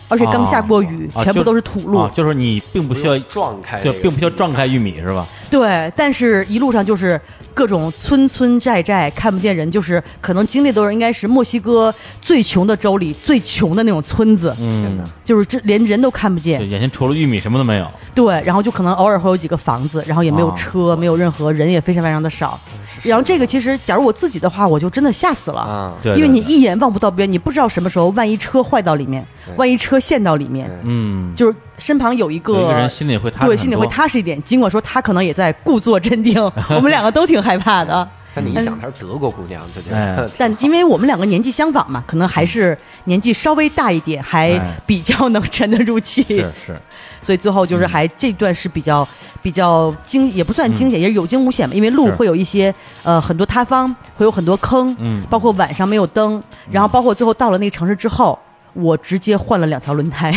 C: 而且刚下过雨，
A: 啊啊
C: 全部
A: 就
C: 都是土路。
A: 啊，就是你并不需要，
B: 撞开这
A: 就
B: 个，
A: 并不需要撞开玉米是吧？
C: 对，但是一路上就是各种村村寨寨，看不见人，就是可能经历都是应该是墨西哥最穷的州里最穷的那种村子，
B: 天
A: 嗯
B: 哪，
C: 就是这连人都看不
A: 就
C: 见。
A: 眼前除了玉米什么都没有。
C: 对，然后就可能偶尔会有几个房子，然后也没有
A: 啊
C: 车，没有任何人，也非常非常的少。然后这个其实，假如我自己的话，我就真的吓死了。
B: 啊，
A: 对，
C: 因
A: 对
C: 为你
A: 对
C: 一眼望不到边，你不知道什么时候，万一车坏到里面，万一车陷到里面，
B: 对
A: 嗯，
C: 就是身旁有一
A: 有一个
C: 个
A: 人心里会踏实，
C: 对，心里会。踏实一点。尽管说他可能也在故作 镇定，我们两个都挺害怕的。
B: 但你一想她是德国姑娘，就觉
A: 哎
B: 得
C: 但因为我们两个年纪相仿嘛，可能还是年纪稍微大一点，还
A: 哎
C: 比较能沉得住气
A: 是，是，
C: 所以最后就是还这段是比较比较惊，也不算惊险，也是有惊无险吧。因为路
A: 是
C: 会有一些呃很多塌方，会有很多坑，
A: 嗯
C: 包括晚上没有灯，然后包括最后到了那个城市之后，我直接换了两条轮胎。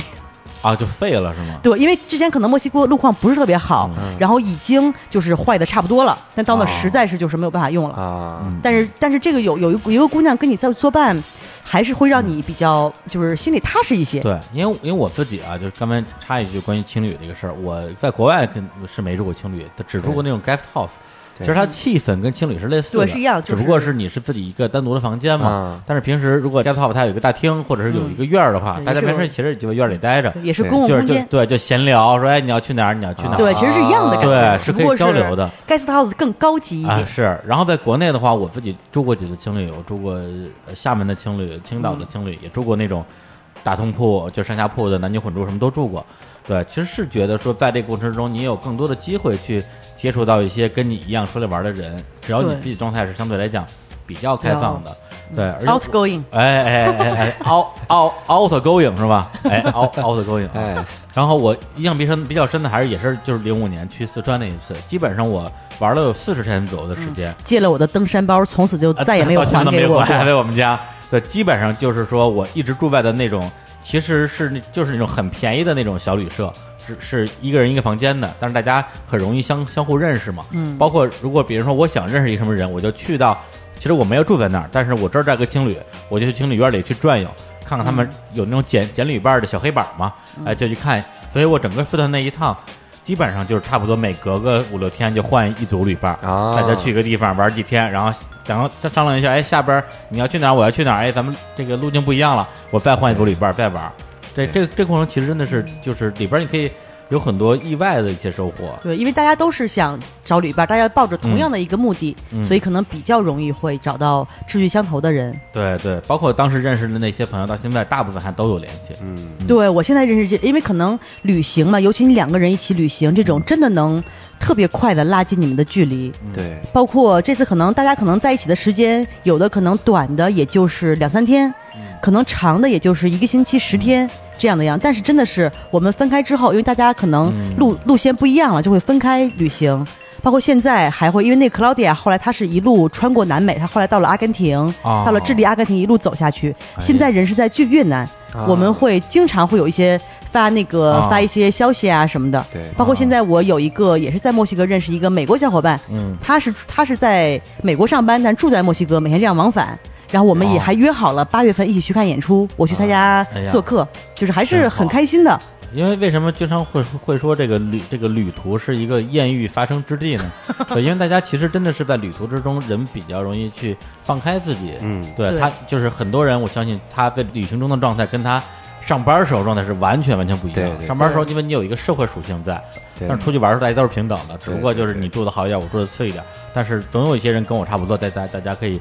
A: 啊，就废了是吗？
C: 对，因为之前可能墨西哥路况不是特别好，
A: 嗯
C: 然后已经就是坏的差不多了，但到那
B: 哦
C: 实在是就是没有办法用 了。
B: 啊，
A: 嗯
C: 但是但是这个有有一一个姑娘跟你在作伴，还是会让你比较就是心里踏实一些。
A: 对，因为因为我自己啊，就是刚才插一句关于青旅这个事儿，我在国外跟是没住过青旅，只住过那种 guest house。其实它气氛跟青旅是类似的，
C: 对是一样就
A: 只不过
C: 是
A: 是你是自己一个单独的房间嘛
B: 啊。
A: 但是平时如果 guest house 它有一个大厅，或者是有一个院儿的话，
C: 嗯
A: 大家
C: 也是
A: 平时其实也就在院儿里待着，
C: 也是
B: 对
C: 公共
A: 就
C: 空
A: 是就
C: 间，
A: 对，就闲聊，说哎你要去哪儿，你要去哪儿，
C: 对，其实是一样的感觉，
A: 对
C: 只不过
A: 是可以交流的。
C: guest house 更高级一
A: 啊
C: 点，
A: 是。然后在国内的话，我自己住过几次青旅，我住过呃厦门的青旅、青岛的青旅，也住过那种大通铺，就上下铺的男女混住，什么都住过。对，其实是觉得说，在这个过程中，你有更多的机会去接触到一些跟你一样出来玩的人，只要你
C: 对
A: 自己状态是相对来讲比较开放的，对，而且我
C: outgoing。
A: 哎哎哎哎，out out outgoing 是吧？哎，out outgoing。
B: 哎，
A: 然后我印象比深比较深的还是也是就是零五年去四川那一次，基本上我玩了有四十天左右的时间，
C: 借了我的登山包，从此就
A: 啊
C: 再也没有
A: 到现在
C: 还
A: 都没
C: 给我
A: 还
C: 过。
A: 给我们家。对，基本上就是说我一直住在的那种，其实是那就是那种很便宜的那种小旅社，是是一个人一个房间的，但是大家很容易相相互认识嘛。嗯，包括如果比如说我想认识一个什么人，我就去到，其实我没有住在那儿，但是我这儿这儿有个青旅，我就去青旅院里去转悠，看看他
C: 嗯
A: 们有那种简简旅伴的小黑板嘛，哎、就去看。所以我整个四团那一趟。基本上就是差不多每隔个五六天就换一组旅伴儿
B: 啊
A: 大家去一个地方玩几天，然后然后商商量一下，哎，下边儿你要去哪儿，我要去哪儿，哎，咱们这个路径不一样了，我再换一组旅伴儿再玩儿。这这这过程其实真的是就是里边儿你可以有很多意外的一些收获。
C: 对，因为大家都是想找旅伴，大家抱着同样的一个目的，
A: 嗯
C: 所以可能比较容易会找到志趣相投的人。
A: 对对，包括当时认识的那些朋友，到现在大部分还都有联系。
B: 嗯，
C: 对我现在认识这，因为可能旅行嘛，尤其你两个人一起旅行，这种真的能特别快的拉近你们的距离。
A: 嗯
B: 对，
C: 包括这次可能大家可能在一起的时间，有的可能短的也就是两三天，可能长的也就是一个星期十天这样的样。但是真的是我们分开之后，因为大家可能
A: 嗯
C: 路路线不一样了，就会分开旅行。包括现在还会，因为那克劳迪亚后来她是一路穿过南美，她后来到了阿根廷，
A: 哦
C: 到了智利、阿根廷一路走下去。
A: 呀
C: 现在人是在去越南，
B: 啊
C: 我们会经常会有一些发那个、
A: 啊
C: 发一些消息啊什么的。
B: 对
C: 包括现在我有一个也是在墨西哥认识一个美国小伙伴，
A: 嗯，
C: 他是他是在美国上班，但住在墨西哥，每天这样往返。然后我们也
A: 哦
C: 还约好了八月份一起去看演出，我去他家
A: 哎呀
C: 做客，就是还是
A: 真好
C: 很开心的。
A: 因为为什么经常会会说这个旅这个旅途是一个艳遇发生之地呢？对，因为大家其实真的是在旅途之中，人比较容易去放开自己。
B: 嗯
A: 对
C: 对
A: 他就是很多人，我相信他在旅行中的状态跟他。上班时候状态是完全完全不一样。
B: 对对
A: 上班时候，因为你有一个社会属性在，
B: 对
A: 但是出去玩的时候大家都是平等的，只不过
B: 对对
A: 就是你住的好一点，我住的次一点。但是总有一些人跟我差不多，大家大家可以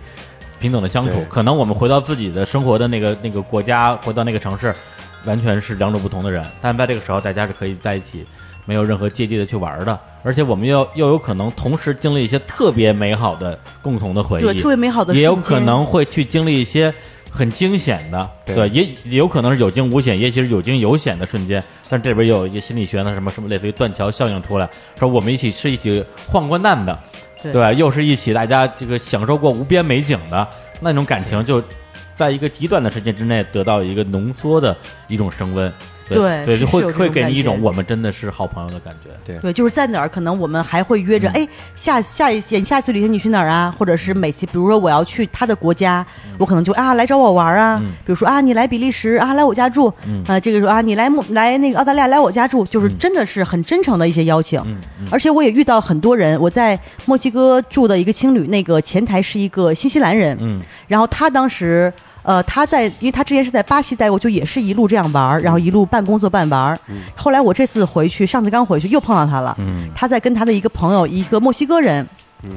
A: 平等的相处
B: 对。
A: 可能我们回到自己的生活的那个那个国家，回到那个城市，完全是两种不同的人。但在这个时候，大家是可以在一起，没有任何芥蒂的去玩的。而且我们又又有可能同时经历一些特别美好的共同的回忆，
C: 对特别美好的
A: 也有
C: 瞬间
A: 可能会去经历一些很惊险的，
B: 对
A: 也也有可能是有惊无险，也许是有惊有险的瞬间。但这边有一个心理学的什么什么类似于断桥效应出来，说我们一起是一起患过难的，
C: 对
A: 对，又是一起大家这个享受过无边美景的那种感情，就在一个极短的时间之内得到一个浓缩的一种升温，
C: 对
A: 对，
C: 是
A: 就会
C: 是有这
A: 会
C: 种
A: 给
C: 感
A: 你一
C: 觉
A: 种我们真的是好朋友的感觉。
B: 对
C: 对，就是在哪儿，可能我们还会约
A: 嗯
C: 着，哎，下下一下下次旅行你去哪儿啊？或者是每次，比如说我要去他的国家，我可能就啊来找我玩啊，
A: 嗯
C: 比如说啊你来比利时啊来我家住，
A: 嗯
C: 啊这个时候啊你来莫来那个澳大利亚来我家住，就是真的是很真诚的一些邀请。
A: 嗯嗯
C: 而且我也遇到很多人，我在墨西哥住的一个青旅，那个前台是一个新西兰人，
A: 嗯
C: 然后他当时，呃，他在，因为他之前是在巴西待过，就也是一路这样玩儿，然后一路半工作半玩儿。后来我这次回去，上次刚回去又碰到他了，
A: 嗯
C: 他在跟他的一个朋友，一个墨西哥人，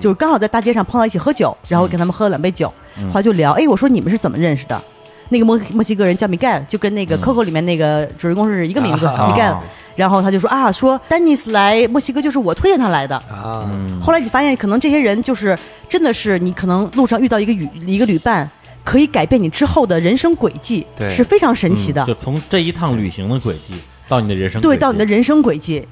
C: 就是刚好在大街上碰到一起喝酒，然后跟他们喝了两杯酒，后来就聊，哎，我说你们是怎么认识的？那个墨墨西哥人叫米盖，就跟那个 Coco 里面那个主人公是一个名字，
B: 啊
C: 米盖。然后他就说啊，说丹尼斯来墨西哥就是我推荐他来的，
B: 啊，
A: 嗯
C: 后来你发现，可能这些人就是真的是你可能路上遇到一个旅一个旅伴，可以改变你之后的人生轨迹，
B: 对嗯
C: 是非常神奇的。
A: 嗯就从这一趟旅行的轨迹到你的人生轨
C: 对，
A: 迹
C: 到你的人生轨迹，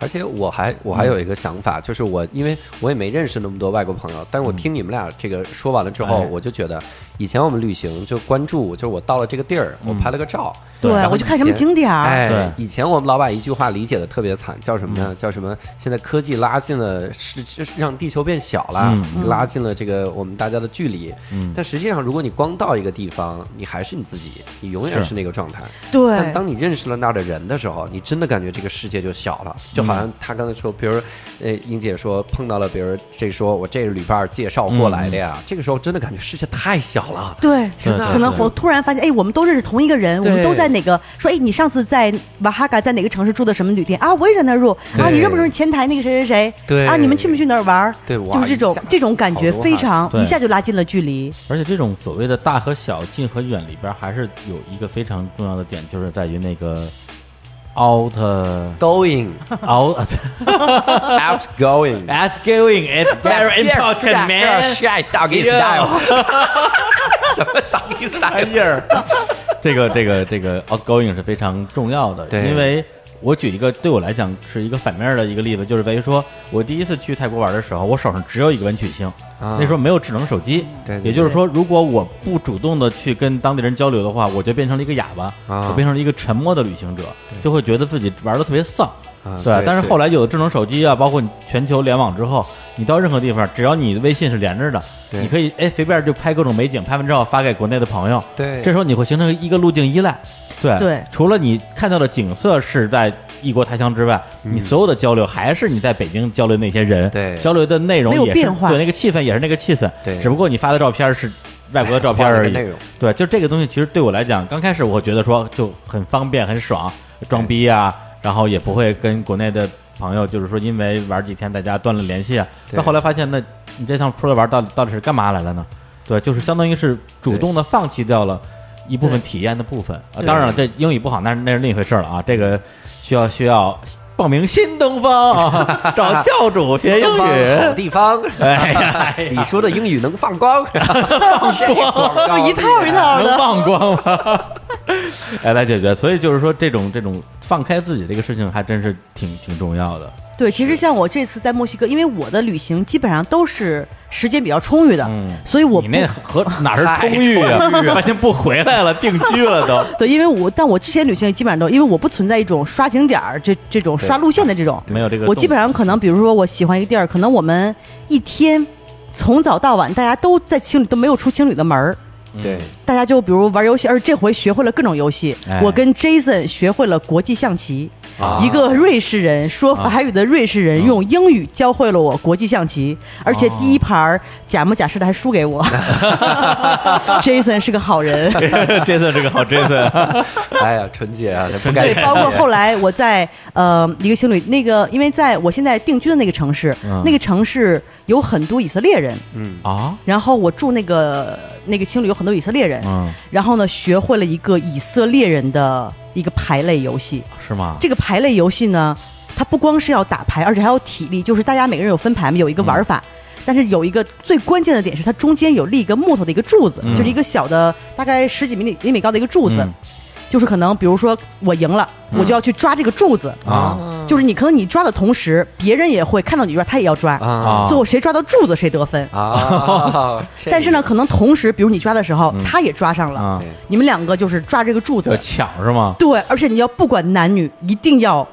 B: 而且我还我还有一个想
A: 嗯
B: 法，就是我因为我也没认识那么多外国朋友，但是我听你们俩这个说完了之后，
A: 哎
B: 我就觉得以前我们旅行就关注，就是我到了这个地儿，
A: 嗯
B: 我拍了个照，
C: 对
B: 然后
C: 我去看什么
B: 以前
C: 景点儿
B: 哎，
A: 对
B: 以前我们老把一句话理解的特别惨，叫什么
A: 嗯
B: 呢？叫什么？现在科技拉近了，是是让地球变小了
A: 嗯，
B: 拉近了这个我们大家的距离。但实际上，如果你光到一个地方，你还是你自己，你永远
A: 是
B: 是那个状态。但
C: 对，
B: 当你认识了那儿的人的时候，你真的感觉这个世界就小了，就好
A: 嗯
B: 像他刚才说，比如，呃，英姐说碰到了，比如这说我这个旅伴儿介绍过来的呀，
A: 嗯
B: 这个时候真的感觉世界太小了。
C: 对，
A: 天哪
C: 可能我突然发现，哎，我们都认识同一个人，我
B: 对
C: 们都在哪个说，哎，你上次在瓦哈嘎在哪个城市住的什么旅店啊？我也在那儿住啊，
B: 对
C: 你认不认识前台那个谁谁谁？
B: 对
C: 啊，你们去没去那儿玩儿？
B: 对哇
C: 就是这
B: 一下
C: 种这种感觉
B: 好多
C: 非常
A: 对
C: 一下就拉近了距离。
A: 而且这种所谓的大和小、近和远里边，还是有一个非常重要的点，就是在于那个 out
B: Going,
A: out 啊
B: outgoing,
A: outgoing is very important man。
B: shy doggy style，什么 doggy
A: 哎
B: style？
A: 这个这个这个 outgoing 是非常重要的，
B: 对
A: 因为我举一个对我来讲是一个反面的一个例子，就是在于说我第一次去泰国玩的时候，我手上只有一个文曲星，
B: 啊
A: 那时候没有智能手机，
B: 对对对
A: 也就是说，如果我不主动的去跟当地人交流的话，我就变成了一个哑巴，
B: 啊
A: 我变成了一个沉默的旅行者，就会觉得自己玩的特别丧。
B: 啊
A: 对，
B: 对
A: 但是
B: 对
A: 后来有了智能手机啊，包括你全球联网之后，你到任何地方，只要你微信是连着的，
B: 对
A: 你可以哎随便就拍各种美景，拍完之后发给国内的朋友。
B: 对
A: 这时候你会形成一个路径依赖。对
C: 对
A: 除了你看到的景色是在异国他乡之外，你所有的交流还是你在北京交流那些人，
B: 嗯对
A: 交流的内容
C: 没有
A: 也是
C: 变化
A: 对那个气氛也是那个气氛，
B: 对
A: 只不过你发的照片是外国的照片
B: 换了
A: 而
B: 个
A: 已。
B: 内容
A: 对，就这个东西，其实对我来讲，刚开始我觉得说就很方便、很爽，装逼啊，然后也不会跟国内的朋友，就是说因为玩几天大家断了联系啊。
B: 对
A: 但后来发现，那你这趟出来玩到底到底是干嘛来了呢？对，就是相当于是主动的放弃掉了一部分体验的部分。啊、当然了，这英语不好，那是那是另一回事儿了啊。这个需要需要报名新东方啊， 找教主学英
B: 东方好
A: 语。
B: 地方，
A: 哎呀，
B: 你说的英语能放 光，放
C: 一套一套
A: 能
C: 的。
A: 忘光吗？ 哎，来解决。所以就是说，这种这种放开自己这个事情，还真是挺挺重要的。
C: 对，其实像我这次在墨西哥，因为我的旅行基本上都是时间比较充裕的，
A: 嗯
C: 所以我
A: 你
C: 不
A: 那和哪是充裕啊？ 发现不回来了，定居了都。
C: 对，因为我但我之前旅行也基本上都，因为我不存在一种刷景点儿这这种刷路线的这种，
A: 啊没有这个
C: 我基本上可能，比如说我喜欢一个地儿，可能我们一天从早到晚，大家都在青旅都没有出青旅的门儿。
A: 嗯
B: 对，
C: 大家就比如玩游戏，而这回学会了各种游戏。
A: 哎
C: 我跟 Jason 学会了国际象棋，
B: 啊
C: 一个瑞士人说法语的瑞士人、
A: 哦
C: 用英语教会了我国际象棋，而且第一盘儿假模假式的还输给我。Jason 是个 好人。
A: 这次是个好 Jason，
B: 哎呀，纯 洁啊，不该
C: 对，包 括后来我在呃一个情侣，那个因为在我现在定居的那个城市，
A: 嗯
C: 那个城市有很多以色列人，
A: 啊，
C: 然后我住那个那个青旅有很多以色列人，
A: 嗯
C: 然后呢学会了一个以色列人的一个排类游戏。
A: 是吗？
C: 这个排类游戏呢，它不光是要打牌，而且还有体力，就是大家每个人有分牌嘛，有一个玩法。但是有一个最关键的点是，它中间有立一个木头的一个柱子，
A: 嗯
C: 就是一个小的大概十几厘米厘米高的一个柱子，
A: 嗯
C: 就是可能比如说我赢了，我就要去抓这个柱子，
A: 啊
C: 就是你可能你抓的同时，别人也会看到你抓，他也要抓，
B: 啊
C: 最后谁抓到柱子谁得分。
A: 啊
B: 啊，
C: 但是呢，可能同时，比如你抓的时候，他也抓上了，
A: 啊
B: 对，
C: 你们两个就是抓这个柱
A: 要
C: 子，
A: 抢是吗？
C: 对，而且你要不管男女，一定要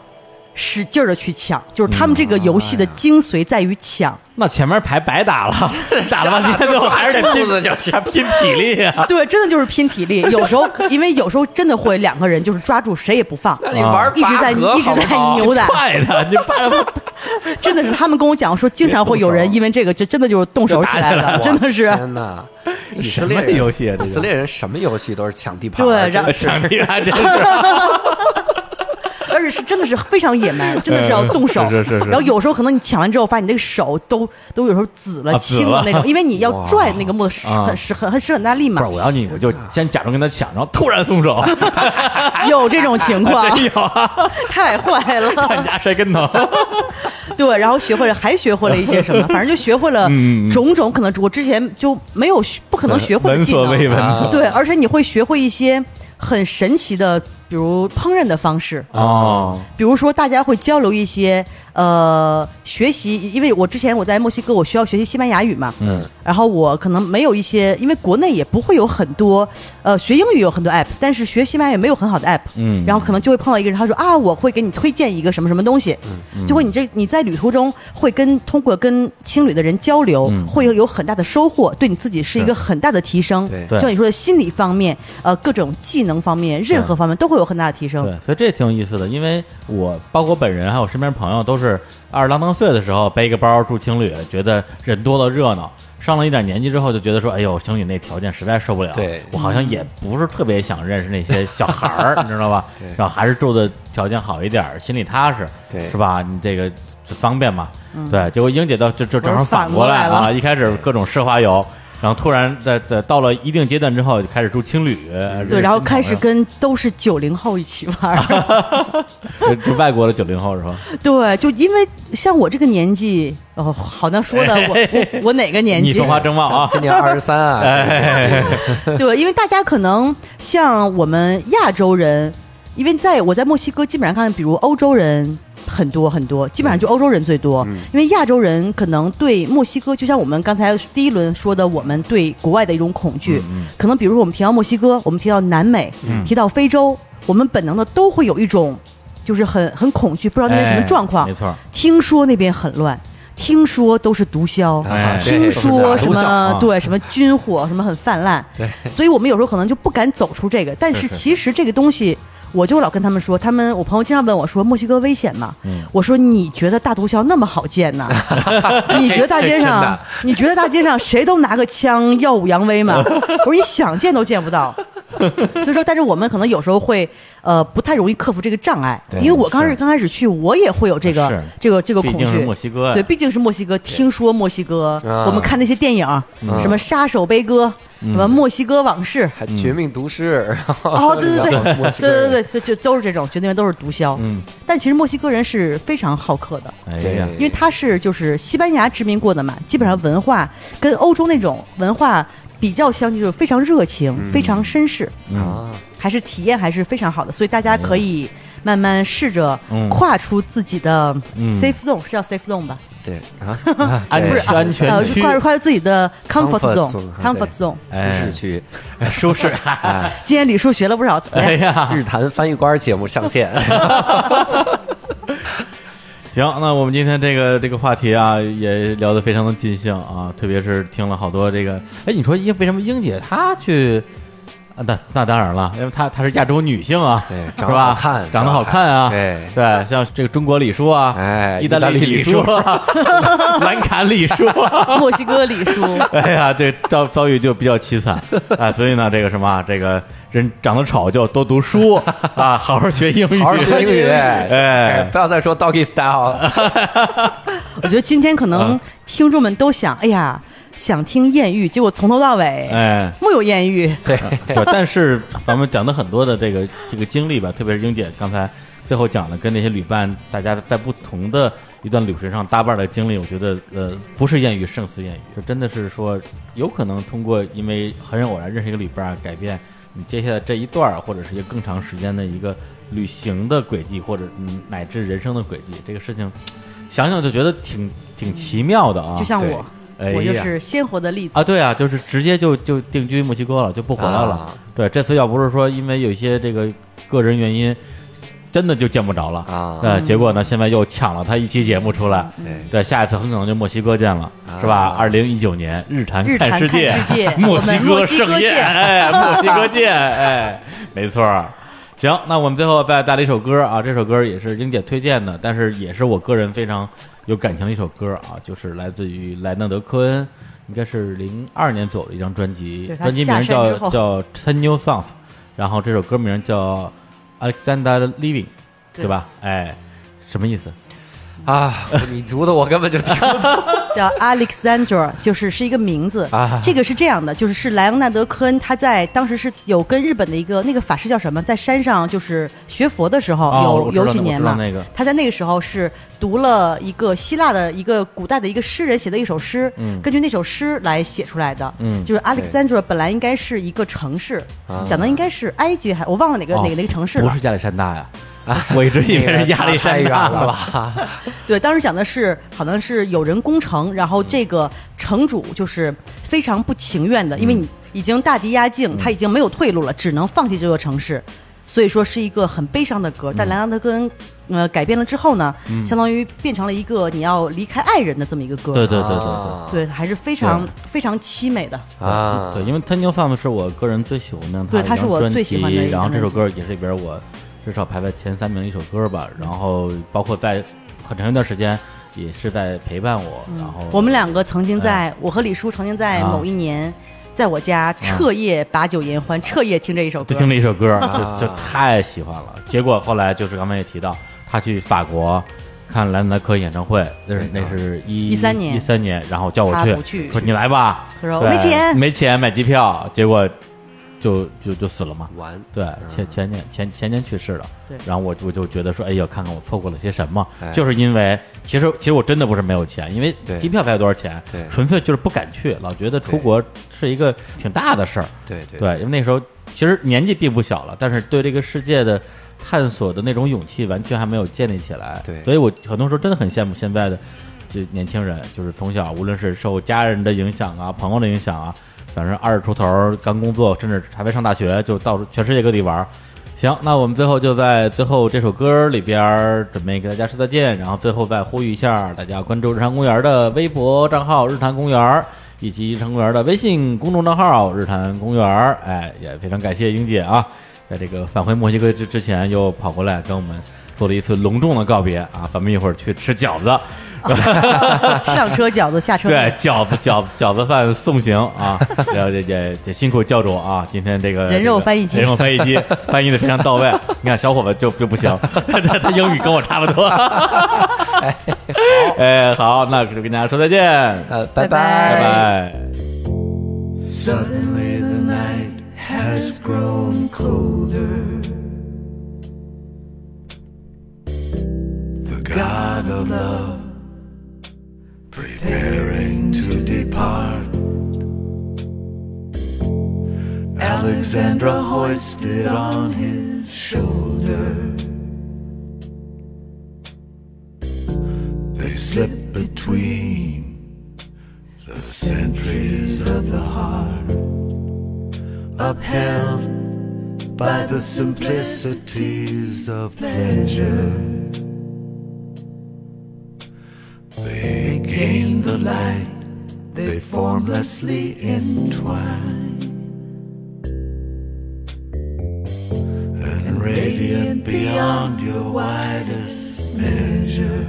C: 使劲的去抢，就是他们这个游戏的精髓在于抢。
A: 那前面牌白打了，打了半天 最后还是得拼
B: 抓住了就，
A: 还拼体力 啊！
C: 对，真的就是拼体力，有时候因为有时候真的会两个人就是抓住谁也不放，
B: 那你
A: 啊
B: 玩
C: 一直在
B: 拔河
C: 一直
B: 好
C: 在
B: 不 好
C: 扭打，
A: 快的，你怕
C: 真的是他们跟我讲说，经常会有人因为这个就真的就是动手起来了，真的是。
B: 天哪！以色列人
A: 什么游戏啊这个
B: 以色列人什么游戏都是抢地盘，
C: 对然后
A: 抢地还啊真是。
C: 而且是真的是非常野蛮，真的是要动手。
A: 是是是是
C: 然后有时候可能你抢完之后，发现你那个手都都有时候紫了、
A: 啊紫
C: 青了那种
A: 了，
C: 因为你要拽那个木头是
A: 啊
C: 很是很很使很大力
A: 不
C: 嘛
A: 是，，我要你，我就先假装跟他抢，然后突然松手。
C: 有这种情况，
A: 真有啊，
C: 太 坏
A: 看人
C: 了。
A: 家摔跟头。
C: 对，然后学会了，还学会了一些 什么，反正就学会了
A: 嗯
C: 种种可能我之前就没有学不可能学会的
A: 闻
C: 技
A: 所未
C: 能。
A: 闻
B: 啊
C: 对，而且你会学会一些很神奇的，比如烹饪的方式。
A: 哦，
C: 比如说，大家会交流一些呃学习，因为我之前我在墨西哥，我需要学习西班牙语嘛，
A: 嗯，
C: 然后我可能没有一些，因为国内也不会有很多，呃，学英语有很多 app，但是学西班牙语没有很好的 app，
A: 嗯
C: 然后可能就会碰到一个人，他说啊，我会给你推荐一个什么什么东西，
A: 嗯
C: 就会你这你在旅途中会跟通过跟青旅的人交流，
A: 嗯
C: 会有有很大的收获，对你自己是一个很大的提升，
B: 对
A: 对
C: 就像你说的心理方面，呃，各种技能方面，任何方面都会有很大的提升，
A: 对，所以这也挺有意思的，因为我包括本人还有身边朋友都是二十郎当岁的时候背个包住青旅，觉得人多了热闹。上了一点年纪之后，就觉得说，哎呦，青旅那条件实在受不了。
B: 对
A: 我好像也不是特别想认识那些小孩 儿，你知道吧？然后还是住的条件好一点儿，心里踏实，
B: 对
A: 是吧？你这个方便嘛？对，结果英姐到就就正好
C: 嗯我是反
A: 反过来
C: 过来
A: 啊，
C: 了
A: 一开始各种奢华游。然后突然在在到了一定阶段之后，就开始住青旅，认
C: 对，
A: 识
C: 然后
A: 新
C: 开
A: 朋
C: 始
A: 友
C: 跟都是九零后一起玩儿。
A: 就呃就外国的九零后是吧？
C: 对，就因为像我这个年纪，哦，好像说的 我我我哪个年
A: 你
C: 纪
A: 风？华正茂啊，
B: 今年二十三啊，
A: 哎，
C: 对，因为大家可能像我们亚洲人。因为在我在墨西哥基本上看，比如欧洲人很多很多，基本上就欧洲人最多，
A: 嗯
C: 因为亚洲人可能对墨西哥，就像我们刚才第一轮说的，我们对国外的一种恐惧，
A: 嗯
C: 可能比如说我们提到墨西哥，我们提到南美，提到非洲，我们本能的都会有一种就是很很恐惧，不知道那边什么
A: 哎
C: 状况。
A: 没错，
C: 听说那边很乱，听说都是毒枭。
B: 啊
A: 哎
C: 听说什
A: 都像啊
C: 么对什么军火什么很泛滥， 所以我们有时候可能就不敢走出这个。但是其实这个东西，我就老跟他们说，他们我朋友经常问我说墨西哥危险吗？
A: 嗯
C: 我说你觉得大毒枭那么好见呐？你觉得大街
B: 这这真
C: 上
B: 的
C: 你觉得大街上谁都拿个枪耀武扬威吗？我说你想见都见不到。所以说，但是我们可能有时候会呃不太容易克服这个障碍，因为我刚开始刚开始去，我也会有这
A: 是
C: 个这个这个
A: 毕
C: 恐
A: 竟是
C: 惧。
A: 墨西哥呀
C: 对，毕竟是墨西哥，听说墨西哥，
B: 啊
C: 我们看那些电影，什么《杀手悲歌》，什么《墨西哥往事》
A: 嗯
B: 还绝命毒师，
C: 哦，对对对，
B: 然后墨
C: 对
B: 西哥人
C: 对对对，就都是这种，觉得那边都是毒枭。
A: 嗯，
C: 但其实墨西哥人是非常好客的，
A: 哎呀，
C: 因为他是就是西班牙殖民过的嘛，基本上文化跟欧洲那种文化比较相近，就是非常热情，
A: 嗯
C: 非常绅士。
B: 啊，
C: 还是体验还是非常好的，所以大家可以慢慢试着
A: 嗯
C: 跨出自己的
A: 嗯
C: safe zone，、是叫 safe zone 吧？
B: 对啊 啊，
A: 安
B: 对
A: 是安
C: 呃
A: 全，区，
C: 跨跨出自己的 comfort
B: Comfort zone，
C: zone，comfort
B: 对
C: zone。
A: 哎
B: 舒适区，
A: 舒 适，
C: 今天李叔学了不少词呀，
A: 哎呀，
B: 日坛翻译官节目 上线，
A: 行，那我们今天这个这个话题啊，也聊得非常的尽兴啊，特别是听了好多这个，哎，你说英为什么英姐她去啊？那那当然了，因为她她是亚洲女性啊，
B: 对
A: 是
B: 长得好
A: 吧？
B: 看
A: 长得好看啊，
B: 长得好看
A: 对，像这个中国李叔啊，
B: 哎
A: 意大利
B: 意大利
A: 叔啊， 兰卡李叔啊，
C: 墨西哥李 叔。
A: 哎呀，这遭遭遇就比较凄惨啊，所以呢，这个什么，这个人长得丑就多读书啊，好好学英语，
B: 好好学英语，
A: 哎
B: 不要再说 doggy style，
C: 我觉得今天可能
A: 啊
C: 听众们都想，哎呀，想听艳遇，结果从头到尾、
A: 哎。
C: 木有艳遇。
B: 对，
A: 对，但 是咱们讲的很多的这个 这个经历吧，特别是英姐刚才最后讲的，跟那些旅伴大家在不同的一段旅程上搭伴的经历，我觉得呃不是艳遇胜似艳遇，就真的是说有可能通过因为很偶然认识一个旅伴儿，改变你接下来这一段儿或者是一个更长时间的一个旅行的轨迹，或者嗯乃至人生的轨迹，这个事情想想就觉得挺挺奇妙的啊，
C: 就像
B: 对
C: 我，
A: 哎
C: 我就
A: 呀
C: 是鲜活的例子。
A: 啊，对啊，就是直接就就定居墨西哥了，就不回来了。
B: 啊
A: 对，这次要不是说因为有一些这个个人原因，真的就见不着了
B: 啊
A: 那、结果呢，现在又抢了他一期节目出来。对，下一次很可能就墨西哥见了，
B: 啊
A: 是吧？二零一九年日坛
C: 日
A: 看
C: 坛
A: 世
C: 看世界
A: 墨
C: 我
A: 西
C: 们
A: 哥
C: 墨西
A: 盛
C: 哥
A: 宴，
C: 见
A: 哎，墨西哥 见，哎，没错儿。行，那我们最后再带来一首歌啊，这首歌也是英姐推荐的，但是也是我个人非常有感情的一首歌啊，就是来自于莱纳德·科恩，应该是零二年左右的一张专辑
C: 对，他
A: 专辑
C: 下
A: 名
C: 山
A: 叫
C: 之后
A: 叫《Ten New Songs》，然后这首歌名叫《Alexander Living》，对
C: 对
A: 吧？哎，什么意思？
B: 啊，你读的我根本就听不 懂，
C: 叫 Alexandra，就是是一个名字。
B: 啊
C: 这个是这样的，就是是莱昂纳德·科恩，他在当时是有跟日本的一个那个法师叫什么，在山上就是学佛的时候，
A: 哦我知道
C: 有有
A: 那
C: 几
A: 我
C: 年
A: 知道
C: 嘛，
A: 那个
C: 他在那个时候是读了一个希腊的一个古代的一个诗人写的一首诗，
A: 嗯
C: 根据那首诗来写出来的。
A: 嗯啊
C: 就是 Alexandra 本来应该是一个城市，讲的应该是埃及还我忘了哪个、
A: 哦
C: 哪个哪个城市哎
A: 不
C: 了
A: 是。亚历山大呀，啊我一直以为是亚历山
B: 太远
A: 大
B: 了
A: 吧？
B: 吧？
C: 对，当时讲的是好像是有人攻城，然后这个城主就是非常不情愿的，因
A: 嗯
C: 为你已经大敌压境，他已经没有退路了，只能放弃这座城市。所以说是一个很悲伤的
A: 嗯
C: 歌，但莱昂德根呃改编了之后呢，相当于变成了一个你要离开爱人的这么一个歌。
A: 对对对对对。
B: 啊
C: 对还是非常非常凄美的。
B: 啊，
A: 对，因为《Ten New Fun》是我个人最喜欢的，
C: 对
A: 它
C: 它是我最喜欢的一
A: 然
C: 张
A: 后这首
C: 专
A: 歌也是里边我至少排在前三名的一首歌吧。然后包括在很长一段时间也是在陪伴我。然后
C: 嗯
A: 哎
C: 我们两个曾经在，我和李叔曾经在
A: 啊
C: 某一年，在我家彻夜把酒言欢，彻夜听这一首歌
A: 就。听了一首歌，
B: 啊
A: 就就太喜欢了。结果后来就是刚才也提到，他去法国看兰德克演唱会，那是那是一
C: 13年
A: 一三年，然后叫我
C: 他
A: 去，
C: 不去
A: 说你来吧，
C: 他说
A: 对
C: 没钱
A: 没钱买机票，结果就就就死了嘛。
B: 完
A: 对，前前年前前年去世的，
C: 对
A: 然后我我就觉得说，哎呦，看看我错过了些什么，
B: 哎
A: 就是因为其实其实我真的不是没有钱，因为
B: 对
A: 机票才多少钱
B: 对，
A: 纯粹就是不敢去，老觉得出
B: 对
A: 国是一个挺大的事儿，
B: 对对
A: 对，因为那时候其实年纪并不小了，但是对这个世界的探索的那种勇气完全还没有建立起来。
B: 对
A: 所以我很多时候真的很羡慕现在的这年轻人，就是从小无论是受家人的影响啊、朋友的影响啊，反正二十出头儿刚工作，甚至还没上大学，就到处全世界各地玩儿。行，那我们最后就在最后这首歌里边儿准备给大家说再见，然后最后再呼吁一下大家关注日坛公园的微博账号“日坛公园”以及日坛公园的微信公众账号“日坛公园”。哎，也非常感谢英姐啊，在这个返回墨西哥之之前又跑过来跟我们做了一次隆重的告别啊，咱们一会儿去吃饺 子。
C: 上车饺子，下车
A: 对，饺子饺子饺子饭送行啊！ 然后这这这辛苦教主啊，今天这个
C: 人肉
A: 这个
C: 翻译机
A: 人肉翻译 机翻译的非常到位。你看小伙子就就不行， 他他他英语跟我差不多。 哎，好，那就跟大家说再见，
B: 呃，
C: 拜拜
A: 拜拜。
E: Suddenly the night has grown colder. The God of love preparing to depart. Alexandra hoisted on his shoulder. They slipped between the sentries of the heart, upheld by the simplicities of pleasure. They gain the light, they formlessly entwine. And radiant beyond your widest measure.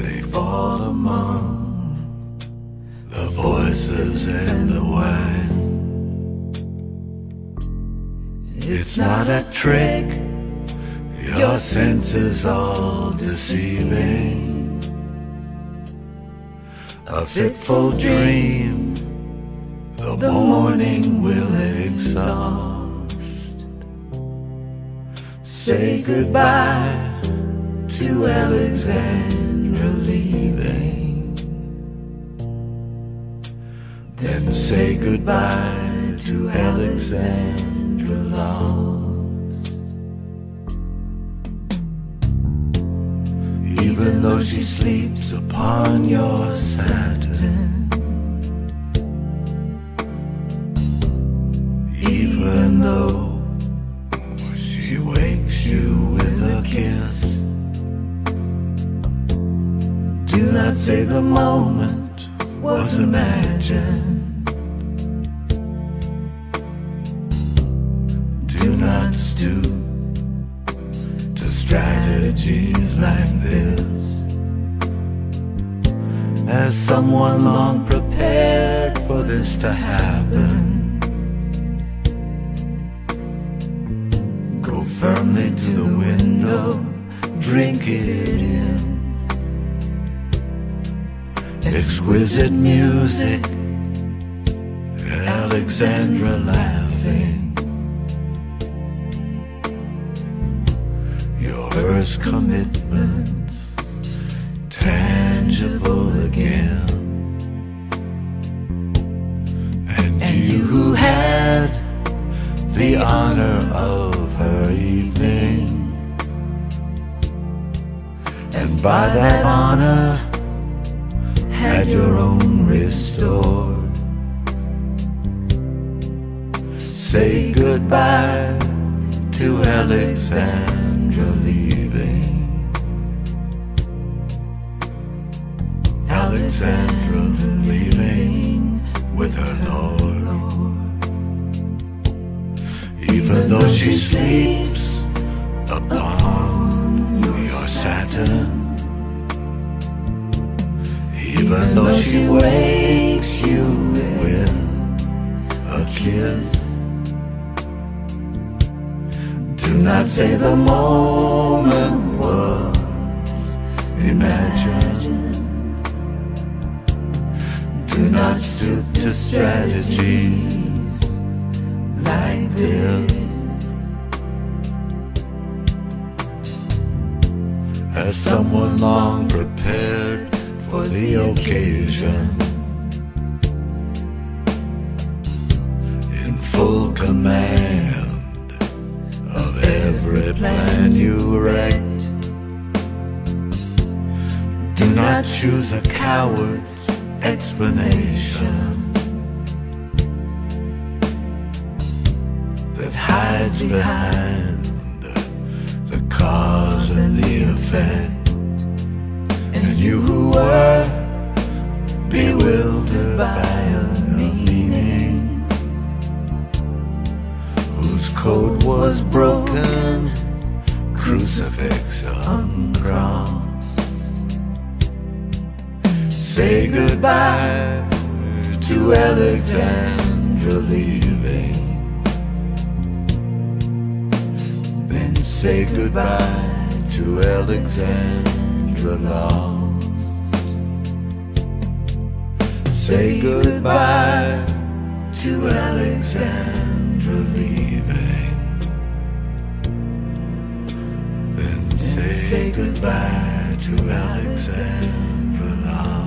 E: They fall among the voices and the wine. It's not a trick, your senses all deceiving. A fitful dream, the morning will exhaust. Say goodbye to Alexandra leaving. Then say goodbye to Alexandra lost. Even though she sleeps upon your satin. Even though she wakes you with a kiss. Do not say the moment was imagined. Do not stoop to strategies like this. As someone long prepared for this to happen, go firmly to the window, drink it in. Exquisite music, Alexandra laughing. Your first commitments, tangible again. And you who had the honor of her evening, and by that honor had your own restored. Say goodbye to Alexandra leaving. Alexandra leaving with her lord. Even though she sleeps upon your Saturn. Even though she wakes you with a kiss, do not say the moment was imagined. Do not stoop to strategies like this. As someone long prepared for the occasion. In full command of every plan you erect. Do not choose a coward's explanation that hides behind the cause and the effect. And you who were bewildered by a meaning whose code was broken, crucifix uncrossed. Say goodbye to Alexandra leaving. Then say goodbye to Alexandra lost. Say goodbye to Alexandra leaving. Then say goodbye to Alexandra lost.